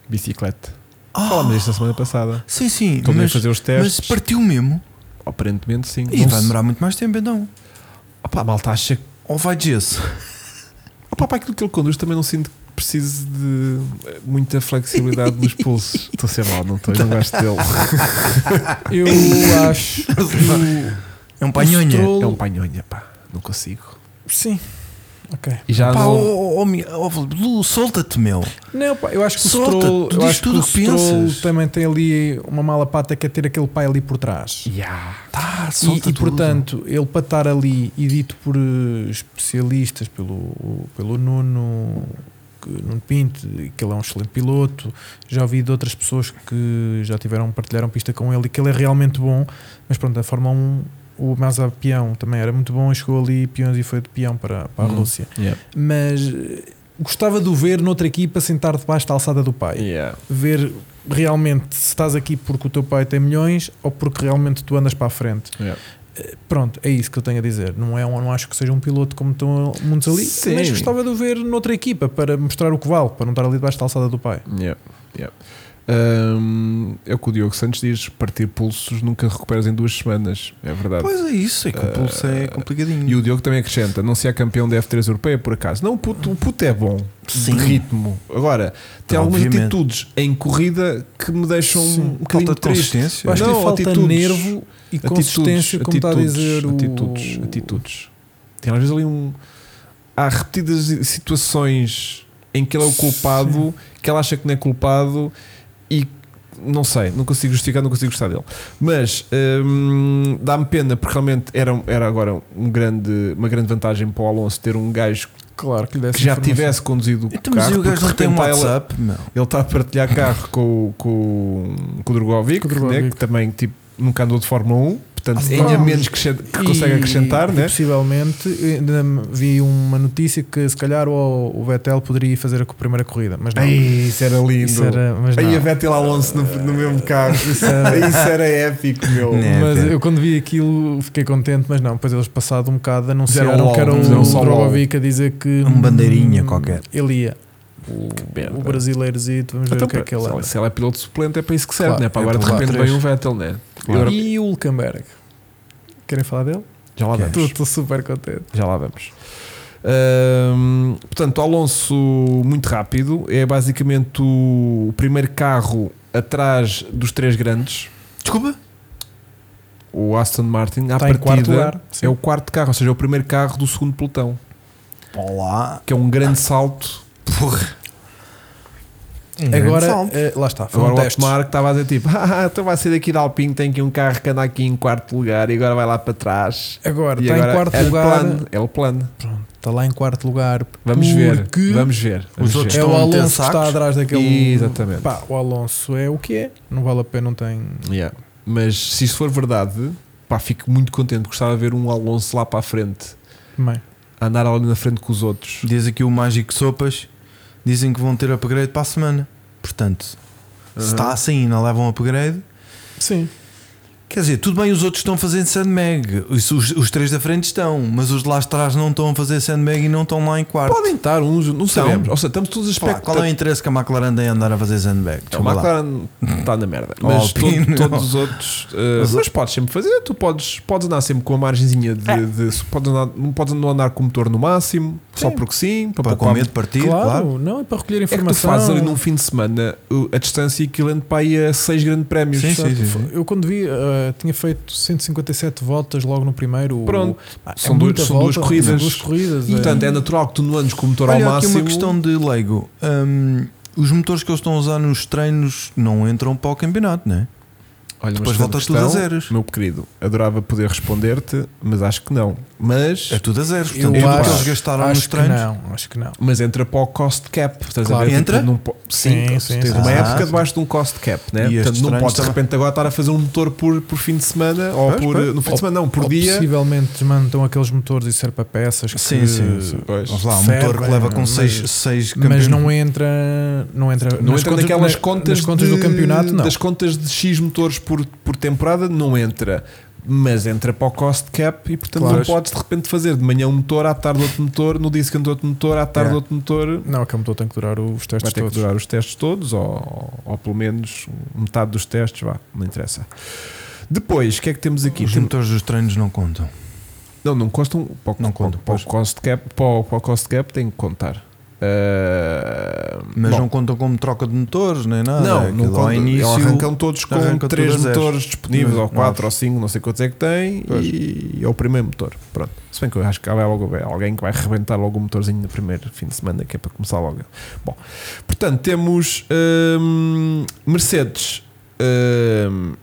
S1: Bicicleta. Ah, Falámos isto na semana passada.
S2: Ah, Sim, sim,
S1: Estou a
S2: mas,
S1: fazer os
S2: mas
S1: testes.
S2: partiu mesmo.
S1: Aparentemente sim.
S2: E
S1: Não
S2: vai
S1: se-
S2: demorar muito mais tempo então.
S1: Opa, a malta acha que.
S2: Ou vai de gesso.
S1: Opa, para aquilo que ele conduz também não sinto que precise de eh, muita flexibilidade nos pulsos. Estou a ser mal, não estou, eu não gosto dele.
S3: Eu acho que o-
S2: É um panhonha.
S3: Stroll-
S1: É um panhonha, pá, não consigo.
S3: Sim. Ok.
S1: E já
S2: Pá,
S1: não.
S2: oh, oh, oh, oh, Lu, solta-te, meu.
S3: Não, pá, eu acho que o
S2: Solta,
S3: Stroll,
S2: tu
S3: eu
S2: dizes
S3: acho que
S2: tudo
S3: o
S2: o que pensas.
S3: Stroll também tem ali uma mala pata que é ter aquele pai ali por trás.
S1: Ya.
S2: Tá,
S3: E,
S2: solta
S3: e portanto, ele para estar ali e dito por eh, especialistas, pelo, pelo Nuno, que- Nuno Pinto, que ele é um excelente piloto, já ouvi de outras pessoas que já tiveram, partilharam pista com ele e que ele é realmente bom, mas pronto, a Fórmula 1, o Mazza Peão também era muito bom e chegou ali peões e foi de peão para, para a
S1: Uhum.
S3: Rússia.
S1: Yeah.
S3: Mas eh, gostava de o ver noutra equipa sentar debaixo da alçada do pai
S1: Yeah.
S3: ver realmente se estás aqui porque o teu pai tem milhões ou porque realmente tu andas para a frente.
S1: Yeah.
S3: Eh, Pronto, é isso que eu tenho a dizer. Não, é um- não acho que seja um piloto como estão muitos ali,
S1: Sim.
S3: mas gostava de o ver noutra equipa para mostrar o que vale, para não estar ali debaixo da alçada do pai.
S1: Yeah. Yeah. Hum, é o que o Diogo Santos diz: partir pulsos nunca recuperas em duas semanas. É verdade.
S2: Pois é isso, é que o pulso é
S1: Ah,
S2: complicadinho.
S1: E o Diogo também acrescenta: não se é campeão da F3 europeia, por acaso. Não, o puto, o puto é bom
S2: Sim. Um
S1: de ritmo. Agora, tem algumas
S2: Então, Obviamente.
S1: atitudes em corrida que me deixam
S3: Sim.
S1: um bocadinho
S2: falta de
S1: triste.
S2: consistência.
S3: Eu acho que
S1: Não,
S3: lhe falta
S1: atitudes.
S3: nervo e consistência, como está a dizer o-
S1: atitudes, atitudes. Tem às vezes ali um. Há repetidas situações em que ele é o culpado, que ela acha que não é culpado e não sei, não consigo justificar, não consigo gostar dele. Mas hum, dá-me pena porque realmente era, era agora um grande, uma grande vantagem para o Alonso ter um gajo
S3: Claro que lhe desse
S1: que já
S3: informação.
S1: tivesse conduzido o
S2: Então, mas
S1: carro.
S2: e o gajo
S1: porque
S2: não
S1: de
S2: tem um
S1: repente ela-
S2: WhatsApp, meu.
S1: ele está a partilhar carro com, o- com, o- com o Drogovic,
S3: Com o Drogovic.
S1: Né, que também tipo, nunca andou de Fórmula 1, portanto
S3: Ah,
S1: ainda
S3: vamos.
S1: menos que, acrescent- que
S3: E-
S1: consegue acrescentar,
S3: e
S1: né?
S3: Possivelmente, eu ainda vi uma notícia que se calhar o, o Vettel poderia ir fazer a primeira corrida, mas não.
S1: Ei, isso era lindo.
S3: Isso era- mas
S1: Aí
S3: não.
S1: a Vettel Alonso no, no mesmo carro. Isso
S3: era-
S1: era, isso era épico, meu.
S2: Né. É,
S3: mas
S2: pera.
S3: eu quando vi aquilo fiquei contente, mas não, depois eles passado um bocado anunciaram
S1: Fizeram
S3: que era
S1: logo,
S3: o
S1: fizeram só um
S3: Drogovic a dizer que
S2: Um bandeirinha qualquer.
S3: Ele ia.
S1: merda.
S3: O brasileirozito, vamos ver
S1: Então,
S3: o que é que ele
S1: se
S3: é.
S1: ela- se ela é piloto suplente, é para isso que serve,
S3: Claro,
S1: né? Para
S2: é
S1: agora de
S2: para lá
S1: repente
S2: atrás.
S1: vem o Vettel, né?
S2: Claro.
S1: Eu-
S3: E o Hulkenberg? Querem falar dele?
S1: já
S2: é.
S1: lá vamos.
S3: Estou super contente.
S1: Já lá vamos. Ahm, portanto, Alonso muito rápido, é basicamente o primeiro carro atrás dos três grandes.
S2: Desculpa?
S1: O Aston Martin, à
S3: Está Tá em
S1: partida,
S3: quarto lugar, sim.
S1: é o quarto carro, ou seja, é o primeiro carro do segundo pelotão,
S2: Olá.
S1: que é um
S3: Ah,
S1: grande salto.
S2: Porra. Uhum.
S3: Agora, eh, lá está, foi
S1: Agora
S3: um
S1: o
S3: teste.
S1: Otmar que estava a dizer tipo, ah, então vai ser daqui de Alpine, tem aqui um carro que anda aqui em quarto lugar e agora vai lá para trás.
S3: Agora,
S1: E
S3: está
S1: agora
S3: em quarto
S1: é o
S3: lugar.
S1: plano, é o plano.
S3: Está lá em quarto lugar.
S1: Vamos
S3: porque
S1: ver, vamos ver. vamos
S2: outros
S1: ver.
S3: É
S2: Estão
S3: o
S2: a meter
S3: Alonso que está
S2: sacos?
S3: atrás daquele.
S1: Exatamente.
S3: Pá, o Alonso é o que é. Não vale a pena, não tem.
S1: Yeah. Mas se isso for verdade, pá, fico muito contente. Gostava de ver um Alonso lá para a frente,
S3: Bem,
S1: a andar ali na frente com os outros.
S2: Diz aqui o Mágico Sopas. Dizem que vão ter upgrade para a semana. Portanto, se está assim e não levam upgrade.
S3: sim.
S2: Quer dizer, tudo bem, os outros estão fazendo sandbag. Os, os, os três da frente estão, mas os de lá atrás não estão a fazer sandbag e não estão lá em quarto.
S1: Podem estar uns, não sabemos. Ou seja, estamos todos a
S2: Pá,
S1: expectar.
S2: Então? qual é o interesse que a McLaren tem em andar a fazer sandbag?
S1: o
S2: Desculpa lá.
S1: tá. Então, McLaren está na merda,
S2: Ou
S1: mas
S2: Alpine,
S1: to-
S2: não.
S1: todos os outros, eh, mas podes sempre fazer. Tu podes, podes andar sempre com a margenzinha de, de- podes andar- não podes não andar com o motor no máximo, só
S3: Sim.
S1: porque sim, para
S2: Pá, com
S1: poupar-
S2: medo de partir,
S3: claro,
S2: claro.
S3: não, é para recolher
S1: É que tu
S3: informação.
S1: fazes ali num fim de semana uh, a distância equivalente para aí a 6 grandes prémios.
S2: Sim, sim, sim, sim.
S3: Eu quando vi, eh, tinha feito 157 voltas logo no primeiro.
S1: Pronto.
S3: Ah, é
S1: São duas-
S3: muita
S1: são duas corridas.
S3: São duas corridas.
S1: E,
S3: é.
S1: portanto, é natural que tu não andes com o motor
S2: Olha,
S1: ao
S2: há aqui
S1: máximo.
S2: uma questão de leigo. Hum, os motores que eles estão a usar nos treinos não entram para o campeonato, não é?
S1: Olha,
S2: Depois
S1: excelente
S2: volta tudo a zeros.
S1: Meu querido, adorava poder responder-te, mas acho que não. Mas,
S2: É tudo a zeros.
S3: eu
S2: Portanto, tudo
S3: acho,
S2: que eles gastaram
S3: acho
S2: nos treinos.
S3: que não, acho que não.
S1: mas entra para o cost cap. Estás
S2: Claro,
S1: a ver?
S2: entra?
S1: Tipo, não po- sim,
S3: Sim,
S1: sim,
S3: sim,
S1: tens
S3: sim.
S1: uma
S2: Ah.
S1: época debaixo de um cost cap,
S2: E
S1: né?
S2: estes
S1: Portanto, não
S2: treinos
S1: podes de
S2: também.
S1: repente agora estar a fazer um motor por, por fim de semana ou
S2: Pois,
S1: por.
S2: pois. é
S1: No fim de semana, não, por
S3: Ou
S1: dia.
S3: Possivelmente desmontam aqueles motores e serve para peças. que-
S2: Sim, sim, sim.
S1: Pois.
S2: Vamos lá, um
S3: Serve,
S2: motor que leva com
S3: mas-
S2: 6 seis
S3: Mas
S2: campeonatos.
S3: não é entra, não entra,
S1: Não
S3: nas
S1: entra
S3: contas-
S1: naquelas
S3: na-
S1: contas,
S3: nas contas
S1: de-
S3: do campeonato, não.
S1: Das contas de X motores por, por temporada, não entra. mas entra para o cost cap e portanto
S3: Claro.
S1: não podes de repente fazer de manhã um motor, à tarde outro motor, no dia seguinte outro motor, à tarde
S2: É.
S3: Yeah.
S1: outro motor.
S3: Não, aquele motor tem que durar os
S1: Vai
S3: testes
S1: ter que
S3: todos.
S1: durar os testes todos, ou, ou pelo menos metade dos testes, vá, não interessa. Depois, o que é que temos aqui?
S2: Os
S1: Tem-
S2: motores dos treinos não contam.
S1: Não, não custam. Para, o- para,
S2: Não
S1: o-
S2: contam,
S1: para o
S2: pois.
S1: cost cap, para, o- para o cost cap tem que contar. Ah,
S2: Mas
S1: bom,
S2: não contam como troca de motores, nem nada.
S1: não,
S2: Aquilo
S1: não
S2: ao
S1: conta. É um
S2: início-
S1: arrancam todos com
S2: arranca
S1: três
S2: tudo a zero.
S1: motores disponíveis, ou
S2: Nove.
S1: quatro, ou cinco, não sei quantos é que tem,
S2: Pois.
S1: e é o primeiro motor. Pronto. Se bem que eu acho que há logo alguém que vai arrebentar logo o motorzinho no primeiro fim de semana, que é para começar logo. Bom, portanto, temos hum, Mercedes. Hum,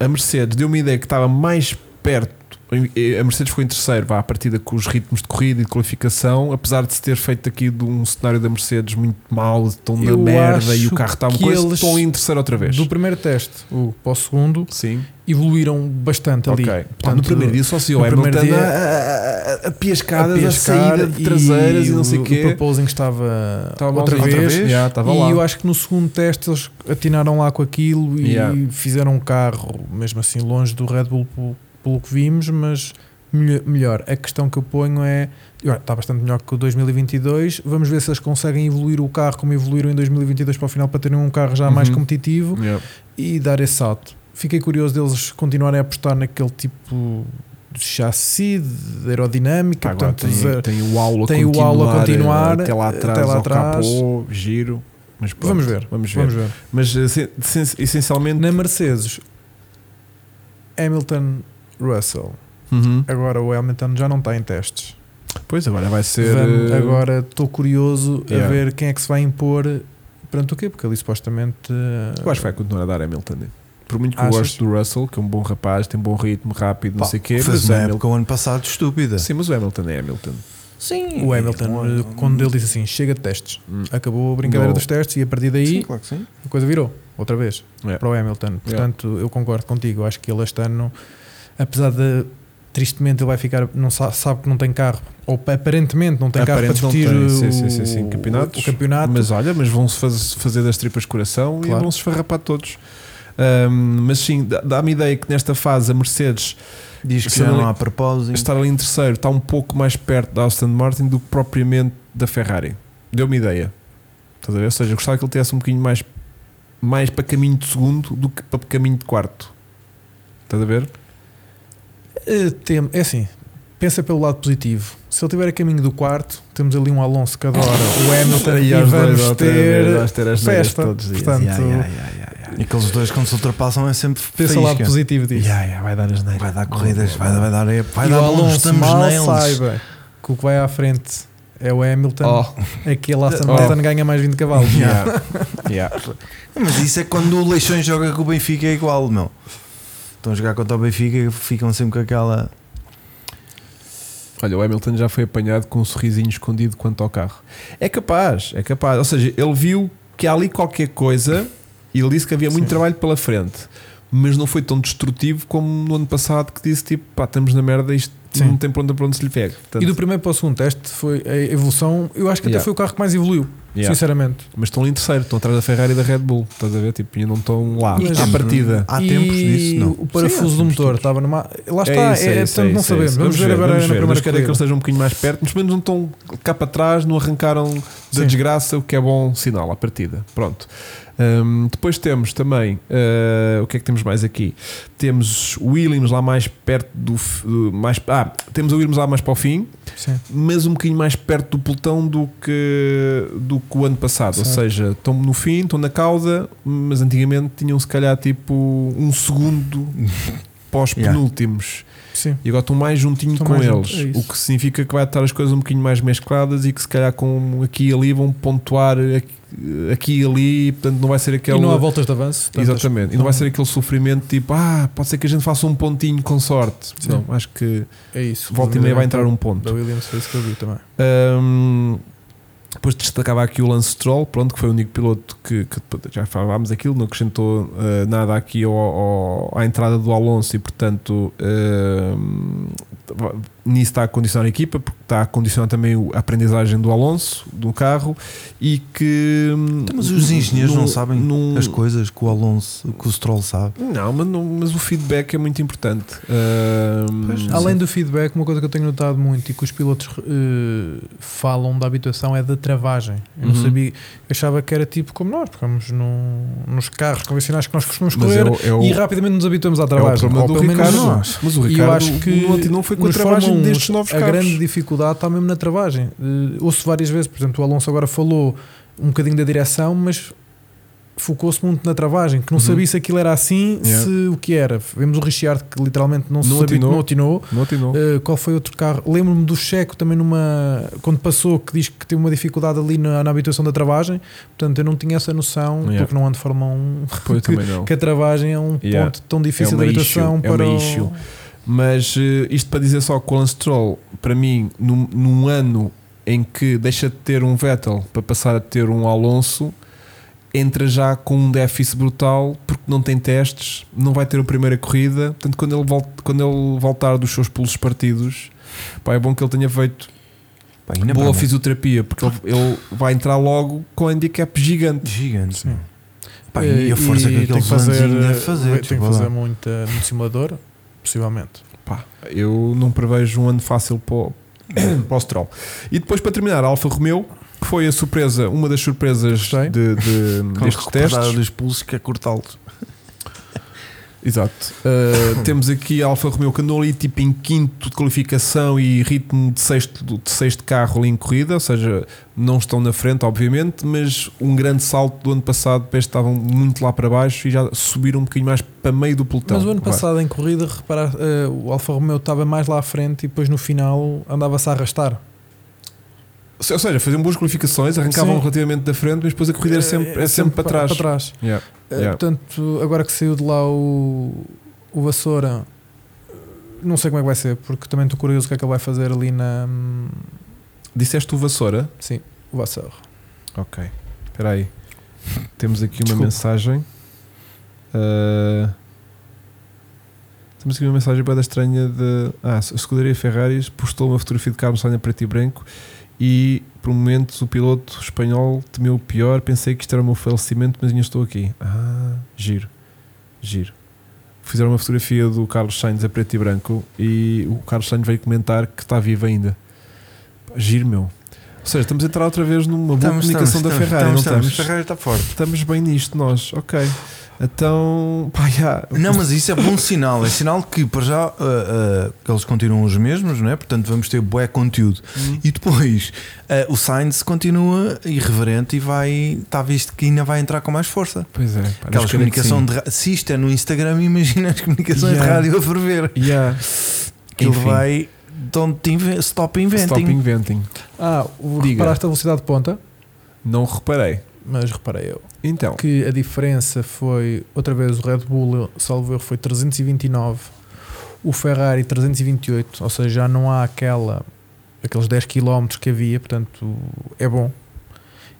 S1: a Mercedes deu uma ideia que estava mais perto. A Mercedes foi em terceiro, vá à partida com os ritmos de corrida e de qualificação, apesar de se ter feito aqui de um cenário da Mercedes muito mau, de tom da
S3: Eu
S1: merda e
S3: acho
S1: o carro está uma
S3: que
S1: coisa,
S3: eles-
S1: estão ali em terceiro outra vez.
S3: Do primeiro teste o, para o segundo,
S1: Sim,
S3: evoluíram bastante Tá ali.
S1: ok. Pá, no primeiro dia só se
S3: no
S1: o Hamilton
S3: primeiro
S1: dia,
S3: dia-
S1: a, a, a, a piascadas, a,
S3: pescar
S1: saída de traseiras e, não sei
S3: o,
S1: quê.
S3: O proposing estava,
S1: Estava
S3: outra,
S1: malzinho.
S3: vez,
S1: Outra vez? Já, estava
S3: e
S1: lá.
S3: eu acho que no segundo teste eles atinaram lá com aquilo e
S1: Yeah.
S3: fizeram um carro, mesmo assim longe do Red Bull pelo, pelo que vimos, mas melho- melhor. A questão que eu ponho é, olha, está bastante melhor que o 2022, vamos ver se eles conseguem evoluir o carro como evoluíram em 2022 para o final para terem um carro já mais
S1: Uhum.
S3: competitivo
S1: Yeah.
S3: e dar esse salto. Fiquei curioso deles continuarem a apostar naquele tipo de chassi, de aerodinâmica,
S1: Pá, Agora
S3: portanto, zero-
S1: tem, tem o aula
S3: tem o
S1: continuar,
S3: aula a continuar, eh,
S1: até lá
S3: até
S1: atrás,
S3: lá
S1: ao
S3: atrás.
S1: capô, giro. Mas pronto,
S3: Vamos ver,
S1: Vamos ver.
S3: Vamos ver.
S1: Mas eh, se- se- essencialmente.
S3: Na Mercedes, Hamilton Russell. É-
S1: Uhum.
S3: Agora o Hamilton já não está em testes.
S1: Pois agora vai ser.
S3: Vamos-
S1: eh,
S3: agora estou curioso
S1: yeah.
S3: a ver quem é que se vai impor perante o quê? Porque ali supostamente.
S1: Eu acho que vai continuar a dar Hamilton. né? Por muito que
S3: Achas?
S1: eu gosto do Russell, que é um bom rapaz, tem bom ritmo, rápido, não
S2: Pá,
S1: sei o quê.
S2: Fez
S1: Mas o
S2: uma
S1: Hamilton,
S2: época o ano passado estúpida.
S1: sim, mas o Hamilton é Hamilton.
S2: Sim.
S3: O Hamilton,
S2: Um-
S3: quando ele disse assim, chega de testes,
S1: Hum.
S3: acabou a brincadeira
S1: Não.
S3: dos testes e a partir
S2: Sim,
S3: daí
S2: claro que sim.
S3: a coisa virou outra vez
S1: É.
S3: para o Hamilton. Portanto, eu concordo contigo. Acho que ele este ano, apesar de tristemente ele vai ficar, não sa- sabe, que não tem carro, ou pa- aparentemente não tem carro para
S1: Aparente não
S3: discutir
S1: tem.
S3: o,
S1: Sim, sim, sim, sim. Campeonatos.
S3: o campeonato.
S1: Mas olha, mas vão-se faz- fazer das tripas coração e
S3: Ah, Claro.
S1: vão-se esfarrapar todos. Ahm, mas sim, dá- dá-me ideia que nesta fase a Mercedes
S2: Diz que
S1: Sim,
S2: já
S1: ele-
S2: não há é um propósito.
S1: estar ali em terceiro está um pouco mais perto da Aston Martin do que propriamente da Ferrari. Deu-me ideia. Estás a ver? Ou seja, eu gostava que ele tivesse um bocadinho mais, mais para caminho de segundo do que para caminho de quarto. Estás a ver?
S3: Eh, tem- é assim, pensa pelo lado positivo. Se ele tiver a caminho do quarto, temos ali um Alonso cada hora, o Hamilton e,
S1: aos dois
S3: vamos
S1: outra
S3: ter.
S1: vez, vamos ter as neiras
S3: festa.
S1: todos os dias.
S3: Portanto,
S1: Ya, ya, ya, ya, ya.
S2: E aqueles dois quando se ultrapassam é sempre
S3: Pensa o lado
S2: faísca.
S3: positivo disso.
S1: Ya, ya, vai dar as neiras.
S2: Vai dar corridas, vai, dar- vai dar é- vai
S3: e
S2: dar
S3: o
S2: bons
S3: Alonso
S2: estamos
S3: mal
S2: neles.
S3: saiba que o que vai à frente é o Hamilton, é
S1: Oh,
S3: aquele Aston
S1: Oh.
S3: Martin ganha mais 20 cavalos.
S1: yeah. Yeah.
S2: Mas isso é quando o Leixões joga com o Benfica é igual, meu. Estão a jogar contra o Benfica e ficam sempre com aquela.
S1: Olha, o Hamilton já foi apanhado com um sorrisinho escondido quanto ao carro. É capaz, é capaz. Ou seja, ele viu que há ali qualquer coisa e ele disse que havia muito
S3: Sim.
S1: trabalho pela frente. Mas não foi tão destrutivo como no ano passado que disse tipo, pá, estamos na merda, isto
S3: Sim.
S1: não tem para onde, para onde se lhe pega. Portanto,
S3: E do primeiro para o segundo teste foi a evolução. Eu acho que
S1: Yeah.
S3: até foi o carro que mais evoluiu,
S1: yeah.
S3: sinceramente.
S1: Mas estão ali em terceiro, estão atrás da Ferrari e da Red Bull. Estás a ver? Tipo, e não estão lá,
S3: Mas-
S1: à partida.
S2: Há tempos
S3: e
S2: disso, não.
S3: O parafuso
S1: Sim, há
S3: do
S1: tempos,
S3: motor
S1: tempos.
S3: estava numa. Lá está, é,
S1: isso,
S3: é,
S1: isso,
S3: portanto não
S1: isso, é
S3: sabemos.
S1: isso.
S3: Vamos, ver agora
S1: vamos
S3: na
S1: ver.
S3: primeira
S1: Mas quero é que
S3: corrida.
S1: eles estejam um bocadinho mais perto, mas pelo menos não estão cá para trás, não arrancaram da
S3: Sim.
S1: desgraça, o que é bom sinal à partida. Pronto. Hum, depois temos também uh, o que é que temos mais aqui? Temos o Williams lá mais perto do f- do- mais ah, temos o Williams lá mais para o fim,
S3: Sim.
S1: mas um bocadinho mais perto do pelotão do que, do que o ano passado. Ou
S3: Certo.
S1: seja, estão no fim, estão na cauda, mas antigamente tinham se calhar tipo um segundo pós penúltimos.
S3: Sim.
S1: E agora estão mais juntinho
S3: Estão
S1: com
S3: mais
S1: eles.
S3: junto, é isso.
S1: o que significa que vai estar as coisas um bocadinho mais mescladas e que se calhar com aqui e ali vão pontuar aqui, aqui e ali. Portanto, não vai ser aquele.
S3: E não há voltas de avanço. tantas-
S1: é Exatamente. E não vai ser aquele sofrimento tipo, ah, pode ser que a gente faça um pontinho com sorte.
S3: Sim.
S1: Não, acho que
S3: É isso. é
S1: volta e meia vai entrar um ponto.
S3: Da Williams foi isso que eu vi também.
S1: Hum, Depois destacava aqui o Lance Stroll, pronto, que foi o único piloto que, que já falámos aquilo, não acrescentou eh, nada aqui ao, ao- à entrada do Alonso e, portanto, eh, nisso está a condicionar a equipa, porque está a condicionar também o- a aprendizagem do Alonso, do carro, e que. hum,
S2: Então, mas os engenheiros não sabem
S1: não-
S2: As coisas que o Alonso, que o Stroll sabe.
S1: Não, mas, não- mas o feedback é muito importante. Hum,
S3: Além do feedback, uma coisa que eu tenho notado muito e que os pilotos eh, falam da habituação é da travagem. Eu não
S1: Uhum.
S3: sabia, eu achava que era tipo como nós, porque vamos no- nos carros convencionais que nós costumamos
S1: mas
S3: correr
S1: é o- é o-
S3: e rapidamente nos habituamos à
S1: é o
S3: travagem.
S1: problema
S3: Ou
S1: do
S3: pelo menos
S1: Ricardo.
S3: nós.
S1: Mas o
S3: E eu
S1: Ricardo
S3: acho que
S1: não atinou foi com a
S3: nos
S1: travagem
S3: Fórmula 1,
S1: destes novos
S3: a
S1: carros.
S3: grande dificuldade está mesmo na travagem. Eh, ouço várias vezes, por exemplo, o Alonso agora falou um bocadinho da direção, mas focou-se muito na travagem, que não
S1: Uhum.
S3: sabia se aquilo era assim,
S1: Yeah.
S3: se o que era. Vemos o Richard que literalmente não, se
S1: Não
S3: sabia,
S1: atinou.
S3: não atinou.
S1: Não atinou.
S3: Eh, qual foi outro carro? Lembro-me do Checo também numa. Quando passou, que diz que teve uma dificuldade ali na, na habituação da travagem. Portanto, eu não tinha essa noção,
S1: Yeah.
S3: porque não ando de Fórmula 1,
S1: Pois, também não.
S3: que a travagem é um
S1: Yeah.
S3: ponto tão difícil
S1: uma
S3: de habituação
S1: issue, é
S3: para.
S1: uma
S3: o-
S1: issue. Mas eh, isto para dizer só que o Lance Stroll, para mim, num, num ano em que deixa de ter um Vettel para passar a ter um Alonso, entra já com um déficit brutal porque não tem testes, não vai ter a primeira corrida. Portanto, quando ele, vol- quando ele voltar dos seus pulos partidos, pá, é bom que ele tenha feito
S2: Pá, ainda
S1: boa
S2: bem. né?
S1: fisioterapia porque ele, ele vai entrar logo com um handicap gigante.
S2: Gigantes.
S3: Sim.
S2: não. Pá, e a força que
S3: tem
S2: aquele
S3: fazer,
S2: Zelandinho deve
S3: eh,
S1: tipo,
S2: fazer. tipo,
S3: Tem que
S2: desculpa lá.
S3: fazer muita, muito simulador, possivelmente.
S1: Pá, eu não prevejo um ano fácil para o, para o Stroll. E depois, para terminar, a Alfa Romeo, que foi a surpresa, uma das surpresas
S3: Gostei.
S1: de, de- destes
S2: Recuperar
S1: testes.
S2: dos pulsos que é cortá-los.
S1: Exato. Uh, temos aqui a Alfa Romeo que andou ali tipo em quinto de qualificação e ritmo de sexto, de sexto carro ali em corrida, ou seja, não estão na frente, obviamente, mas um grande salto do ano passado para este estavam muito lá para baixo e já subiram um bocadinho mais para meio do pelotão.
S3: Mas o ano
S1: Vá.
S3: passado, em corrida, reparar, eh, o Alfa Romeo estava mais lá à frente e depois no final andava-se a arrastar.
S1: Ou seja, faziam boas qualificações, arrancavam
S3: Sim. é
S1: relativamente da frente, mas depois a corrida era sempre, era sempre para trás. Yeah.
S3: Eh,
S1: Yeah.
S3: Portanto, agora que saiu de lá o, o Vassoura, eh, não sei como é que vai ser, porque também estou curioso o que é que ele vai fazer ali na. hum,
S1: Disseste o vassoura?
S3: Sim, o Vassoura.
S1: Ok. Espera aí. Temos aqui uma
S3: Desculpa.
S1: mensagem. Ah, temos aqui uma mensagem bem estranha de. Ah, a Escuderia Ferraris postou uma fotografia de Carlos Sainz preto e branco e, por momentos, o piloto espanhol temeu o pior. Pensei que isto era o meu falecimento, mas ainda estou aqui. Ah, giro. Giro. Fizeram uma fotografia do Carlos Sainz a preto e branco e o Carlos Sainz veio comentar que está vivo ainda. Pá, Giro, meu. Ou seja, estamos a entrar outra vez numa boa comunicação da Ferrari,
S2: estamos,
S1: não
S2: estamos.
S1: estamos?
S2: Ferrari está forte.
S1: Estamos bem nisto nós, ok. Então, pá, já.
S2: Não, mas isso é bom sinal. É sinal que, para já, ah, ah, que eles continuam os mesmos, não é? portanto, vamos ter bué conteúdo. E depois, ah, o Sainz continua irreverente e vai. Está visto que ainda vai entrar com mais força.
S1: Pois é, pá, Deus
S2: Aquelas
S1: queira que
S2: comunicação
S1: sim.
S2: de ra- se isto é no Instagram, imagina as comunicações
S1: Yeah.
S2: de rádio a ferver.
S1: Yeah.
S2: Que ele
S1: Enfim.
S2: vai. Don't inve- stop inventing.
S1: Stop inventing.
S3: Ah, o-
S1: Diga.
S3: reparaste a velocidade de ponta,
S1: Não reparei.
S3: mas reparei eu.
S1: Então,
S3: que a diferença foi, outra vez, o Red Bull, salvo erro, foi 329, o Ferrari 328, ou seja, já não há aquela, aqueles 10 km que havia, portanto é bom.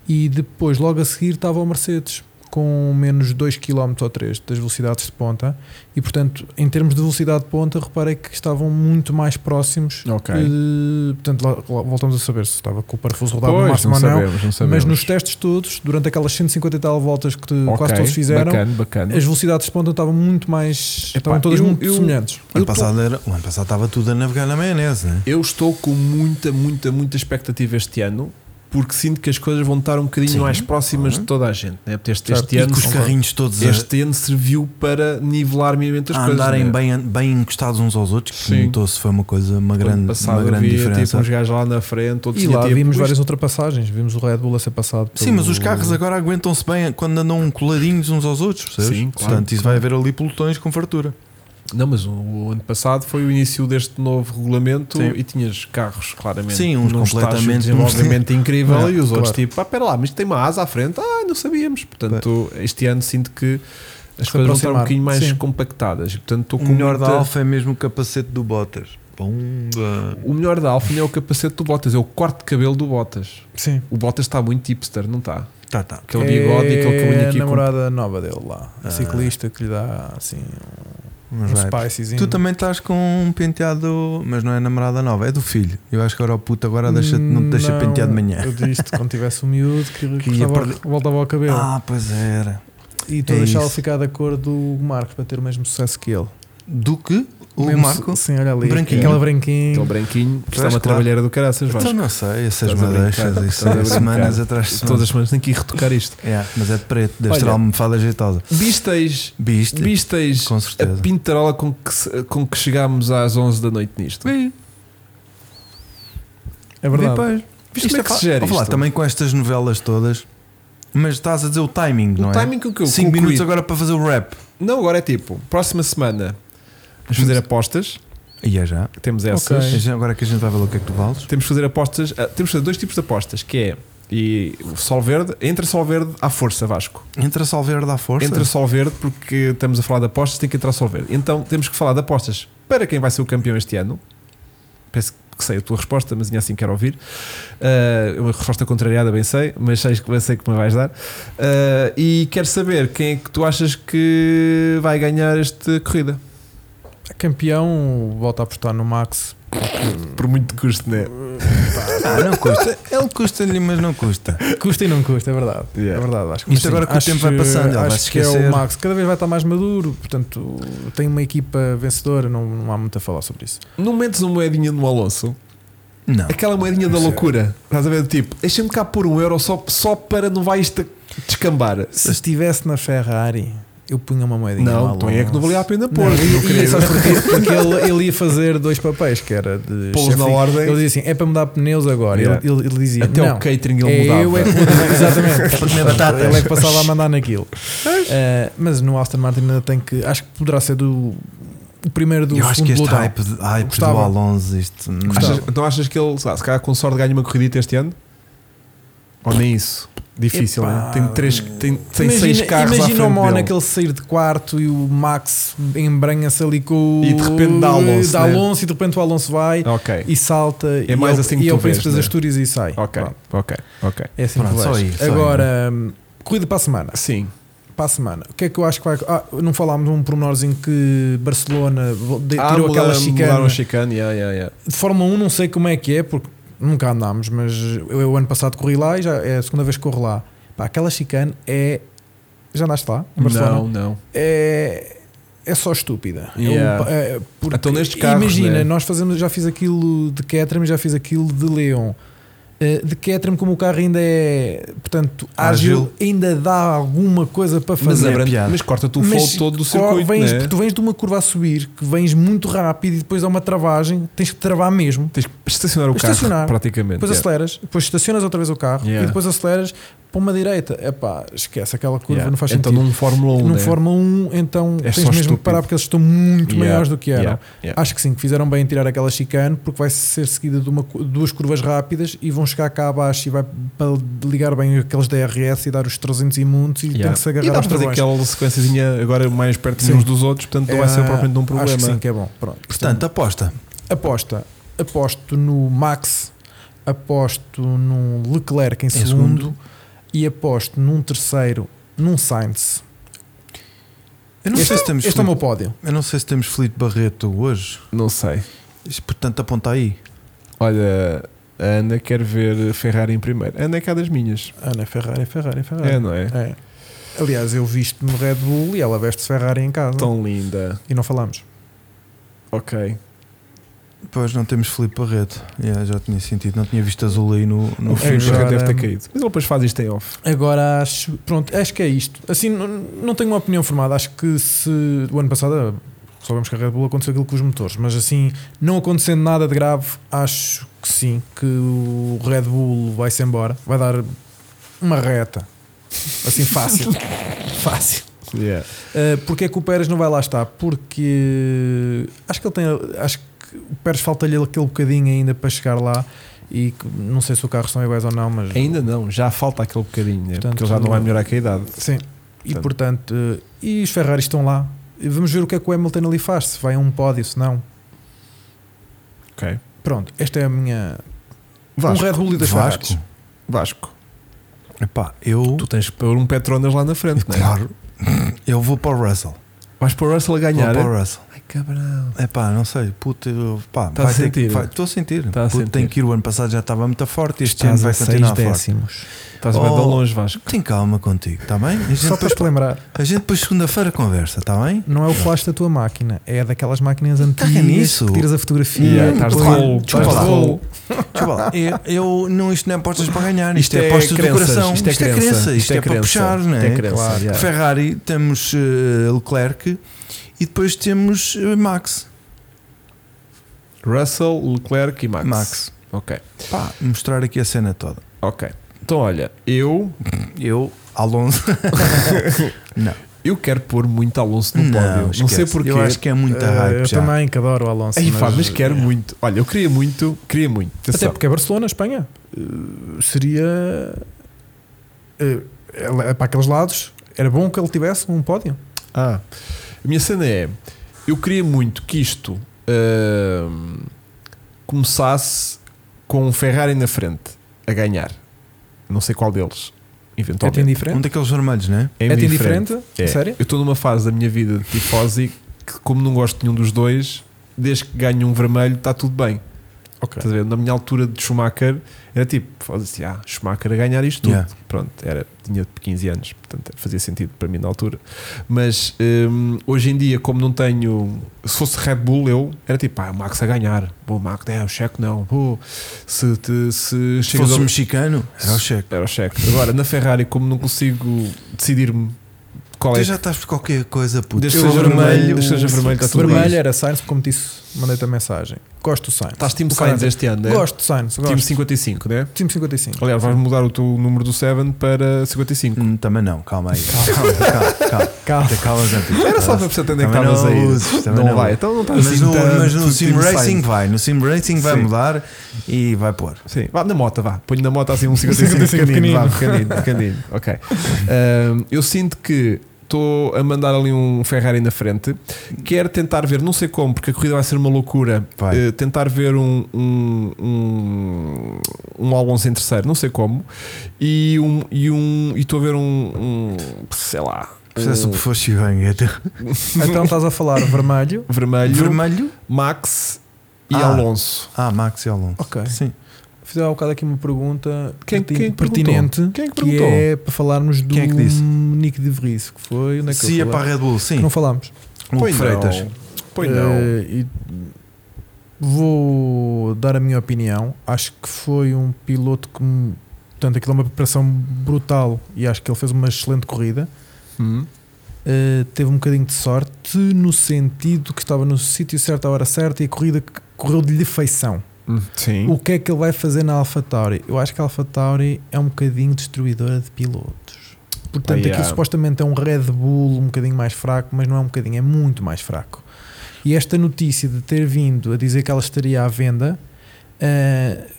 S3: E depois, logo a seguir, estava o Mercedes, com menos 2 km ou 3 das velocidades de ponta, e portanto, em termos de velocidade de ponta, reparei que estavam muito mais próximos.
S1: ok.
S3: Eh, portanto, lá, lá voltamos a saber se estava com o parafuso rodado no
S1: Pois,
S3: máximo
S1: não
S3: ou não.
S1: sabemos, não sabemos.
S3: Mas nos testes todos, durante aquelas 150 e tal voltas que quase
S1: Ok,
S3: todos fizeram,
S1: Bacana, bacana.
S3: as velocidades de ponta estavam muito mais.
S1: Epá,
S3: estavam todas
S1: eu-
S3: muito
S1: eu-
S3: semelhantes.
S2: O ano, passado era- o ano passado estava tudo a navegar na maionese, né?
S1: Eu estou com muita, muita, muita expectativa este ano. Porque sinto que as coisas vão estar um bocadinho
S2: Sim,
S1: mais próximas
S2: claro.
S1: de toda a gente, né? Porque este,
S3: Certo.
S1: este
S2: E
S1: ano
S2: com É os carrinhos todos a-
S1: este ano serviu para nivelar minimamente as
S2: a,
S1: coisas.
S2: andarem
S1: né?
S2: bem, bem encostados uns aos outros, que
S1: Sim.
S2: notou-se foi uma coisa, uma
S1: Ano
S2: grande,
S1: passado
S2: uma grande
S1: havia,
S2: diferença.
S1: Tipo, uns gajos lá na frente, outros
S3: E
S1: tinha,
S3: lá
S1: tipo,
S3: vimos
S1: isto-
S3: várias ultrapassagens, vimos o Red Bull a ser passado.
S2: Sim, mas os carros agora aguentam-se bem quando andam coladinhos uns aos outros, percebes?
S1: Sim, claro.
S2: Portanto, isso vai haver ali pelotões com fartura.
S1: Não, mas o, o ano passado foi o início deste novo regulamento
S2: Sim.
S1: e tinhas carros, claramente,
S2: Sim, uns
S1: num estágio
S2: completamente-
S1: de desenvolvimento incrível
S2: Não,
S1: e os outros
S3: claro.
S1: tipo, pá, espera lá, mas tem uma asa à frente, ah, não sabíamos. Portanto, este ano sinto que as
S3: Se
S1: coisas vão estar um
S3: aproximaram,
S1: bocadinho mais
S3: sim.
S1: compactadas. E, portanto, estou
S2: O
S1: com
S2: melhor
S1: muita-
S2: da Alfa é mesmo o capacete do Bottas.
S4: Pumba.
S1: O melhor da Alfa é o capacete do Bottas, é o corte de cabelo do Bottas.
S3: Sim.
S1: O Bottas está muito hipster, não está?
S2: Tá, tá.
S1: Aquele bigode e aquele
S3: é
S1: cabelinho
S3: a
S1: aqui. Com...
S3: namorada nova dele lá, a
S2: Ah.
S3: ciclista que lhe dá assim um
S2: Mas vai.
S3: spicyzinho.
S2: Tu também estás com um penteado, mas não é namorada nova, é do filho. Eu acho que agora o puto agora deixa, não te deixa pentear de manhã.
S3: Eu disse quando tivesse um miúdo que,
S2: Que ia
S3: cortava- voltava ao cabelo.
S2: Ah, pois era.
S3: e tu
S2: é
S3: deixá-lo
S2: isso.
S3: ficar da cor do Marcos para ter o mesmo sucesso que ele.
S2: Do que? O
S3: Mesmo
S2: Marco?
S3: se- Sim, olha ali.
S2: Branquinho.
S3: Aquela branquinha.
S1: Aquele branquinho, que
S2: Pois,
S1: está uma
S2: claro.
S1: trabalheira do caraças,
S2: Então
S1: Vasco.
S2: não sei, essas
S1: Estás a
S2: madeixas,
S1: brincar,
S2: isso
S1: estás a
S2: é
S1: brincar.
S2: semanas atrás de
S1: Todas
S2: semanas.
S1: as semanas tenho que ir retocar isto.
S2: É, mas é de preto, deve
S1: Olha.
S2: ter alguma fada jeitosa.
S1: Bisteis,
S2: Viste?
S1: bisteis,
S2: Tipo, Com
S1: a
S2: certeza.
S1: pintarola com que, se- com que chegámos às 11 da noite nisto.
S3: É verdade.
S2: Depois.
S1: Viste como
S2: Isto
S1: é que
S2: fa-
S1: se gera
S2: Vou falar
S1: isto?
S2: também com estas novelas todas, mas estás a dizer o timing,
S1: O
S2: não é?
S1: timing com que eu
S2: 5 minutos
S1: concluí.
S2: agora Uhum. para fazer o rap.
S1: Não, agora é tipo, próxima semana vamos fazer apostas.
S2: E é já.
S1: Temos essas.
S3: Ok.
S2: É já Agora que a gente vai ver o que é que tu vales.
S1: Temos que fazer apostas. ah, temos que fazer dois tipos de apostas, que é e o Sol Verde, entra Sol Verde à força, Vasco.
S2: Entra Salveiro à força.
S1: Entra Sol Verde, porque estamos a falar de apostas, tem que entrar Sol Verde. Então temos que falar de apostas para quem vai ser o campeão este ano. Penso que sei a tua resposta, mas ainda assim quero ouvir. Ah, É uma resposta contrariada, bem sei, mas sei que, sei que me vais dar. Ah, e quero saber quem é que tu achas que vai ganhar esta corrida.
S3: Campeão, volta a apostar no Max.
S1: Por muito custo, né?
S2: Ah, não custa. Ele custa-lhe, mas não custa.
S3: Custa e não custa, é verdade.
S1: Yeah.
S3: É verdade, acho que
S2: Isto
S3: mas
S2: agora
S3: sim,
S2: que o
S3: acho
S2: tempo vai passando, ele vai
S3: acho
S2: se
S3: que é
S2: esquecer.
S3: o Max, cada vez vai estar mais maduro, portanto, tem uma equipa vencedora, não, não há muito a falar sobre isso.
S1: Não metes uma moedinha no Alonso?
S2: Não.
S1: Aquela moedinha da loucura. Estás a ver? Tipo, deixa-me cá pôr um euro só, só para não vai isto descambar.
S3: Se estivesse na Ferrari, eu punha uma moedinha.
S1: Não,
S3: lá
S1: então é que não valia a pena pôr.
S3: Não,
S1: meu
S3: e, e é
S1: querido.
S3: só porque, porque ele, ele ia fazer dois papéis, que era de
S1: Pô-los na
S3: chefe-
S1: ordem.
S3: Ele dizia assim: é para mudar pneus agora.
S1: Yeah.
S3: Ele, ele- ele dizia:
S1: Até
S3: não,
S1: o catering ele
S3: é
S1: mudava.
S3: eu é que vou- exatamente.
S2: Primeiro batatas.
S3: Ele é que passava a mandar naquilo. Eh, mas no Aston Martin ainda tem que. Acho que poderá ser do o primeiro do
S2: Eu acho que
S3: segundo
S2: este
S3: pelotão.
S2: hype, de- hype do
S3: Gostava.
S2: Alonso, isto. não-
S1: Achas- então achas que ele, sei lá, se calhar com sorte ganha uma corridita este ano? Ou nem isso? Difícil,
S3: Epá,
S1: né? Tem, três, tem, tem
S3: imagina,
S1: seis carros à
S3: Imagina
S1: frente
S3: o Mónaco
S1: dele.
S3: ele sair de quarto e o Max embranha-se ali com o.
S1: E de repente dá Alonso,
S3: dá
S1: né?
S3: Alonso e de repente o Alonso vai
S1: Ok,
S3: e salta.
S1: É mais
S3: e
S1: assim
S3: o,
S1: que
S3: e
S1: tu
S3: é o
S1: vês,
S3: Príncipe das
S1: né?
S3: Astúrias e sai.
S1: ok,
S3: Pronto,
S1: ok, ok.
S3: é assim
S2: Pronto,
S3: que
S2: só
S3: vais.
S2: aí, só aí.
S3: Agora, hum, corrida para a semana.
S1: Sim,
S3: Para a semana. O que é que eu acho que vai. Ah, não falámos de um pormenorzinho que Barcelona de-
S1: Ah,
S3: tirou aquela
S1: mudaram-
S3: chicana.
S1: mudaram a chicane, yeah, yeah, yeah.
S3: De Fórmula 1 não sei como é que é, porque nunca andámos, mas eu, eu ano passado corri lá e já é a segunda vez que corro lá. Pá, aquela chicane é. Já andaste lá? Em Barcelona?
S1: Não, não.
S3: É. É só estúpida. É um
S1: Yeah.
S3: pa- é, porque-
S1: Então nestes carros,
S3: Imagina,
S1: né?
S3: nós fazemos, já fiz aquilo de Caterham, já fiz aquilo de Leon. Eh, De Caterham, como o carro ainda é, portanto, ágil,
S2: Ágil.
S3: ainda dá alguma coisa para
S1: Mas,
S3: fazer.
S1: abrange-
S2: piada.
S1: mas corta-te o
S3: é Mas
S1: fogo todo do
S3: co-
S1: circuito,
S3: vens-
S1: né?
S3: Tu vens de uma curva a subir, que vens muito rápido e depois há uma travagem, tens que travar mesmo.
S1: Tens que estacionar o
S3: Estacionar.
S1: carro, praticamente.
S3: Depois
S1: yeah.
S3: aceleras, depois estacionas outra vez o carro
S1: Yeah.
S3: e depois aceleras para uma direita. Epá, esquece, aquela curva
S1: Yeah.
S3: não faz
S1: então
S3: sentido.
S1: num Fórmula 1,
S3: Num
S1: né?
S3: Fórmula 1, então
S1: É
S3: tens
S1: só
S3: mesmo
S1: estúpido.
S3: que parar porque eles estão muito
S1: Yeah,
S3: maiores do que eram.
S1: yeah, yeah.
S3: Acho que sim, que fizeram bem em tirar aquela chicane porque vai ser seguida de uma cu- duas curvas rápidas e vão chegar cá abaixo e vai para ligar bem aqueles DRS e dar os 300 imundos e tem que se agarrar
S1: e dá
S3: aos
S1: para fazer
S3: travões.
S1: aquela sequenciazinha agora mais perto
S3: Sim.
S1: uns dos outros, portanto não vai ser
S3: É,
S1: propriamente um
S3: Acho que sim,
S1: problema.
S3: que é bom. Pronto.
S2: Portanto, aposta.
S3: Aposta. Aposto no Max, aposto no Leclerc em, segundo,
S2: segundo.
S3: e aposto num terceiro, num Sainz.
S2: Eu não,
S3: este
S2: sei se temos
S3: este é o meu
S2: Filipe,
S3: pódio.
S2: eu não sei se temos Filipe Barreto hoje.
S1: Não sei.
S2: Isto, Portanto, aponta aí.
S1: Olha, a Ana quer ver Ferrari em primeiro. A Ana é cá das minhas.
S3: Ana Ferrari, Ferrari, Ferrari.
S1: É, não é?
S3: É. Aliás, eu visto-me Red Bull e ela veste Ferrari em casa
S1: Tão linda.
S3: e não falamos.
S1: Ok.
S2: Pois não temos Filipe Barreto. Yeah, já tinha sentido, não tinha visto azul aí no, no
S1: O
S3: É,
S1: filme
S3: agora-
S1: deve ter caído. Mas ele depois faz isto em off.
S3: Agora acho, pronto, acho que é isto. Assim, não, não tenho uma opinião formada. Acho que se o ano passado soubemos que a Red Bull aconteceu aquilo com os motores, mas assim, não acontecendo nada de grave, acho que sim, que o Red Bull vai-se embora, vai dar uma reta. Assim, fácil. fácil.
S1: Yeah.
S3: Uh, porque é que o Pérez não vai lá estar? Porque eh, acho que ele tem. Acho que o Pérez falta-lhe aquele bocadinho ainda para chegar lá e que- não sei se o carro são iguais ou não, mas.
S1: Ainda não, já falta aquele bocadinho, né?
S3: Portanto,
S1: porque ele já não vai melhorar com a idade.
S3: Sim. E portanto, eh, e os Ferraris estão lá. E vamos ver o que é que o Hamilton ali faz, se vai a um pódio, se não.
S1: Ok.
S3: Pronto, esta é a minha.
S1: Vasco.
S3: Um Red Bull e das
S2: Vasco.
S3: Ferraris.
S1: Vasco.
S2: Epá, eu,
S1: Tu tens que pôr um Petronas lá na frente, não é?
S2: claro, eu vou para o Russell.
S1: Vais para o Russell a
S2: Vou
S1: ganhar.
S2: para
S1: é?
S2: o Russell.
S1: Ai cabrão.
S2: Epá, não sei, puto, eu- pá,
S1: Tá a sentir?
S2: Estou a sentir.
S1: Tá a
S2: puto,
S1: sentir.
S2: Tenho que ir. O ano passado já estava muito forte, este ano
S3: Estás
S2: vai
S3: a
S2: um continuar
S3: 6
S2: forte.
S3: décimos.
S1: Estás a ver de
S2: Oh.
S1: longe, Vasco.
S2: Tem calma contigo, está bem? A gente,
S3: Só para
S2: depois,
S3: te lembrar,
S2: a gente depois segunda-feira conversa, está bem?
S3: não é o flash da tua máquina, é daquelas máquinas antigas
S2: nisso.
S3: que tiras a fotografia.
S1: Yeah, estás de
S3: põe-
S1: rolo,
S3: estás
S1: estás
S3: de
S1: de
S3: rolo.
S2: Deixa eu falar. Eu, eu não, isto não é apostas para ganhar, isto,
S1: Isto
S2: é
S1: é
S2: apostas do
S1: crenças,
S2: coração,
S1: isto é crença,
S2: isto,
S1: isto é
S2: é para
S1: crença,
S2: puxar, não
S1: isto
S2: é?
S1: é crença,
S2: Claro.
S1: yeah.
S2: Ferrari, temos eh, Leclerc e depois temos eh, Max.
S1: Russell, Leclerc e Max.
S2: Max.
S1: Ok.
S2: Pá, mostrar aqui a cena toda.
S1: Ok. Então olha, eu,
S2: Eu, Alonso, não,
S1: eu quero pôr muito Alonso no
S2: não,
S1: pódio. Não sei
S2: esquece.
S1: porquê.
S2: Eu acho que é muita
S3: Eh,
S2: hype
S3: eu
S2: já.
S3: também que adoro o Alonso. eh,
S1: Ei, pá, mas quero muito. Olha, eu queria muito, queria muito.
S3: é. Até
S1: Atenção.
S3: porque é Barcelona, Espanha. Eh, seria. eh, ela- para aqueles lados, era bom que ele tivesse um pódio.
S1: Ah, a minha cena é: eu queria muito que isto ahm, começasse com um Ferrari na frente a ganhar. Não sei qual deles,
S3: É
S1: eventualmente.
S2: Um
S3: indiferente.
S2: daqueles vermelhos, não é?
S3: É indiferente.
S1: É.
S3: Sério?
S1: Eu estou numa fase da minha vida de tifosi que, como não gosto de nenhum dos dois, desde que ganho um vermelho, está tudo bem.
S3: Ok.
S1: Estás a ver? Na minha altura de Schumacher, era tipo, foda-se, ah, Schumacher a ganhar isto tudo.
S2: Yeah.
S1: Pronto, era, tinha 15 anos, portanto fazia sentido para mim na altura. Mas hum, hoje em dia, como não tenho. Se fosse Red Bull, eu era tipo, ah, o Max a ganhar. Pô, Max, é, o checo não. Pô, se, te, se
S2: Se
S1: chegas
S2: fosse um
S1: ao-
S2: mexicano, era o cheque.
S1: Era o checo. Agora, na Ferrari, como não consigo decidir-me qual
S2: Tu
S1: é
S2: já estás por qualquer coisa, puto.
S1: Desde
S3: que
S2: Eu
S3: seja
S2: vermelho-
S3: vermelho,
S1: desde que seja vermelho, está É tudo
S3: Vermelho
S1: bem.
S3: era Sainz, como te disse, mandei-te a mensagem. Gosto do Sainz.
S1: Estás Team
S3: Do
S1: Sainz
S3: caralho.
S1: este ano, né?
S3: Gosto de Sainz, gosto.
S1: Team 55, né?
S3: Time 55.
S1: Aliás, vais mudar o teu número do 7 para 55.
S2: Hum, Também não, calma aí. Calma, calma, calma.
S3: Calma.
S2: Calma, Zanti.
S1: Era só para você entender é que
S2: Também
S1: estavas
S2: não
S1: aí.
S2: uses, também
S1: não,
S2: não.
S1: vai. Então não estás
S2: Mas
S1: assim
S2: no,
S1: tanto
S2: mas no
S1: Team
S2: Sim Racing
S1: Sainz.
S2: vai, no Sim Racing vai
S1: Sim.
S2: mudar e vai pôr.
S1: Sim, vá na moto, vá. Ponho na moto assim um 55,
S3: 55
S1: pequenino, vá,
S3: pequenino.
S1: pequenino, pequenino. Ok. Ahm, eu sinto que estou a mandar ali um Ferrari na frente. Quero tentar ver, não sei como, porque a corrida vai ser uma loucura.
S2: Vai.
S1: eh, tentar ver um, um, um, um Alonso em terceiro, não sei como. E um. E um- e estou a ver um, um, Sei lá.
S2: Processo
S1: um
S2: por fosse ganha.
S3: Então estás a falar vermelho.
S1: vermelho,
S2: Vermelho?
S1: Max e
S2: Ah.
S1: Alonso.
S2: Ah, Max e Alonso.
S3: Ok.
S2: Sim.
S3: Fiz há um bocado aqui uma pergunta
S1: Quem-
S3: perti-
S1: quem perguntou?
S3: pertinente
S1: Quem é que
S3: que,
S1: perguntou?
S3: é para falarmos do
S2: Quem é que disse?
S3: Nick de Vries, que foi onde é que
S2: Se
S3: eu
S2: ia
S3: falei?
S2: para a Red Bull, sim.
S3: Que não falámos.
S2: Hugo
S1: Pois não.
S2: Freitas.
S1: Pois não.
S3: Eh, e vou dar a minha opinião. Acho que foi um piloto que. me- Portanto, aquilo é uma preparação brutal e acho que ele fez uma excelente corrida.
S1: Hum.
S3: Uh, teve um bocadinho de sorte no sentido que estava no sítio certo à hora certa e a corrida que correu de lhe feição.
S1: Hum, Sim.
S3: O que é que ele vai fazer na AlphaTauri? Eu acho que a AlphaTauri é um bocadinho destruidora de pilotos. Portanto,
S1: Ah, yeah.
S3: aquilo supostamente é um Red Bull um bocadinho mais fraco, mas não é um bocadinho, é muito mais fraco. E esta notícia de ter vindo a dizer que ela estaria à venda, uh,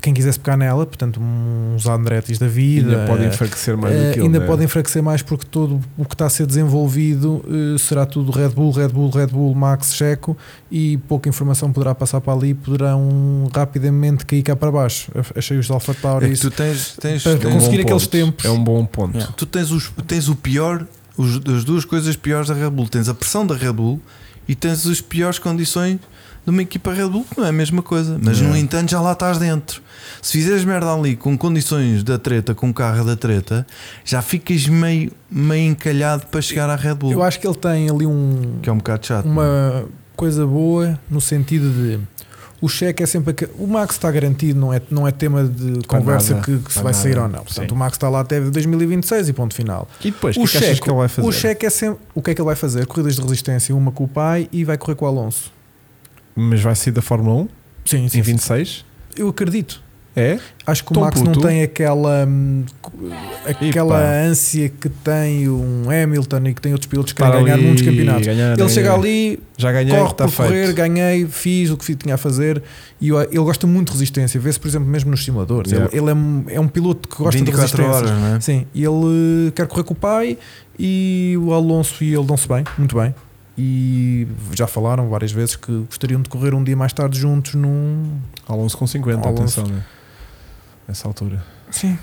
S3: quem quisesse pegar nela, portanto, uns Andrettis da vida,
S1: ainda pode enfraquecer mais
S3: eh,
S1: do que ele,
S3: ainda
S1: né?
S3: pode enfraquecer mais porque todo o que está a ser desenvolvido eh, será tudo Red Bull, Red Bull, Red Bull, Max, Checo e pouca informação poderá passar para ali e poderão rapidamente cair cá para baixo. Achei os Alpha
S2: É que
S3: Tauris
S2: tu tens, tens,
S3: Para
S1: É um
S2: tens-
S3: conseguir
S1: bom
S3: aqueles
S1: ponto.
S3: tempos.
S1: É um bom ponto.
S2: Yeah. tu tens, os, tens o pior, os, as duas coisas piores da Red Bull. Tens a pressão da Red Bull e tens as piores condições de uma equipa Red Bull, que não é a mesma coisa. Mas
S1: Yeah.
S2: no entanto já lá estás dentro. Se fizeres merda ali com condições da treta, com o carro da treta, já ficas meio, meio encalhado para chegar à Red Bull.
S3: eu acho que ele tem ali um,
S2: que é um bocado chato. não é?
S3: uma coisa boa no sentido de o cheque é sempre aque- o Max está garantido não é não é tema de
S1: Para
S3: conversa
S1: nada,
S3: que, que se
S1: para
S3: vai sair
S1: nada.
S3: ou não portanto
S1: Sim.
S3: o Max está lá até 2026 e ponto final
S1: E depois, o
S3: O
S1: que, é que achas
S3: Checo-
S1: que ele vai fazer?
S3: o cheque é sempre o que é que ele vai fazer corridas de resistência uma com o pai e vai correr com o Alonso
S1: Mas vai sair da Fórmula 1
S3: sim,
S1: em 26?
S3: eu acredito
S1: É?
S3: acho que o
S1: Tão
S3: Max
S1: puto.
S3: não tem aquela hum, co- aquela ânsia que tem um Hamilton e que tem outros pilotos que querem
S1: Para
S3: ganhar
S1: ali,
S3: muitos campeonatos
S1: ganhar,
S3: ele
S1: ganhar.
S3: chega ali
S1: Já ganhei,
S3: corre
S1: está
S3: por
S1: feito.
S3: correr, ganhei, fiz o que fi- tinha a fazer e eu- ele gosta muito de resistência. Vê-se, por exemplo, mesmo nos simuladores.
S1: Yeah.
S3: Ele, ele é, um, é um piloto que gosta de
S2: 24
S3: resistência.
S2: horas, não
S1: né?
S2: é?
S3: eh, Sim, e ele quer correr com o pai e o Alonso e ele dão-se bem, muito bem. e já falaram várias vezes que gostariam de correr um dia mais tarde juntos num.
S1: Alonso com 50,
S3: Alonso.
S1: atenção, né? Nessa altura.
S3: Sim.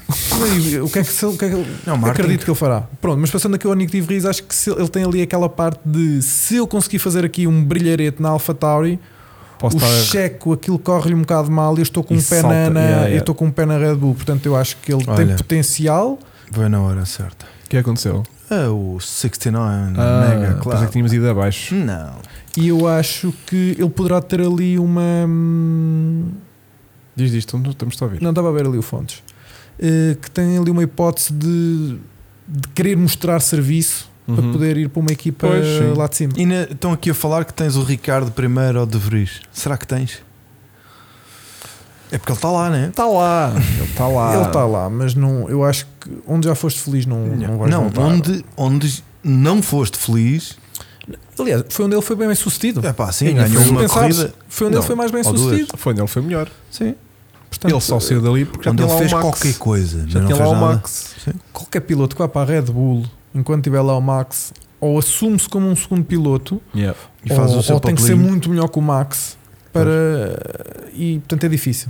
S3: o que é que, se- o que, é que ele-
S1: Ah,
S2: Não, Martin,
S3: acredito que ele fará. Pronto, mas passando aqui ao Nick de Vries, acho que se- ele tem ali aquela parte de se eu conseguir fazer aqui um brilharete na AlphaTauri,
S1: Posso
S3: o
S1: estar.
S3: checo, aquilo corre-lhe um bocado mal e eu estou com
S1: E
S3: um pé
S1: salta,
S3: na, na-
S1: yeah, yeah.
S3: eu estou com um pé na Red Bull, portanto eu acho que ele tem
S2: Olha.
S3: potencial.
S2: Vai na hora certa.
S1: O que aconteceu?
S2: É o 69
S1: Ah,
S2: Mega
S1: pensei que
S2: claro.
S1: tínhamos ido abaixo.
S2: Não.
S3: E eu acho que ele poderá ter ali uma. hum,
S1: Diz isto, não estamos a ouvir.
S3: Não estava a ver ali o Fontes. eh, que tem ali uma hipótese de, de querer mostrar serviço para
S1: Uhum.
S3: poder ir para uma equipa
S1: Pois, sim.
S3: lá de cima.
S2: E na- estão aqui a falar que tens o Ricardo primeiro ou de Vries. Será que tens? É porque ele está lá, né?
S1: Está lá. Ele está lá.
S3: Tá Ele está lá, mas não, eu acho que onde já foste feliz não,
S1: Não.
S3: não vais
S2: Não,
S3: voltar.
S2: onde, onde não foste feliz.
S3: Aliás, foi onde ele foi bem, bem sucedido.
S2: É pá, sim,
S3: E
S2: ganhou
S3: se
S1: um
S2: uma
S3: pensares,
S2: corrida.
S3: Foi onde
S2: Não,
S3: ele foi mais bem
S2: ou duas.
S3: sucedido.
S1: Foi onde ele foi melhor.
S3: Sim.
S1: ele só saiu dali porque já
S2: Onde
S1: tinha
S2: ele
S1: lá
S2: fez
S1: o Max.
S2: qualquer coisa.
S1: Já
S2: mas não
S1: tinha lá
S2: fez
S1: o
S2: nada.
S1: Max.
S3: qualquer piloto que vá para a Red Bull enquanto tiver lá o Max, ou assume-se como um segundo piloto,
S1: Yeah.
S2: E faz
S3: ou,
S2: o seu
S3: ou tem que ser
S2: papelinho.
S3: muito melhor que o Max para. E portanto é difícil.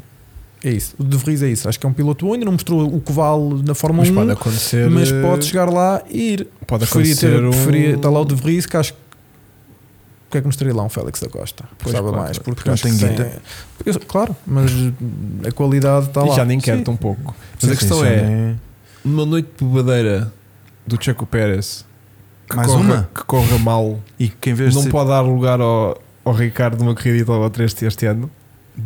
S3: É isso. O De Vries é isso. Acho que é um piloto bom, ainda não mostrou o que vale na Fórmula
S1: um, Mas
S3: 1,
S1: pode acontecer.
S3: mas
S1: eh,
S3: pode chegar lá e ir.
S1: pode
S3: preferia
S1: acontecer.
S3: ter.
S1: um-
S3: Preferia, está lá o De Vries que acho que. O que é que mostraria lá um Félix da Costa?
S1: Pois,
S3: Gostava
S1: claro,
S3: mais,
S1: claro.
S3: porque
S2: Não
S3: acho
S2: tem
S3: que sem-
S2: guita.
S3: Eu- claro, mas a qualidade está lá.
S1: E já nem quero
S3: Sim.
S1: tão pouco. Mas
S2: Sim,
S1: a
S2: sim,
S1: questão
S2: já
S1: é:
S2: nem-
S1: numa noite de bebadeira do Checo Pérez que,
S2: Mais
S1: corra,
S2: uma?
S1: que corra mal,
S2: E tipo, que em vez de
S1: não
S2: ser-
S1: pode dar lugar ao, ao Ricardo numa corrida ou três este ano.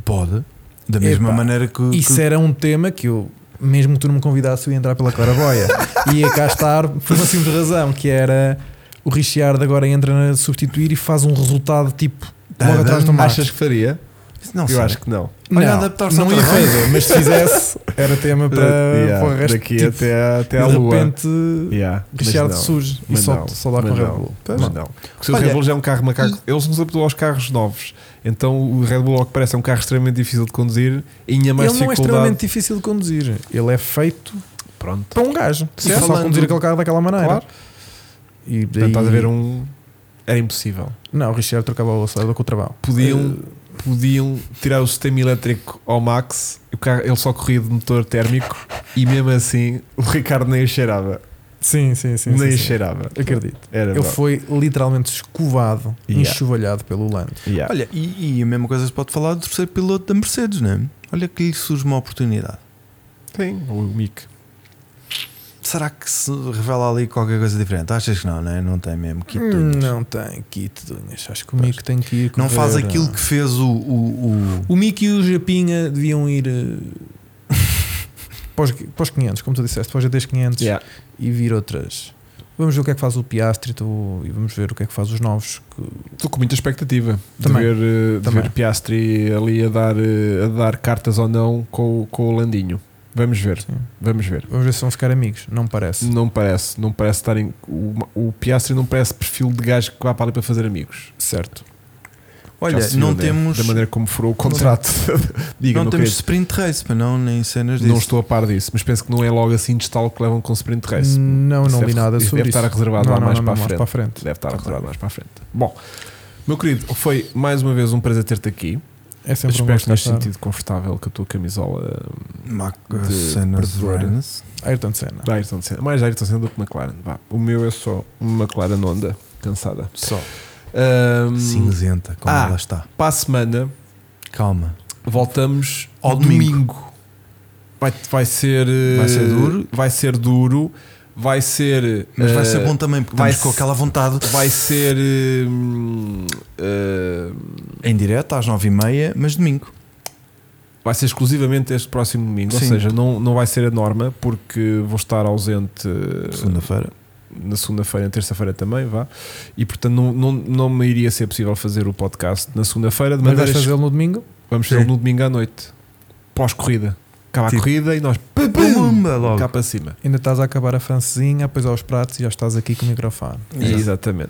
S2: Pode. Da mesma
S3: Epá,
S2: maneira que.
S3: Isso
S2: que-
S3: era um tema que eu, mesmo que tu não me convidasse, eu ia entrar pela claraboia. ia cá estar por uma simples razão, que era o Richard agora entra a substituir e faz um resultado tipo
S2: Ah,
S3: logo atrás do
S2: dá-me-
S3: Max.
S1: Tá, Achas que faria?
S2: Não
S1: é- Eu
S2: sei.
S1: acho que não.
S2: Olha,
S3: não,
S2: adaptar-se
S3: não
S2: ao
S3: ia
S2: trabalho.
S3: fazer, mas se fizesse, era tema para,
S1: Eh, Yeah,
S3: para o resto.
S1: daqui
S3: tipo,
S1: até, até à
S3: de
S1: lua.
S3: repente,
S1: Yeah, mas
S3: Richard
S1: não.
S3: surge e
S1: Mas
S3: só,
S1: não,
S3: só dá com
S1: mas
S3: Red
S1: não,
S3: Bull.
S1: Mas não. Porque o
S2: Olha,
S1: Red Bull já é um carro macaco. Eles não se habituam aos carros novos. Então o Red Bull, ao que parece, é um carro extremamente difícil de conduzir e ainda mais
S3: Ele não é
S1: dificuldade.
S3: extremamente difícil de conduzir, ele é feito
S1: Pronto.
S3: para um gajo. E
S2: Certo.
S3: só conduzir aquele carro daquela maneira.
S1: Claro.
S3: E
S1: Portanto,
S3: daí...
S1: estás a ver um. Era impossível.
S3: Não, o Richard trocava o acelerador com o Eh, travão.
S1: Podiam, podiam tirar o sistema elétrico ao Max, o carro, ele só corria de motor térmico e mesmo assim o Ricardo nem o cheirava.
S3: Sim, sim, sim.
S1: nem
S3: sim,
S1: o
S3: sim.
S1: cheirava.
S3: Acredito.
S1: Era
S3: Ele
S1: bom.
S3: foi literalmente escovado,
S1: Yeah.
S3: enxovalhado pelo Lando.
S1: Yeah.
S2: Olha, e, e a mesma coisa se pode falar do terceiro piloto da Mercedes, não é? Olha que lhe surge uma oportunidade.
S1: Tem o Mick.
S2: Será que se revela ali qualquer coisa diferente? Achas que não, não é? Não tem mesmo kit de unhas.
S3: Hum, Não tem kit de unhas. Acho que o Mick tem que ir.
S2: Não
S3: correr,
S2: faz aquilo
S3: ah.
S2: que fez o. o, o-
S3: O Mick e o Japinha deviam ir. eh, para, os, para os 500, como tu disseste, para os GTs 500 e vir outras. Vamos ver o que é que faz o Piastri tu- e vamos ver o que é que faz os novos. que-
S1: Estou com muita expectativa
S3: Também.
S1: de ver, eh, de
S3: Também.
S1: ver Piastri ali a dar, eh, a dar cartas ou não com, o- com o Landinho. Vamos ver,
S3: sim.
S1: vamos ver.
S3: Vamos ver se vão ficar amigos. Não parece.
S1: Não parece, não parece estarem. O, o Piastri não parece perfil de gajo que vá para ali para fazer amigos.
S3: Certo.
S2: Olha,
S1: Já se viu,
S2: não
S1: né?
S2: temos.
S1: Da maneira como furou o contrato. Diga,
S2: Não
S1: meu
S2: temos
S1: querido.
S2: sprint race, para não, nem cenas disso.
S1: Não estou a par disso, mas penso que não é logo assim de estalo que levam com sprint race.
S3: Não,
S1: Isso
S3: não
S1: deve-
S3: li nada
S1: isso
S3: sobre
S1: deve
S3: isso.
S1: estar reservado
S3: Não,
S1: lá
S3: não,
S1: mais
S3: não,
S1: para a
S3: não,
S1: frente.
S3: para a frente.
S1: Deve estar reservado mais para a frente. Bom, meu querido, foi mais uma vez um prazer ter-te aqui.
S3: É sempre um
S1: Espero que
S3: gosto
S1: tenhas
S3: gastar.
S1: sentido confortável com a tua camisola hum,
S2: Mac- uh,
S1: de
S2: cenas
S1: perdedora.
S2: Reynolds.
S3: Ayrton Senna.
S1: da Ayrton Senna. Mais Ayrton Senna do que McLaren. Vá. O meu é só uma McLaren onda cansada.
S2: Só.
S1: Hum,
S2: Cinzenta, como
S1: Ah.
S2: ela está.
S1: para a semana
S2: Calma.
S1: voltamos
S2: Ao
S1: domingo.
S2: domingo.
S1: Vai, vai ser. eh,
S2: Vai ser duro.
S1: Vai ser duro. Vai ser.
S2: Mas vai
S1: eh,
S2: ser bom também, porque
S1: vai
S2: estamos com
S1: se-
S2: aquela vontade.
S1: Vai ser. eh, hum, eh,
S2: Em direto, às nove e meia, mas domingo.
S1: vai ser exclusivamente este próximo domingo. Ou
S2: Sim.
S1: seja, não, não vai ser a norma, porque vou estar ausente eh,
S2: Segunda-feira.
S1: na segunda-feira e na terça-feira também, vá. E portanto não, não, não me iria ser possível fazer o podcast na segunda-feira, de
S3: Mas vais
S1: maneira ex-
S3: fazê-lo no domingo?
S1: vamos fazer
S2: Sim.
S1: no domingo à noite, pós-corrida. Acaba a
S2: Tipo,
S1: corrida e nós
S2: Pumba, logo.
S1: cá para cima.
S3: Ainda estás a acabar a francesinha, depois aos pratos e já estás aqui com o microfone.
S2: Exato.
S1: Exatamente.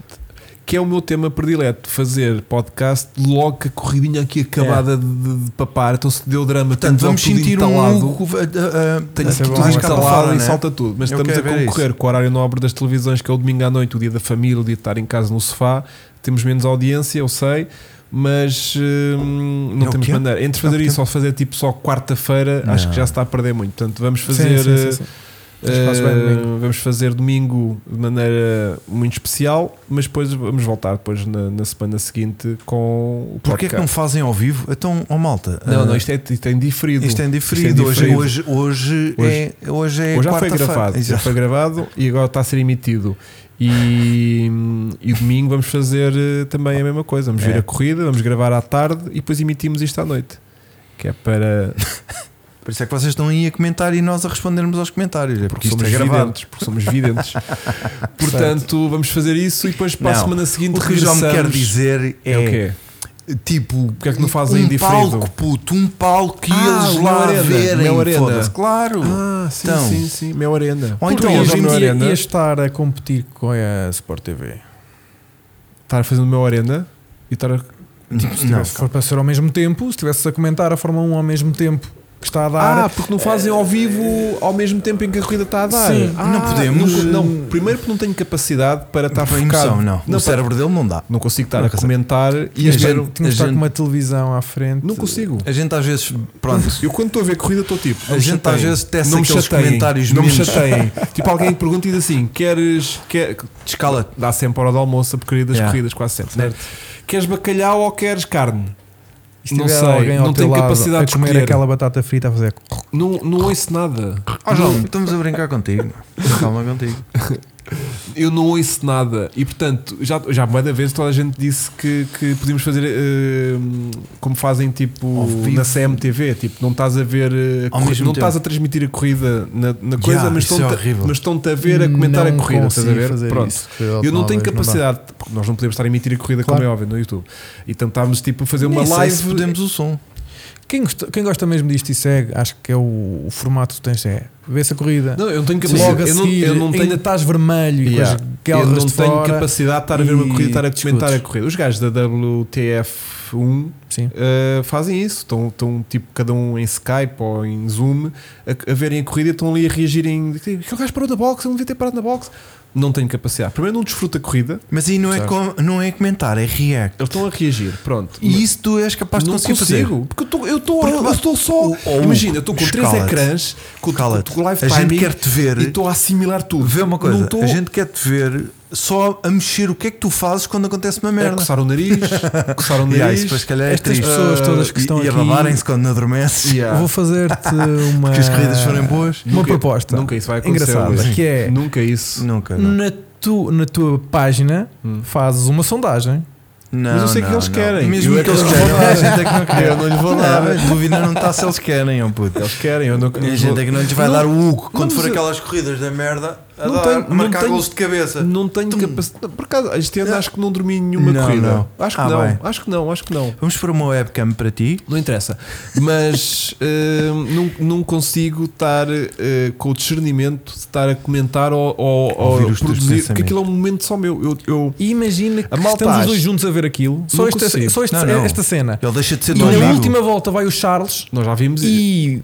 S1: Que é o meu tema predileto, fazer podcast logo que a corridinha aqui acabada de, de papar, então se deu drama,
S2: É. Portanto,
S1: temos logo
S2: vamos
S1: tudo
S2: sentir um
S1: entalado,
S2: Hugo. a- a- a-
S1: tenho
S3: Isso é
S1: tudo
S3: bom,
S2: mais cá para
S1: entalado
S2: fora,
S1: e
S2: né?
S1: salta tudo. Mas
S2: Eu
S1: estamos a
S2: quero ver
S1: concorrer com o horário nobre das televisões, que é o domingo à noite, o dia da família, o dia de estar em casa no sofá, Temos menos audiência, eu sei, mas hum, não
S2: É o
S1: temos
S2: quê?
S1: maneira. Entre fazer
S2: Não,
S1: isso ou fazer tipo só quarta-feira,
S2: Não.
S1: acho que já se está a perder muito. Portanto, vamos
S3: Sim,
S1: fazer.
S3: sim, sim, sim. Mas
S1: eh,
S3: faz bem domingo.
S1: vamos fazer domingo de maneira muito especial, mas depois vamos voltar depois na, na semana seguinte com o
S2: Porquê é que não
S1: podcast.
S2: fazem ao vivo? Então, ó malta.
S1: Não,
S2: ah,
S1: não, isto é, isto é indiferido.
S2: isto é
S1: Isto é
S2: indiferido.
S1: indiferido.
S2: Hoje, hoje, hoje, é, hoje é
S1: Hoje já foi
S2: quarta-feira.
S1: gravado, já
S2: Exato.
S1: foi gravado e agora está a ser emitido. E, e domingo vamos fazer eh, também a mesma coisa. Vamos ver
S2: É.
S1: a corrida, vamos gravar à tarde e depois emitimos isto à noite. Que é para.
S2: Por isso é que vocês estão aí a comentar e nós a respondermos aos comentários. É
S1: Porque
S2: porque,
S1: somos
S2: isto é gravado.
S1: videntes. Porque somos videntes. Portanto, vamos fazer isso e depois para a
S2: Não.
S1: semana seguinte
S2: O que o João me quer
S1: regressamos.
S2: dizer é,
S1: É o quê?
S2: tipo,
S1: Porque é que não fazem
S2: um
S1: indiferido?
S2: palco, puto, um palco que
S1: Ah,
S2: eles
S1: o
S2: lá
S1: Meu Arena,
S2: verem.
S1: Meu Arena.
S2: foda-se, Claro.
S1: Ah, sim,
S2: Então.
S1: sim, sim. Meu Arena.
S2: Ou então
S3: Então,
S1: Porque
S3: hoje
S1: eu
S3: em
S1: já
S3: dia
S1: não era,
S3: ia
S1: né?
S3: estar a competir com a Sport TV.
S1: Estar a fazer o Meu Arena e estar a.
S2: tipo,
S3: Se, tivesse, se for para ser ao mesmo tempo, se estivesse a comentar a Fórmula 1 ao mesmo tempo que está a dar,
S1: Ah, porque não fazem ao vivo ao mesmo tempo em que a corrida está a dar.
S3: Sim.
S1: Ah,
S2: Não podemos.
S1: Não, não, primeiro porque não tenho capacidade para estar
S2: Não,
S1: focado.
S2: emoção, não.
S1: Não, tá-
S2: o cérebro dele não dá.
S1: pá, não consigo estar
S2: Não
S1: a
S2: consigo.
S1: comentar e
S2: a
S1: a
S2: gente-
S1: ver.
S3: tinha
S2: a
S3: que estar
S2: gente-
S3: com uma televisão à frente.
S1: Não consigo.
S2: A gente às vezes, pronto,
S1: Eu quando estou a ver corrida estou tipo. não
S2: A
S1: me
S2: gente, às
S1: chateiem,
S2: vezes, tece
S1: não me
S2: aqueles
S1: chateiem,
S2: comentários
S1: Não me
S2: menos.
S1: chateiem. tipo alguém pergunta e diz assim: queres. Quer...
S2: descala-te.
S1: Dá sempre a hora do almoço a porcaria das
S2: Yeah.
S1: corridas, quase sempre. né? Queres bacalhau ou queres carne?
S3: Se
S1: não
S3: tiver
S1: sei,
S3: alguém ao
S1: não
S3: teu
S1: tenho
S3: lado
S1: capacidade
S3: a
S1: de
S3: comer
S1: escolher.
S3: aquela batata frita a fazer.
S1: Não, não ouço nada.
S2: Ó João, estamos a brincar contigo. Calma contigo.
S1: Eu não ouço nada e portanto já, já há bué da vez toda a gente disse que, que podíamos fazer eh, como fazem tipo
S2: Ao vivo.
S1: na CMTV, tipo, não estás a ver eh, a
S2: Ao
S1: corri-
S2: mesmo
S1: não
S2: tempo.
S1: estás a transmitir a corrida na, na coisa, mas
S2: isso é
S1: estão-te
S2: horrível.
S1: mas estão-te a ver a comentar a
S3: Não
S1: corrida, estás a
S3: consigo
S1: ver?
S3: fazer
S1: Pronto.
S3: isso, foi a
S1: Eu não
S3: última
S1: tenho
S3: vez, dá.
S1: capacidade, porque nós não podemos estar a emitir a corrida,
S3: Claro.
S1: como é óbvio, no YouTube. E tentámos tipo fazer uma
S2: Nem sei
S1: live.
S2: se podemos o som.
S3: Quem gosta, quem gosta mesmo disto e segue, acho que é o, o formato que tens é vê-se a corrida.
S1: Não, eu não tenho
S3: Logo a
S1: capacidade. Eu não,
S3: seguir,
S1: eu não tenho
S3: ainda estás vermelho e
S1: Yeah.
S3: com as
S1: Eu
S3: galras
S1: não
S3: de
S1: tenho
S3: fora.
S1: capacidade de estar a ver uma
S3: e
S1: corrida e estar a comentar
S3: discutes.
S1: a corrida. Os gajos da WTF1
S3: Sim.
S1: Uh, fazem isso, estão, estão tipo cada um em Skype ou em Zoom a, a verem a corrida e estão ali a reagirem. Aquele gajo parou na box, ele não devia ter parado na box. Não tenho capacidade. Primeiro, não desfruto a corrida,
S2: Mas aí não é,
S1: Certo.
S2: com- não é comentar, é react.
S1: eles estão a reagir. Pronto,
S2: E isso tu és capaz de
S1: não
S2: conseguir
S1: consigo,
S2: fazer.
S1: porque eu estou- eu estou
S2: Porque
S1: eu
S2: vai-
S1: estou só.
S2: Ou- ou-
S1: imagina, eu estou com três
S2: Cala-te.
S1: ecrãs, com, com,
S2: Cala-te.
S1: com live
S2: um, A gente
S1: timing
S2: quer-te ver.
S1: e estou a assimilar tudo.
S2: Vê uma
S1: Não
S2: coisa,
S1: estou
S2: a gente quer-te ver só a mexer o que é que tu fazes quando acontece uma
S1: a
S2: merda.
S1: coçar o nariz, coçar o nariz.
S2: Yeah, isso depois, se calhar, é
S3: Estas
S2: triste.
S3: pessoas todas que
S2: E-
S3: estão
S2: e,
S3: aqui-
S2: abalarem-se quando adormeces.
S1: Yeah.
S3: Eu Vou fazer-te uma.
S2: Porque as corridas
S1: Ah.
S2: forem boas.
S3: Uma
S1: Nunca-
S3: proposta.
S1: Nunca isso vai acontecer.
S3: Engraçada,
S1: Luís.
S3: que é-
S1: Nunca isso.
S2: Nunca,
S1: Hum.
S2: não.
S3: Na, tu, na tua página fazes uma sondagem.
S2: Não,
S1: Mas eu sei que
S2: não,
S1: eles
S2: não.
S1: querem.
S2: Mesmo
S1: Eu é que
S2: que eles
S1: não
S2: querem,
S1: vou dar.
S2: a gente é que não quer.
S1: Eu não lhe vou dar.
S2: Não, a dúvida não está se eles querem, ó puto.
S1: Eles querem, eu não
S2: A gente é que não lhes vai
S1: Não-
S2: dar o Hugo quando
S1: não,
S2: for
S1: mas eu-
S2: aquelas corridas da merda a,
S1: Não
S2: dar,
S1: tenho-
S2: a marcar
S1: não tenho-
S2: golos de cabeça.
S1: Não tenho capacidade. Por acaso, este ano acho que não dormi em nenhuma
S2: Não,
S1: corrida.
S2: não.
S1: Acho que
S2: Ah,
S1: não,
S2: bem.
S1: acho que não, acho que não.
S2: Vamos pôr uma webcam para ti.
S1: Não interessa. Mas hum, não, não consigo estar eh, com o discernimento de estar a comentar ou, ou,
S2: Ouvir
S1: ou
S2: os teus
S1: produzir,
S2: pensamentos.
S1: porque aquilo é um momento só meu. Eu, eu-
S3: E imagina que
S1: A malta
S3: estamos os
S1: acha.
S3: dois juntos a ver aquilo. Só,
S1: Não
S3: esta,
S1: consigo.
S3: só este-
S2: Não, não.
S3: esta cena.
S2: Ele deixa de ser
S3: E
S2: teu
S3: na
S2: amigo.
S3: última volta vai o Charles
S1: nós já vimos
S3: e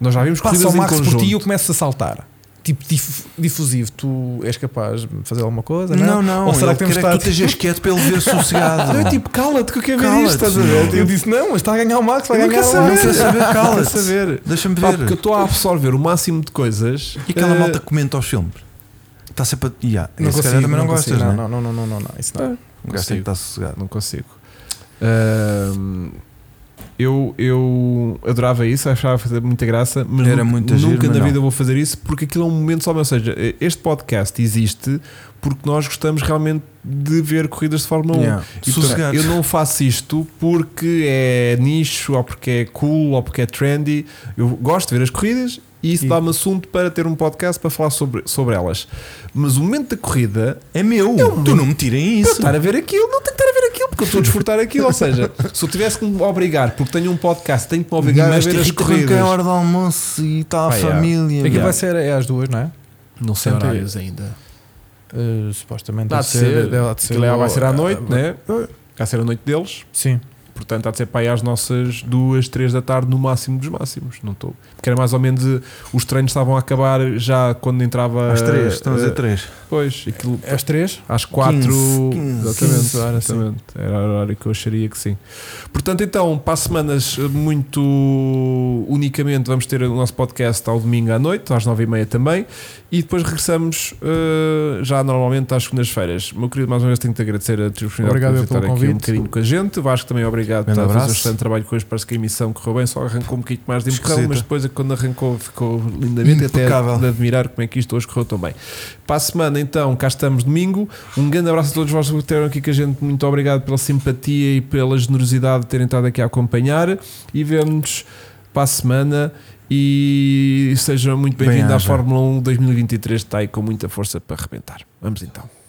S1: nós já vimos
S3: passa
S1: corridas
S3: o
S1: em
S3: Max por ti e eu
S1: conjunto.
S3: começo a saltar. Tipo dif- difusivo, tu és capaz de fazer alguma coisa?
S2: Não, não.
S3: Ou será
S2: ele
S3: que temos
S2: quer é que tu
S3: estado.
S2: estejas quieto para ele ver sossegado.
S1: Eu tipo, cala-te que eu quero ver
S2: Cala-te,
S1: isto, estás a
S2: meu.
S1: ver?
S3: Eu disse, não, mas está a ganhar o Max, vai
S1: Eu não
S3: ganhar
S1: quero
S3: o
S1: saber.
S2: Não
S3: Max.
S2: quero saber,
S1: Quero
S2: cala-te.
S1: saber.
S2: Deixa-me
S1: Pá, porque eu
S2: ver.
S1: estou a absorver o máximo de coisas
S2: E aquela
S1: eh,
S2: malta que comenta aos filmes? Está sempre a. Yeah,
S3: Não
S2: esse cara
S3: consigo,
S2: também não,
S3: não
S2: gostas,
S3: consigo.
S2: né?
S1: é?
S3: Não, não, não, não, não, não, isso não.
S2: Um gajo tem que estar sossegado.
S1: Não consigo. Ahm, eu, eu adorava isso, achava fazer muita graça, mas
S2: Era
S1: nunca,
S2: muito giro,
S1: nunca
S2: mas
S1: na
S2: não.
S1: vida vou fazer isso porque aquilo é um momento só. meu. Ou seja, este podcast existe porque nós gostamos realmente de ver corridas de Fórmula 1.
S2: Yeah.
S1: E, portanto,
S2: Sossegado.
S1: Então, eu não faço isto porque é nicho, ou porque é cool, ou porque é trendy. Eu gosto de ver as corridas e isso
S3: E-
S1: dá-me assunto para ter um podcast para falar sobre, sobre elas. Mas o momento da corrida
S2: É meu. tu não me tirem
S1: para
S2: isso.
S1: estar a ver aquilo, não tenho que estar a ver aquilo, porque eu estou a desfrutar aquilo. Ou seja, se eu tivesse que me obrigar, porque tenho um podcast, tenho que me obrigar
S2: Mas
S1: a ver as
S2: te arranca a
S1: corridas.
S2: hora do almoço e está a
S1: Pá, yeah.
S2: família.
S3: Aqui
S1: Yeah.
S3: vai ser é às duas, não é?
S1: Não sei
S3: Sempre-
S1: horários ainda.
S3: Uh, supostamente
S1: Dá
S3: deve
S1: de ser.
S3: deve- deve de ser.
S1: Aquilo é- vai ser à
S3: Ah,
S1: noite,
S3: ah,
S1: né? Vai ser à noite deles.
S3: Sim.
S1: Portanto, há de ser para aí às nossas duas, três da tarde, no máximo dos máximos. Não estou. Porque era mais ou menos. eh, Os treinos estavam a acabar já quando entrava. eh,
S2: Às três, estão a dizer três.
S1: Pois, aquilo,
S3: É Às três?
S1: às quatro.
S2: 15, 15,
S1: exatamente,
S2: 15,
S1: exatamente. Era o horário que eu acharia que sim. Portanto, então, para as semanas, eh, muito unicamente, vamos ter o nosso podcast ao domingo à noite, às nove e meia também. E depois regressamos eh, já normalmente às segundas-feiras. Meu querido, mais uma vez tenho que te agradecer a tua oportunidade
S3: Obrigado
S1: de
S3: eu pelo
S1: estar aqui um
S3: convite.
S1: bocadinho com a gente. Vasco também obrigado por
S2: Grande
S1: estar a fazer um
S2: abraço.
S1: excelente trabalho com hoje. Parece que a emissão correu bem, só arrancou um bocadinho mais de empurrão,
S2: Esquisita.
S1: mas depois quando arrancou ficou lindamente. Até
S2: Impecável.
S1: de admirar como é que isto hoje correu tão bem. Para a semana, então, cá estamos domingo. Um grande abraço a todos vós que estiveram aqui com a gente. Muito obrigado pela simpatia e pela generosidade de terem estado aqui a acompanhar. E vemo-nos para a semana. E seja muito bem-vindo à um
S2: Bem-aja.
S1: Fórmula 1 2023 que está aí com muita força para arrebentar. Vamos então.